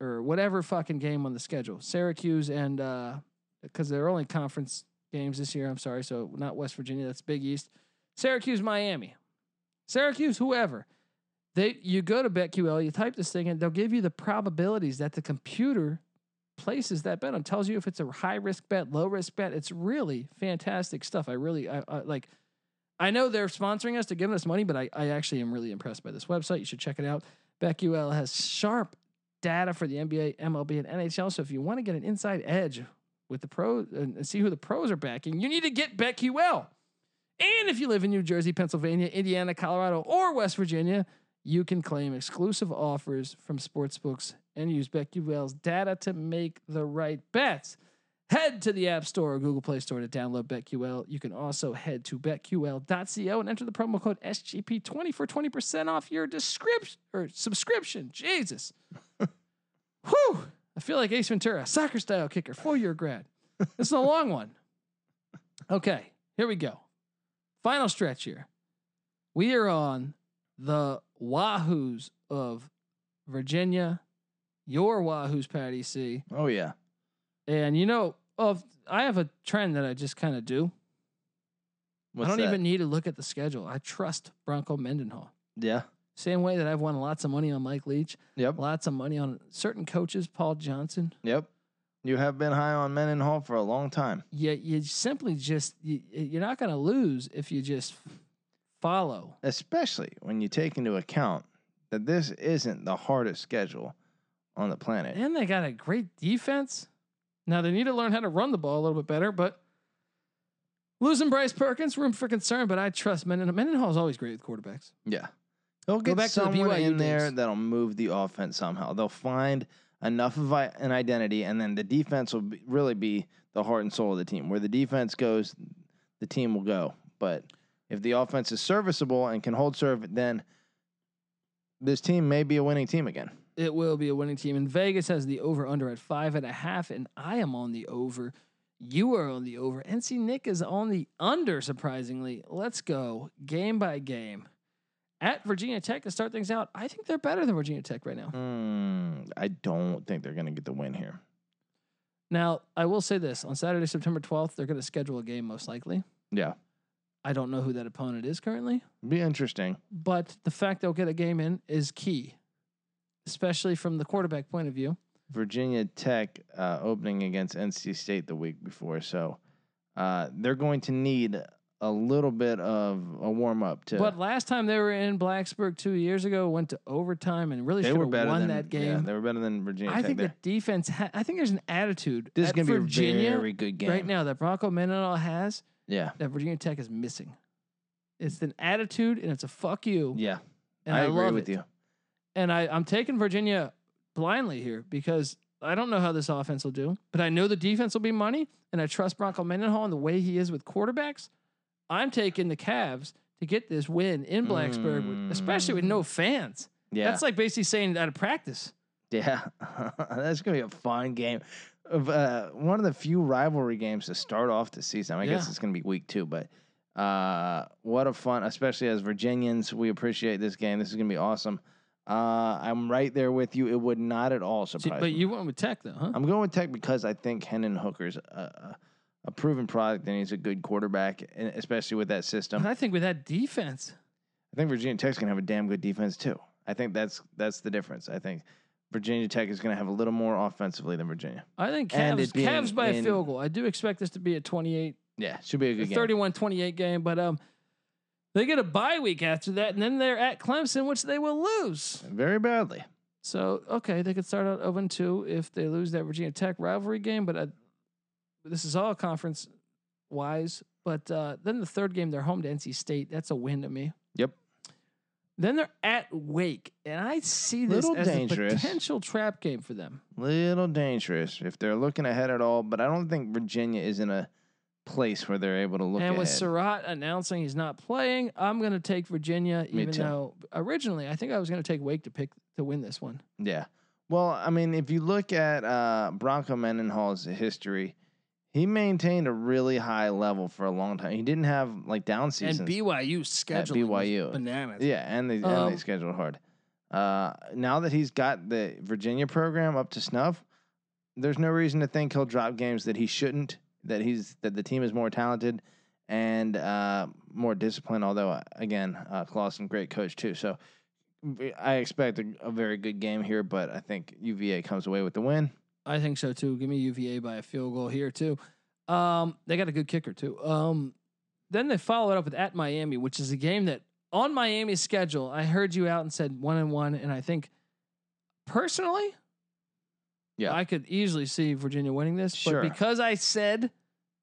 [SPEAKER 1] or whatever fucking game on the schedule, Syracuse and uh, because they're only conference games this year. I'm sorry, so not West Virginia. That's Big East. Syracuse, Miami, Syracuse, whoever they you go to BetQL, you type this thing in, they'll give you the probabilities that the computer places that bet on, tells you if it's a high risk bet, low risk bet. It's really fantastic stuff. I really I, I like. I know they're sponsoring us to giving us money, but I, I actually am really impressed by this website. You should check it out. BetQL has sharp data for the NBA, MLB, and NHL. So if you want to get an inside edge with the pros uh, and and see who the pros are backing, you need to get BetQL. And if you live in New Jersey, Pennsylvania, Indiana, Colorado, or West Virginia, you can claim exclusive offers from sportsbooks and use BetQL's data to make the right bets. Head to the App Store or Google Play Store to download BetQL. You can also head to betql.co and enter the promo code SGP20 for 20% off your description or subscription. Jesus. Whew. I feel like Ace Ventura, soccer style kicker, four year grad. This is a long one. Okay, here we go. Final stretch here. We are on the Wahoos of Virginia, your Wahoos, Patty C.
[SPEAKER 2] Oh yeah.
[SPEAKER 1] And you know, of I have a trend that I just kind of do.
[SPEAKER 2] What's
[SPEAKER 1] I don't
[SPEAKER 2] that?
[SPEAKER 1] even need to look at the schedule. I trust Bronco Mendenhall.
[SPEAKER 2] Yeah.
[SPEAKER 1] Same way that I've won lots of money on Mike Leach,
[SPEAKER 2] Yep.
[SPEAKER 1] lots of money on certain coaches, Paul Johnson.
[SPEAKER 2] Yep. You have been high on men in Hall for a long time.
[SPEAKER 1] You, you simply just, you, you're not going to lose if you just follow.
[SPEAKER 2] especially when you take into account that this isn't the hardest schedule on the planet.
[SPEAKER 1] And they got a great defense. Now they need to learn how to run the ball a little bit better, but losing Bryce Perkins, room for concern, but I trust Menon. Mendenhall's always great with quarterbacks.
[SPEAKER 2] Yeah. They'll get
[SPEAKER 1] back to the
[SPEAKER 2] someone
[SPEAKER 1] BYU
[SPEAKER 2] in there
[SPEAKER 1] days.
[SPEAKER 2] that'll move the offense somehow. They'll find enough of i- an identity, and then the defense will be, really be the heart and soul of the team. Where the defense goes, the team will go. But if the offense is serviceable and can hold serve, then this team may be a winning team again.
[SPEAKER 1] It will be a winning team. And Vegas has the over under at five and a half, and I am on the over. You are on the over. NC Nick is on the under, surprisingly. Let's go game by game. At Virginia Tech to start things out, I think they're better than Virginia Tech right now.
[SPEAKER 2] Mm, I don't think they're going to get the win here.
[SPEAKER 1] Now, I will say this on Saturday, September 12th, they're going to schedule a game most likely.
[SPEAKER 2] Yeah.
[SPEAKER 1] I don't know who that opponent is currently,
[SPEAKER 2] Be interesting.
[SPEAKER 1] but the fact they'll get a game in is key, especially from the quarterback point of view.
[SPEAKER 2] Virginia Tech uh, opening against NC State the week before, so uh, they're going to need a little bit of a warm up to.
[SPEAKER 1] But last time they were in Blacksburg two years ago, went to overtime and really
[SPEAKER 2] they
[SPEAKER 1] should
[SPEAKER 2] were
[SPEAKER 1] have
[SPEAKER 2] better
[SPEAKER 1] won
[SPEAKER 2] than
[SPEAKER 1] that
[SPEAKER 2] yeah,
[SPEAKER 1] game.
[SPEAKER 2] they were better than Virginia
[SPEAKER 1] I
[SPEAKER 2] Tech.
[SPEAKER 1] think
[SPEAKER 2] there.
[SPEAKER 1] the defense. Ha- I think there's an attitude.
[SPEAKER 2] this is
[SPEAKER 1] at
[SPEAKER 2] going to be
[SPEAKER 1] Virginia
[SPEAKER 2] a very good game
[SPEAKER 1] right now that Bronco Mendenhall has
[SPEAKER 2] Yeah,
[SPEAKER 1] that Virginia Tech is missing. It's an attitude and it's a fuck you.
[SPEAKER 2] yeah,
[SPEAKER 1] and
[SPEAKER 2] I,
[SPEAKER 1] I,
[SPEAKER 2] agree
[SPEAKER 1] love
[SPEAKER 2] with
[SPEAKER 1] it.
[SPEAKER 2] you.
[SPEAKER 1] and I, I'm taking Virginia blindly here because I don't know how this offense will do, but I know the defense will be money, and I trust Bronco Mendenhall and the way he is with quarterbacks. I'm taking the Cavs to get this win in Blacksburg, with- especially with no fans.
[SPEAKER 2] Mm. Yeah,
[SPEAKER 1] That's like basically saying out of practice.
[SPEAKER 2] yeah, that's going to be a fun game. Of uh, one of the few rivalry games to start off the season. I guess
[SPEAKER 1] Yeah.
[SPEAKER 2] it's going to be week two, but uh, what a fun! Especially as Virginians, we appreciate this game. This is going to be awesome. Uh, I'm right there with you. It would not at all
[SPEAKER 1] See,
[SPEAKER 2] surprise
[SPEAKER 1] but
[SPEAKER 2] me.
[SPEAKER 1] you went with Tech though, huh?
[SPEAKER 2] I'm going with Tech because I think Hendon Hooker's a, a, a proven product, and he's a good quarterback, and especially with that system.
[SPEAKER 1] And I think with that defense,
[SPEAKER 2] I think Virginia Tech's gonna have a damn good defense too. I think that's that's the difference. I think Virginia Tech is gonna have a little more offensively than Virginia.
[SPEAKER 1] I think
[SPEAKER 2] And it
[SPEAKER 1] Cavs,
[SPEAKER 2] being
[SPEAKER 1] Cavs by
[SPEAKER 2] in-
[SPEAKER 1] a field goal. I do expect this to be a 28
[SPEAKER 2] Yeah, should be a
[SPEAKER 1] a
[SPEAKER 2] good game.
[SPEAKER 1] 31 28 game. But um, They get a bye week after that, and then they're at Clemson, which they will lose.
[SPEAKER 2] very badly.
[SPEAKER 1] So okay, they could start out 0 2 if they lose that Virginia Tech rivalry game, but uh this is all conference wise. But uh, then the third game, they're home to NC State. That's a win to me.
[SPEAKER 2] Yep.
[SPEAKER 1] Then they're at Wake, and I see this
[SPEAKER 2] Little
[SPEAKER 1] as
[SPEAKER 2] dangerous.
[SPEAKER 1] a potential trap game for them.
[SPEAKER 2] Little dangerous if they're looking ahead at all, but I don't think Virginia is in a place where they're able to look
[SPEAKER 1] and
[SPEAKER 2] ahead.
[SPEAKER 1] with Surratt announcing he's not playing, I'm going to take Virginia,
[SPEAKER 2] Me
[SPEAKER 1] even
[SPEAKER 2] too.
[SPEAKER 1] though originally I think I was going to take Wake to pick to win this one.
[SPEAKER 2] yeah. Well, I mean, if you look at uh, Bronco Mendenhall's history, he maintained a really high level for a long time. He didn't have like down seasons.
[SPEAKER 1] And BYU schedule
[SPEAKER 2] BYU.
[SPEAKER 1] bananas.
[SPEAKER 2] Yeah, and they and they
[SPEAKER 1] Um,
[SPEAKER 2] scheduled hard. Uh, now that he's got the Virginia program up to snuff, there's no reason to think he'll drop games that he shouldn't. That he's that the team is more talented and uh, more disciplined. Although uh, again, uh, Clausen great coach too. So we- I expect a, a very good game here, but I think UVA comes away with the win.
[SPEAKER 1] I think so too. Give me UVA by a field goal here too. Um, they got a good kicker too. Um, then they followed up with at Miami, which is a game that on Miami's schedule. I heard you out and said one and one, and I think personally,
[SPEAKER 2] Yeah.
[SPEAKER 1] I could easily see Virginia winning this.
[SPEAKER 2] Sure.
[SPEAKER 1] But because I said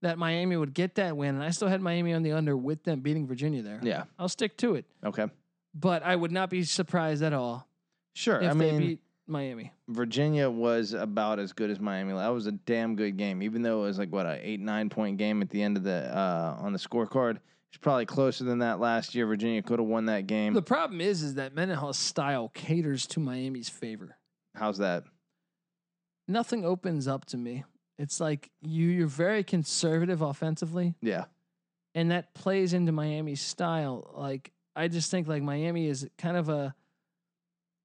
[SPEAKER 1] that Miami would get that win, and I still had Miami on the under with them beating Virginia there,
[SPEAKER 2] Yeah.
[SPEAKER 1] I'll stick to it.
[SPEAKER 2] Okay.
[SPEAKER 1] But I would not be surprised at all
[SPEAKER 2] Sure.
[SPEAKER 1] if
[SPEAKER 2] I mean,
[SPEAKER 1] they beat Miami.
[SPEAKER 2] Virginia was about as good as Miami. That was a damn good game, even though it was like what a eight nine point game at the end of the uh, on the scorecard. It's probably closer than that last year. Virginia could have won that game.
[SPEAKER 1] The problem is, is that Mendenhall's style caters to Miami's favor.
[SPEAKER 2] How's that?
[SPEAKER 1] Nothing opens up to me. It's like you you're very conservative offensively,
[SPEAKER 2] Yeah,
[SPEAKER 1] and that plays into Miami's style. Like I just think like Miami is kind of a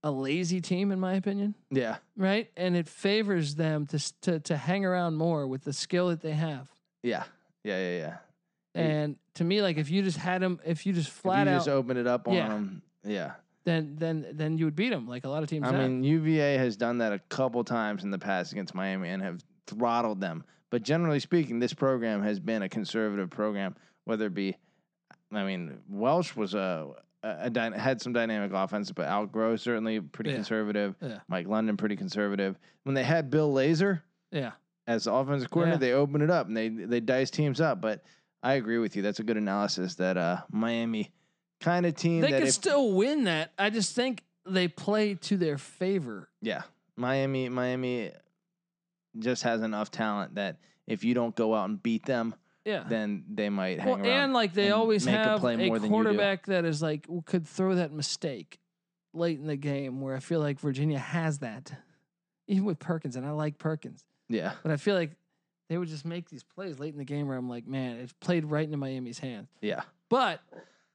[SPEAKER 1] a lazy team in my opinion,
[SPEAKER 2] yeah.
[SPEAKER 1] right? And it favors them to s- to to hang around more with the skill that they have.
[SPEAKER 2] Yeah, yeah, yeah, yeah. Yeah.
[SPEAKER 1] And to me, like if you just had them, if you just
[SPEAKER 2] if
[SPEAKER 1] flat
[SPEAKER 2] you
[SPEAKER 1] out,
[SPEAKER 2] just open it up on
[SPEAKER 1] Yeah.
[SPEAKER 2] them. Yeah,
[SPEAKER 1] then then then you would beat them. Like a lot of teams.
[SPEAKER 2] I
[SPEAKER 1] have.
[SPEAKER 2] mean UVA has done that a couple times in the past against Miami and have throttled them. But generally speaking, this program has been a conservative program, whether it be, I mean, Welsh was a, a, a dyna- had some dynamic offense, but Al Groh certainly pretty
[SPEAKER 1] Yeah.
[SPEAKER 2] conservative.
[SPEAKER 1] Yeah.
[SPEAKER 2] Mike London pretty conservative. When they had Bill Lazor
[SPEAKER 1] yeah.
[SPEAKER 2] as the offensive coordinator,
[SPEAKER 1] Yeah.
[SPEAKER 2] they opened it up and they they dice teams up. But I agree with you. That's a good analysis that uh, Miami kind of team
[SPEAKER 1] They
[SPEAKER 2] that
[SPEAKER 1] could
[SPEAKER 2] if-
[SPEAKER 1] still win that. I just think they play to their favor.
[SPEAKER 2] Yeah. Miami Miami just has enough talent that if you don't go out and beat them,
[SPEAKER 1] Yeah.
[SPEAKER 2] then they might hang
[SPEAKER 1] Uh. Well,
[SPEAKER 2] around.
[SPEAKER 1] and like they
[SPEAKER 2] and
[SPEAKER 1] always
[SPEAKER 2] make a
[SPEAKER 1] have
[SPEAKER 2] play
[SPEAKER 1] a,
[SPEAKER 2] more than you do.
[SPEAKER 1] quarterback that is like w- could throw that mistake late in the game where I feel like Virginia has that. Even with Perkins, and I like Perkins.
[SPEAKER 2] yeah.
[SPEAKER 1] But I feel like they would just make these plays late in the game where I'm like, man, it's played right into Miami's hands.
[SPEAKER 2] Yeah.
[SPEAKER 1] But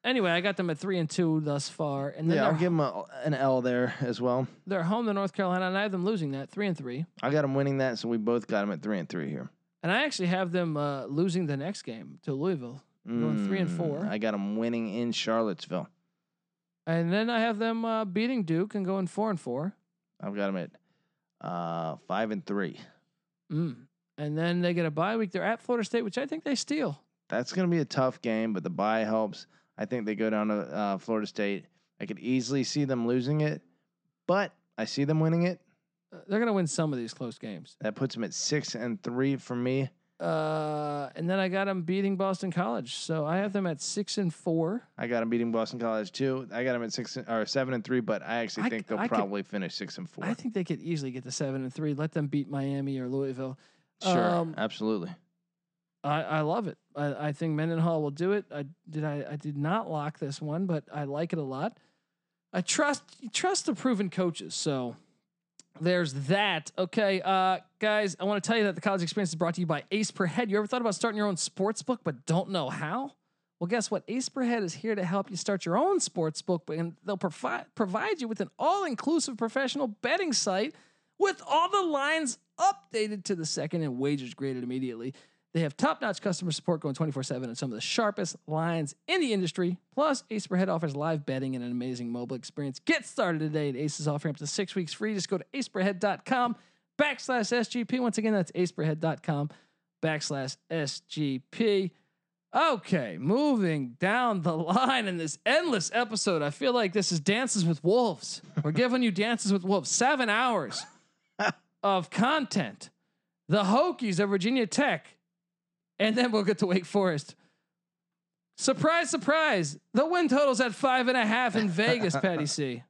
[SPEAKER 1] anyway, I got them at three and two thus far. And then
[SPEAKER 2] Yeah, I'll
[SPEAKER 1] they're,
[SPEAKER 2] give them a, an L there as well.
[SPEAKER 1] they're home to North Carolina, and I have them losing that three and three.
[SPEAKER 2] I got them winning that, so we both got them at 3 and 3 here.
[SPEAKER 1] And I actually have them uh, losing the next game to Louisville. Going three and
[SPEAKER 2] Mm,
[SPEAKER 1] four.
[SPEAKER 2] I got them winning in Charlottesville.
[SPEAKER 1] And then I have them uh, beating Duke and going four and four.
[SPEAKER 2] I've got them at uh, 5 and 3.
[SPEAKER 1] Mm. And then they get a bye week. They're at Florida State, which I think they steal.
[SPEAKER 2] That's going to be a tough game, but the bye helps. I think they go down to uh, Florida State. I could easily see them losing it, but I see them winning it.
[SPEAKER 1] Uh, They're going to win some of these close games.
[SPEAKER 2] That puts them at six and three for me.
[SPEAKER 1] Uh, and then I got them beating Boston College, so I have them at six and four.
[SPEAKER 2] I got them beating Boston College too. I got them at six and- or seven and three, but I actually
[SPEAKER 1] I c-
[SPEAKER 2] think they'll
[SPEAKER 1] I could-
[SPEAKER 2] probably finish six and four.
[SPEAKER 1] I think they could easily get to seven and three. Let them beat Miami or Louisville.
[SPEAKER 2] sure,
[SPEAKER 1] um,
[SPEAKER 2] absolutely.
[SPEAKER 1] I, I love it. I, I think Mendenhall will do it. I did I, I did not lock this one, but I like it a lot. I trust trust the proven coaches. So there's that. Okay, uh, guys, I want to tell you that the college experience is brought to you by Ace Per Head. You ever thought about starting your own sports book but don't know how? Well, guess what? Ace Per Head is here to help you start your own sports book, and they'll provide provide you with an all inclusive professional betting site with all the lines updated to the second and wagers graded immediately. They have top notch customer support going 24 7 and some of the sharpest lines in the industry. Plus, Ace Per Head offers live betting and an amazing mobile experience. Get started today. And Ace is offering up to six weeks free. Just go to aceperhead.com backslash SGP. Once again, that's aceperhead.com backslash SGP. Okay, moving down the line in this endless episode. I feel like this is Dances with Wolves. We're giving you Dances with Wolves, seven hours of content. The Hokies at Virginia Tech, and then we'll get to Wake Forest. Surprise, surprise. The win total's at five and a half in Vegas, Patty C.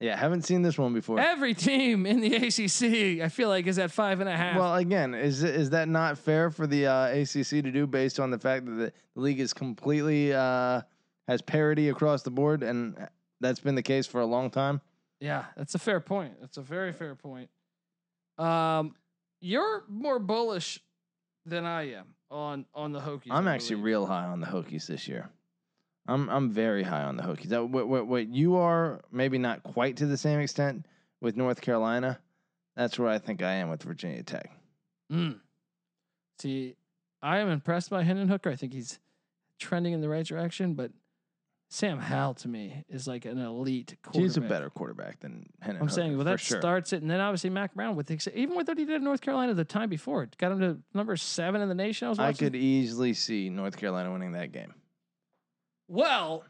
[SPEAKER 2] Yeah, haven't seen this one before.
[SPEAKER 1] Every team in the ACC, I feel like, is at five and a half.
[SPEAKER 2] Well, again, is is that not fair for the uh, ACC to do based on the fact that the, the league is completely uh, has parity across the board, and uh, that's been the case for a long time?
[SPEAKER 1] Yeah, that's a fair point. That's a very fair point. Um, you're more bullish than I am on on the Hokies.
[SPEAKER 2] I'm
[SPEAKER 1] I
[SPEAKER 2] actually
[SPEAKER 1] believe.
[SPEAKER 2] real high on the Hokies this year. I'm I'm very high on the Hokies. That, what, what what you are maybe not quite to the same extent with North Carolina. That's where I think I am with Virginia Tech.
[SPEAKER 1] Mm. See, I am impressed by Hendon Hooker. I think he's trending in the right direction, but Sam Howell to me is like an elite quarterback.
[SPEAKER 2] He's a better quarterback than Hennon.
[SPEAKER 1] I'm saying, well, that
[SPEAKER 2] sure.
[SPEAKER 1] starts it, and then obviously Mac Brown with the, ex- even with what he did in North Carolina the time before, it got him to number seven in the nation. I was
[SPEAKER 2] I
[SPEAKER 1] watching.
[SPEAKER 2] could easily see North Carolina winning that game,
[SPEAKER 1] well,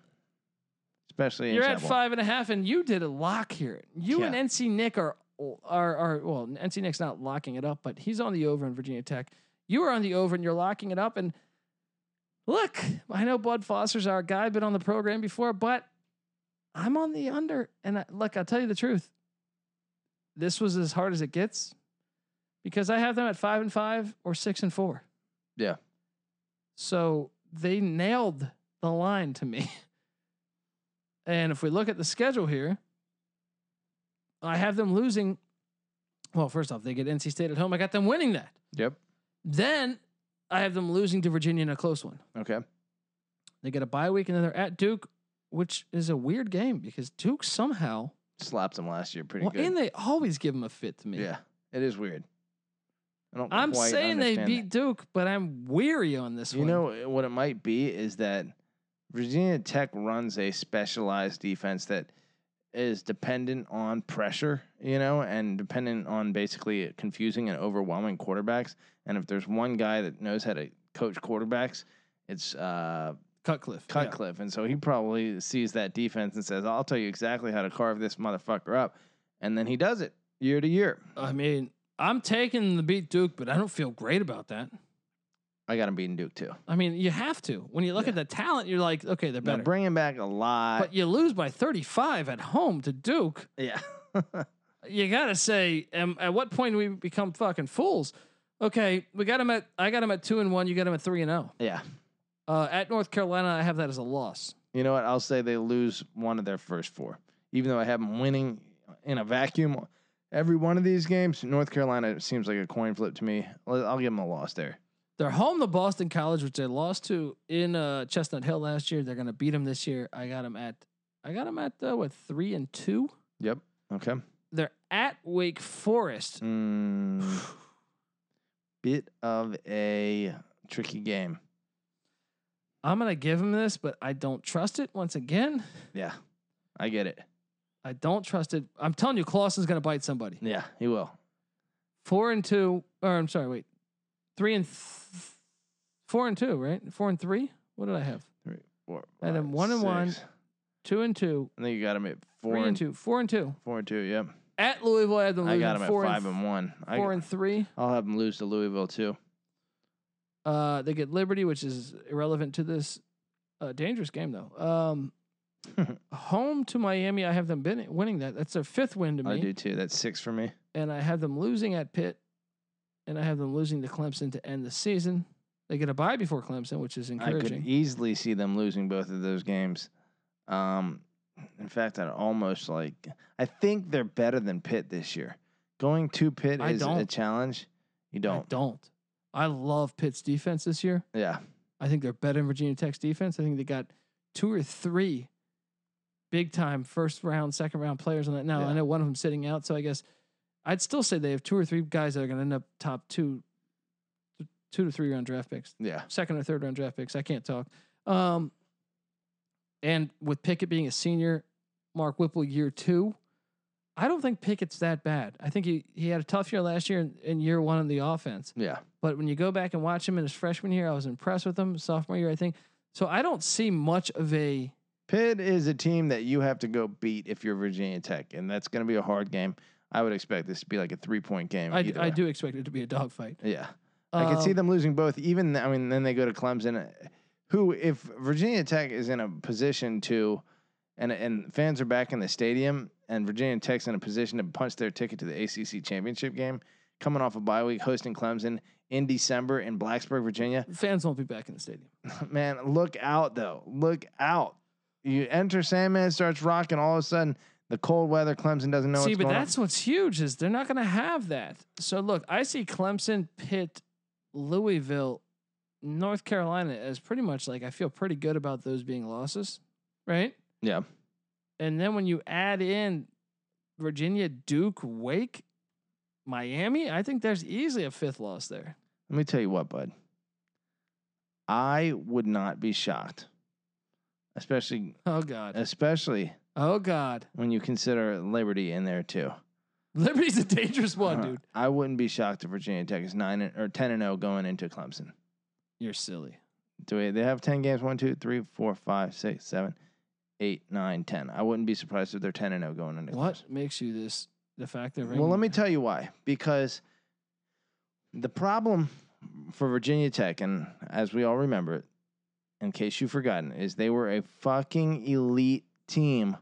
[SPEAKER 2] especially in
[SPEAKER 1] you're at
[SPEAKER 2] Chapel.
[SPEAKER 1] five and a half, and you did a lock here. You
[SPEAKER 2] Yeah.
[SPEAKER 1] and NC Nick are are are well, NC Nick's not locking it up, but he's on the over in Virginia Tech. You are on the over, and you're locking it up. And look, I know Bud Foster's our guy, been on the program before, but I'm on the under. And I, look, I'll tell you the truth. This was as hard as it gets because I have them at five and five or six and four.
[SPEAKER 2] Yeah.
[SPEAKER 1] So they nailed the line to me. And if we look at the schedule here, I have them losing. Well, first off, they get NC State at home. I got them winning that.
[SPEAKER 2] Yep.
[SPEAKER 1] Then I have them losing to Virginia in a close one.
[SPEAKER 2] Okay.
[SPEAKER 1] They get a bye week and then they're at Duke, which is a weird game because Duke somehow,
[SPEAKER 2] Slapped them last year pretty
[SPEAKER 1] well,
[SPEAKER 2] good.
[SPEAKER 1] and they always give them a fit to me.
[SPEAKER 2] yeah. It is weird. I don't
[SPEAKER 1] I'm
[SPEAKER 2] quite
[SPEAKER 1] saying they
[SPEAKER 2] understand that.
[SPEAKER 1] beat Duke, but I'm weary on this
[SPEAKER 2] You
[SPEAKER 1] one.
[SPEAKER 2] know eh, what it might be is that Virginia Tech runs a specialized defense that is dependent on pressure, you know, and dependent on basically confusing and overwhelming quarterbacks. And if there's one guy that knows how to coach quarterbacks, it's uh,
[SPEAKER 1] Cutcliffe. yeah.
[SPEAKER 2] Cutcliffe. And so he probably sees that defense and says, "I'll tell you exactly how to carve this motherfucker up," and then he does it year to year.
[SPEAKER 1] I mean, I'm taking the beat Duke, but I don't feel great about that.
[SPEAKER 2] I got him beating Duke too.
[SPEAKER 1] I mean, you have to. When you look
[SPEAKER 2] Yeah.
[SPEAKER 1] at the talent, you're like, okay, they're
[SPEAKER 2] Now
[SPEAKER 1] better.
[SPEAKER 2] bringing back a lot,
[SPEAKER 1] but you lose by 35 at home to Duke.
[SPEAKER 2] yeah.
[SPEAKER 1] You gotta say, um, at what point do we become fucking fools? Okay, we got him at. I got him at two and one. You got him at three and zero.
[SPEAKER 2] yeah.
[SPEAKER 1] Uh, at North Carolina, I have that as a loss.
[SPEAKER 2] You know what? I'll say they lose one of their first four, even though I have them winning in a vacuum. Every one of these games, North Carolina seems like a coin flip to me. I'll I'll give them a loss there.
[SPEAKER 1] They're home to Boston College, which they lost to in uh, Chestnut Hill last year. They're gonna beat them this year. I got them at. I got them at uh, what three and two.
[SPEAKER 2] Yep. Okay.
[SPEAKER 1] They're at Wake Forest.
[SPEAKER 2] Mm, bit of a tricky game.
[SPEAKER 1] I'm gonna give him this, but I don't trust it. Once again,
[SPEAKER 2] Yeah. I get it.
[SPEAKER 1] I don't trust it. I'm telling you, Clausen's gonna bite somebody.
[SPEAKER 2] Yeah, he will.
[SPEAKER 1] Four and two, or I'm sorry, wait, three and th- four and two, right? Four and three. What did I have?
[SPEAKER 2] Four,
[SPEAKER 1] And then
[SPEAKER 2] five,
[SPEAKER 1] one and one,
[SPEAKER 2] six.
[SPEAKER 1] Two and two,
[SPEAKER 2] I think you got him at four
[SPEAKER 1] three and,
[SPEAKER 2] and
[SPEAKER 1] two, four and two.
[SPEAKER 2] Four and two. Yep.
[SPEAKER 1] At Louisville, I had them
[SPEAKER 2] I
[SPEAKER 1] losing
[SPEAKER 2] got him at
[SPEAKER 1] four
[SPEAKER 2] five
[SPEAKER 1] and,
[SPEAKER 2] and, one. I,
[SPEAKER 1] four and three.
[SPEAKER 2] I'll have him lose to Louisville too.
[SPEAKER 1] Uh, they get Liberty, which is irrelevant to this uh, dangerous game, though. Um, home to Miami, I have them bin- winning that. That's their fifth win to me.
[SPEAKER 2] I do too. That's six for me.
[SPEAKER 1] and I have them losing at Pitt, and I have them losing to Clemson to end the season. They get a bye before Clemson, which is
[SPEAKER 2] I could
[SPEAKER 1] encouraging.
[SPEAKER 2] easily see them losing both of those games. Um, in fact, I'd almost like. I think they're better than Pitt this year. Going to Pitt
[SPEAKER 1] I
[SPEAKER 2] is a
[SPEAKER 1] don't.
[SPEAKER 2] challenge. You
[SPEAKER 1] I
[SPEAKER 2] don't.
[SPEAKER 1] don't. I love Pitt's defense this year.
[SPEAKER 2] Yeah.
[SPEAKER 1] I think they're better than Virginia Tech's defense. I think they got two or three big time first round, second round players on that. Now I
[SPEAKER 2] Yeah.
[SPEAKER 1] know one of them sitting out, so I guess I'd still say they have two or three guys that are going to end up top two, two to three round draft picks.
[SPEAKER 2] Yeah.
[SPEAKER 1] second or third round draft picks. I can't talk. Um, and with Pickett being a senior, Mark Whipple year two, I don't think Pickett's that bad. I think he, he had a tough year last year in, in year one on the offense.
[SPEAKER 2] Yeah.
[SPEAKER 1] But when you go back and watch him in his freshman year, I was impressed with him. Sophomore year, I think. So I don't see much of a.
[SPEAKER 2] Pitt is a team that you have to go beat if you're Virginia Tech, and that's going to be a hard game. I would expect this to be like a three point game.
[SPEAKER 1] I,
[SPEAKER 2] either
[SPEAKER 1] I
[SPEAKER 2] way.
[SPEAKER 1] do expect it to be a dogfight.
[SPEAKER 2] Yeah. I can see
[SPEAKER 1] Um,
[SPEAKER 2] them losing both. Even th- I mean, then they go to Clemson, uh, who, if Virginia Tech is in a position to, and and fans are back in the stadium, and Virginia Tech's in a position to punch their ticket to the ACC championship game, coming off a bye week, hosting Clemson in December in Blacksburg, Virginia.
[SPEAKER 1] Fans won't be back in the stadium.
[SPEAKER 2] Man, look out though, look out! You enter Sandman, starts rocking. All of a sudden, the cold weather, Clemson doesn't know
[SPEAKER 1] see,
[SPEAKER 2] what's
[SPEAKER 1] but
[SPEAKER 2] going on.
[SPEAKER 1] that's what's huge is they're not going to have that. So look, I see Clemson, Pitt, Louisville, North Carolina as pretty much like I feel pretty good about those being losses, right?
[SPEAKER 2] Yeah.
[SPEAKER 1] And then when you add in Virginia, Duke, Wake, Miami, I think there's easily a fifth loss there.
[SPEAKER 2] Let me tell you what, bud. I would not be shocked, especially
[SPEAKER 1] Oh God.
[SPEAKER 2] especially
[SPEAKER 1] Oh God.
[SPEAKER 2] when you consider Liberty in there too.
[SPEAKER 1] Liberty's a dangerous one,
[SPEAKER 2] Uh,
[SPEAKER 1] dude.
[SPEAKER 2] I wouldn't be shocked if Virginia Tech is nine and- or ten and zero going into Clemson.
[SPEAKER 1] You're silly.
[SPEAKER 2] Do we, they have ten games? One, two, three, four, five, six, seven, eight, nine, ten. I wouldn't be surprised if they're ten and zero going into Clemson.
[SPEAKER 1] What makes you this the fact that
[SPEAKER 2] Well, let me tell you why. Because the problem for Virginia Tech, and as we all remember it, in case you've forgotten, is they were a fucking elite team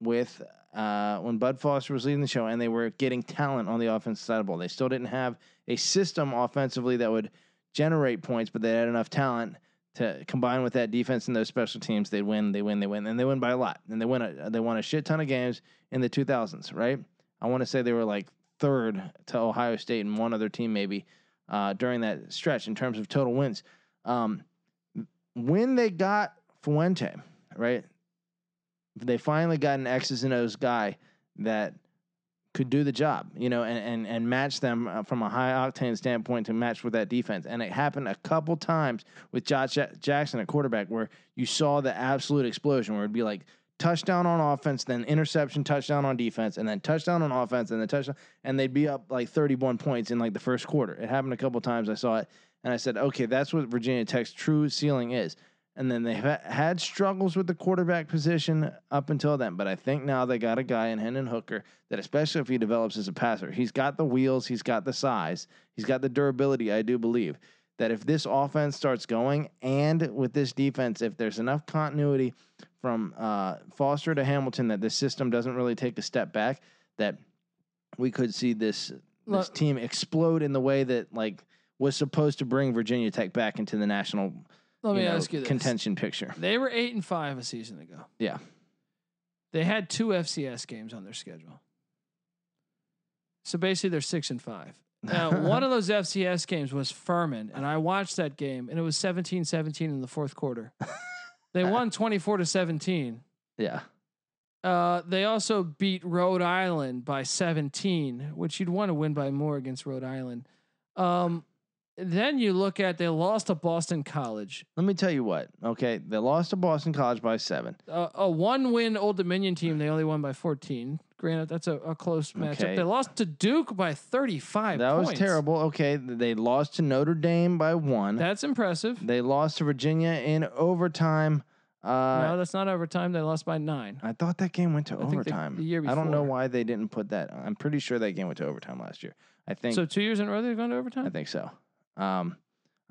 [SPEAKER 2] with uh, when Bud Foster was leading the show, and they were getting talent on the offensive side of the ball. They still didn't have a system offensively that would generate points, but they had enough talent to combine with that defense and those special teams. They win, they win, they win, and they win by a lot. And they win, a, they won a shit ton of games in the 2000s, right? I want to say they were like third to Ohio State and one other team maybe uh, during that stretch in terms of total wins. Um, when they got Fuente, right? They finally got an X's and O's guy that could do the job, you know, and and and match them uh, from a high octane standpoint to match with that defense. And it happened a couple times with Josh Ja- Jackson at quarterback, where you saw the absolute explosion, where it'd be like touchdown on offense, then interception, touchdown on defense, and then touchdown on offense, and then touchdown, and they'd be up like 31 points in like the first quarter. It happened a couple times. I saw it, and I said, okay, that's what Virginia Tech's true ceiling is. And then they ha- had struggles with the quarterback position up until then, but I think now they got a guy in Hendon Hooker that, especially if he develops as a passer, he's got the wheels, he's got the size, he's got the durability. I do believe that if this offense starts going and with this defense, if there's enough continuity from uh, Foster to Hamilton that this system doesn't really take a step back, that we could see this this
[SPEAKER 1] Look-
[SPEAKER 2] team explode in the way that like was supposed to bring Virginia Tech back into the national
[SPEAKER 1] let me
[SPEAKER 2] you know,
[SPEAKER 1] ask you this.
[SPEAKER 2] contention picture.
[SPEAKER 1] They were eight and five a season ago.
[SPEAKER 2] Yeah.
[SPEAKER 1] They had two FCS games on their schedule. So basically they're six and five. Now, one of those FCS games was Furman, and I watched that game, and it was 17 17 in the fourth quarter. They won 24 to 17.
[SPEAKER 2] yeah,
[SPEAKER 1] Uh, they also beat Rhode Island by 17, which you'd want to win by more against Rhode Island. Um, then you look at they lost to Boston College,
[SPEAKER 2] let me tell you what. Okay, they lost to Boston College by seven.
[SPEAKER 1] a, Uh, a one win Old Dominion team. They only won by 14. Granted, that's a, a close matchup.
[SPEAKER 2] Okay.
[SPEAKER 1] They lost to Duke by 35.
[SPEAKER 2] that was
[SPEAKER 1] points.
[SPEAKER 2] terrible. Okay, th- they lost to Notre Dame by one.
[SPEAKER 1] That's impressive.
[SPEAKER 2] they lost to Virginia in overtime. Uh,
[SPEAKER 1] no, that's not overtime. They lost by nine.
[SPEAKER 2] I thought that game went to
[SPEAKER 1] think the-
[SPEAKER 2] overtime.
[SPEAKER 1] the year
[SPEAKER 2] I don't know
[SPEAKER 1] before.
[SPEAKER 2] why they didn't put that. I'm pretty sure that game went to overtime last year. I think.
[SPEAKER 1] So two years in a row they've gone to overtime.
[SPEAKER 2] I think so. Um,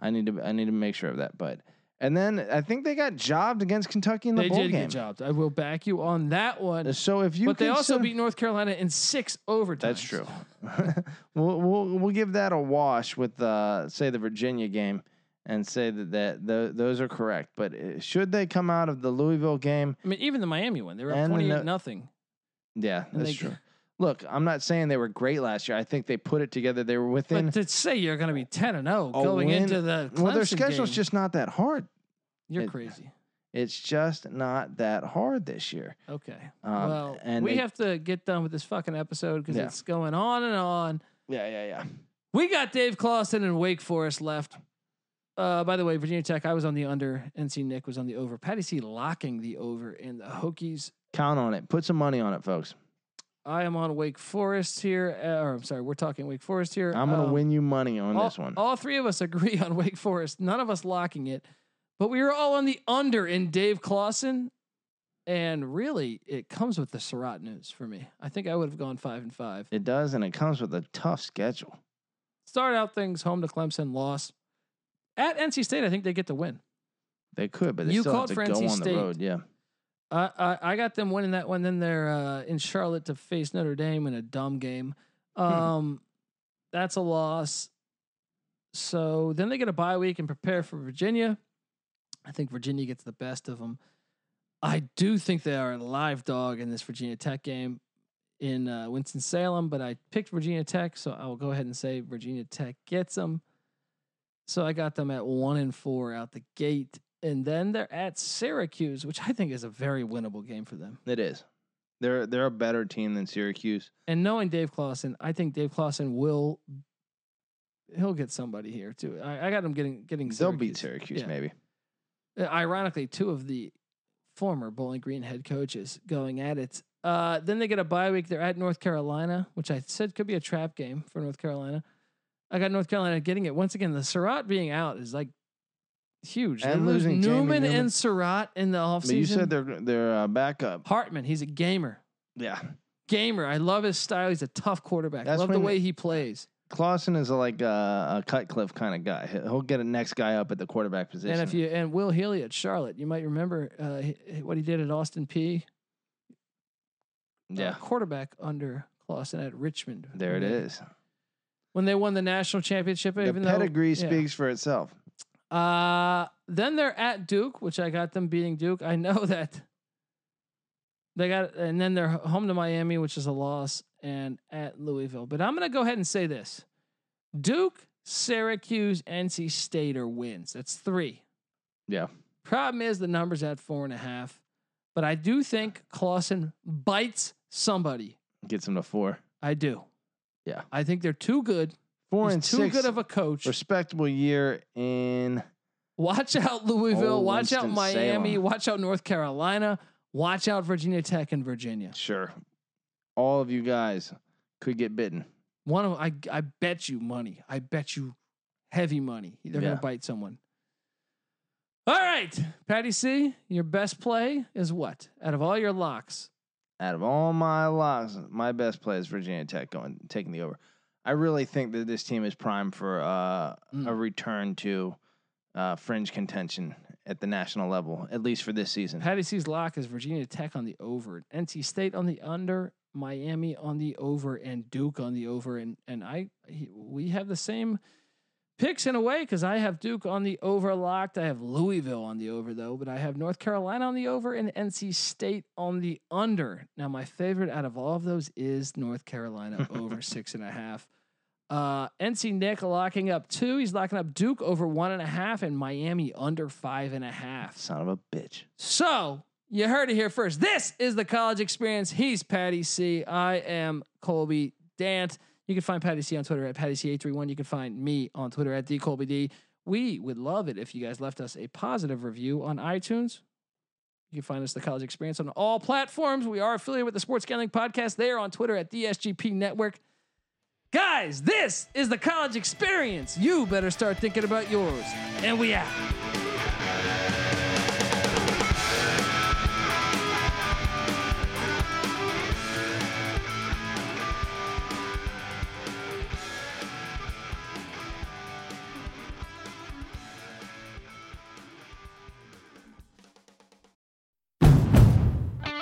[SPEAKER 2] I need to. I need to make sure of that. But and then I think they got jobbed against Kentucky in the
[SPEAKER 1] they
[SPEAKER 2] bowl
[SPEAKER 1] did a
[SPEAKER 2] game.
[SPEAKER 1] good job. I will back you on that one.
[SPEAKER 2] So if you
[SPEAKER 1] but they also
[SPEAKER 2] consider-
[SPEAKER 1] beat North Carolina in six overtimes.
[SPEAKER 2] That's true. we'll, we'll we'll give that a wash with uh, say the Virginia game and say that that tho- those are correct. But uh, should they come out of the Louisville game?
[SPEAKER 1] I mean, even the Miami one, they were up
[SPEAKER 2] And the
[SPEAKER 1] 28
[SPEAKER 2] no-
[SPEAKER 1] nothing.
[SPEAKER 2] Yeah,
[SPEAKER 1] And
[SPEAKER 2] that's
[SPEAKER 1] they-
[SPEAKER 2] true. Look, I'm not saying they were great last year. I think they put it together. They were within.
[SPEAKER 1] But to say you're going to be 10 and 0
[SPEAKER 2] A
[SPEAKER 1] going
[SPEAKER 2] win-
[SPEAKER 1] into the Clemson
[SPEAKER 2] well, their schedule's
[SPEAKER 1] game,
[SPEAKER 2] just not that hard.
[SPEAKER 1] you're
[SPEAKER 2] it-
[SPEAKER 1] crazy.
[SPEAKER 2] It's just not that hard this year.
[SPEAKER 1] Okay.
[SPEAKER 2] Um,
[SPEAKER 1] well,
[SPEAKER 2] and
[SPEAKER 1] we
[SPEAKER 2] they-
[SPEAKER 1] have to get done with this fucking episode because
[SPEAKER 2] Yeah.
[SPEAKER 1] it's going on and on.
[SPEAKER 2] Yeah, yeah, yeah.
[SPEAKER 1] We got Dave Clawson and Wake Forest left. Uh, by the way, Virginia Tech, I was on the under. NC Nick was on the over. Patty C locking the over in the Hokies.
[SPEAKER 2] Count on it. Put some money on it, folks.
[SPEAKER 1] I am on Wake Forest here. uh, Or I'm sorry, we're talking Wake Forest here.
[SPEAKER 2] I'm gonna
[SPEAKER 1] Um,
[SPEAKER 2] win you money on
[SPEAKER 1] all,
[SPEAKER 2] this one.
[SPEAKER 1] All three of us agree on Wake Forest. None of us locking it, but we were all on the under in Dave Clawson. And really, it comes with the Surratt news for me. I think I would have gone five and five.
[SPEAKER 2] It does, and it comes with a tough schedule.
[SPEAKER 1] Start out things home to Clemson, loss at NC State. I think they get the win.
[SPEAKER 2] They could, but they
[SPEAKER 1] You
[SPEAKER 2] still have
[SPEAKER 1] called
[SPEAKER 2] to
[SPEAKER 1] for
[SPEAKER 2] go
[SPEAKER 1] NC
[SPEAKER 2] on the
[SPEAKER 1] State.
[SPEAKER 2] road. Yeah,
[SPEAKER 1] I, I I got them winning that one. Then they're uh, in Charlotte to face Notre Dame in a dumb game. Um, that's a loss. So then they get a bye week and prepare for Virginia. I think Virginia gets the best of them. I do think they are a live dog in this Virginia Tech game in uh, Winston Salem, but I picked Virginia Tech, so I'll go ahead and say Virginia Tech gets them. So I got them at one and four out the gate, and then they're at Syracuse, which I think is a very winnable game for them.
[SPEAKER 2] it is. They're they're a better team than Syracuse.
[SPEAKER 1] And knowing Dave Clawson, I think Dave Clawson will he'll get somebody here too. I, I got him getting getting
[SPEAKER 2] They'll beat
[SPEAKER 1] Syracuse.
[SPEAKER 2] Syracuse,
[SPEAKER 1] Yeah.
[SPEAKER 2] maybe.
[SPEAKER 1] Uh, ironically, two of the former Bowling Green head coaches going at it. Uh, then they get a bye week. They're at North Carolina, which I said could be a trap game for North Carolina. I got North Carolina getting it once again. The Surratt being out is like huge.
[SPEAKER 2] And
[SPEAKER 1] they lose
[SPEAKER 2] losing Jamie
[SPEAKER 1] Newman,
[SPEAKER 2] Newman.
[SPEAKER 1] and Surratt in the offseason.
[SPEAKER 2] But you said they're they're uh, backup.
[SPEAKER 1] Hartman. He's a gamer.
[SPEAKER 2] Yeah,
[SPEAKER 1] Gamer. I love his style. He's a tough quarterback. I
[SPEAKER 2] That's
[SPEAKER 1] love the
[SPEAKER 2] when-
[SPEAKER 1] way he plays.
[SPEAKER 2] Clausen is like a, a Cutcliffe kind of guy. He- He'll get a next guy up at the quarterback position.
[SPEAKER 1] And if you and Will Healy at Charlotte, you might remember uh, he- he- what he did at Austin P. uh,
[SPEAKER 2] yeah,
[SPEAKER 1] quarterback under Clausen at Richmond.
[SPEAKER 2] there it
[SPEAKER 1] When they-
[SPEAKER 2] is.
[SPEAKER 1] When they won the national championship,
[SPEAKER 2] The
[SPEAKER 1] even though
[SPEAKER 2] pedigree
[SPEAKER 1] yeah.
[SPEAKER 2] speaks for itself.
[SPEAKER 1] Uh, then they're at Duke, which I got them beating Duke. I know that they got, and then they're h- home to Miami, which is a loss, and at Louisville. But I'm gonna go ahead and say this: Duke, Syracuse, NC State are wins. That's three.
[SPEAKER 2] Yeah.
[SPEAKER 1] Problem is the numbers at four and a half, but I do think Clausen bites somebody.
[SPEAKER 2] Gets him to four,
[SPEAKER 1] I do.
[SPEAKER 2] Yeah.
[SPEAKER 1] I think they're too good.
[SPEAKER 2] four
[SPEAKER 1] He's
[SPEAKER 2] and
[SPEAKER 1] too
[SPEAKER 2] six.
[SPEAKER 1] good of a coach.
[SPEAKER 2] respectable year in.
[SPEAKER 1] Watch out Louisville.
[SPEAKER 2] Oh,
[SPEAKER 1] watch out
[SPEAKER 2] Winston-Salem.
[SPEAKER 1] Miami. Watch out North Carolina. Watch out Virginia Tech and Virginia.
[SPEAKER 2] Sure, all of you guys could get bitten.
[SPEAKER 1] One of I I bet you money. I bet you heavy money. They're
[SPEAKER 2] Yeah.
[SPEAKER 1] gonna bite someone. All right, Patty C, your best play is what? Out of all your locks,
[SPEAKER 2] out of all my locks, my best play is Virginia Tech going taking the over. I really think that this team is primed for uh, a
[SPEAKER 1] Mm.
[SPEAKER 2] return to uh, fringe contention at the national level, at least for this season.
[SPEAKER 1] Patty C's lock is Virginia Tech on the over, NC State on the under, Miami on the over, and Duke on the over. And and I he, we have the same picks in a way because I have Duke on the over locked. I have Louisville on the over though, but I have North Carolina on the over and NC State on the under. Now my favorite out of all of those is North Carolina over six and a half. Uh, NC Nick locking up two. He's locking up Duke over one and a half and Miami under five and a half.
[SPEAKER 2] Son of a bitch.
[SPEAKER 1] So you heard it here first. This is the college experience. He's Patty C. I am Colby Dant. You can find Patty C on Twitter at Patty C831. You can find me on Twitter at DColbyD. We would love it if you guys left us a positive review on iTunes. You can find us the college experience on all platforms. We are affiliated with the Sports Gambling Podcast. They are on Twitter at the SGP Network. Guys, this is the college experience. You better start thinking about yours. And we out.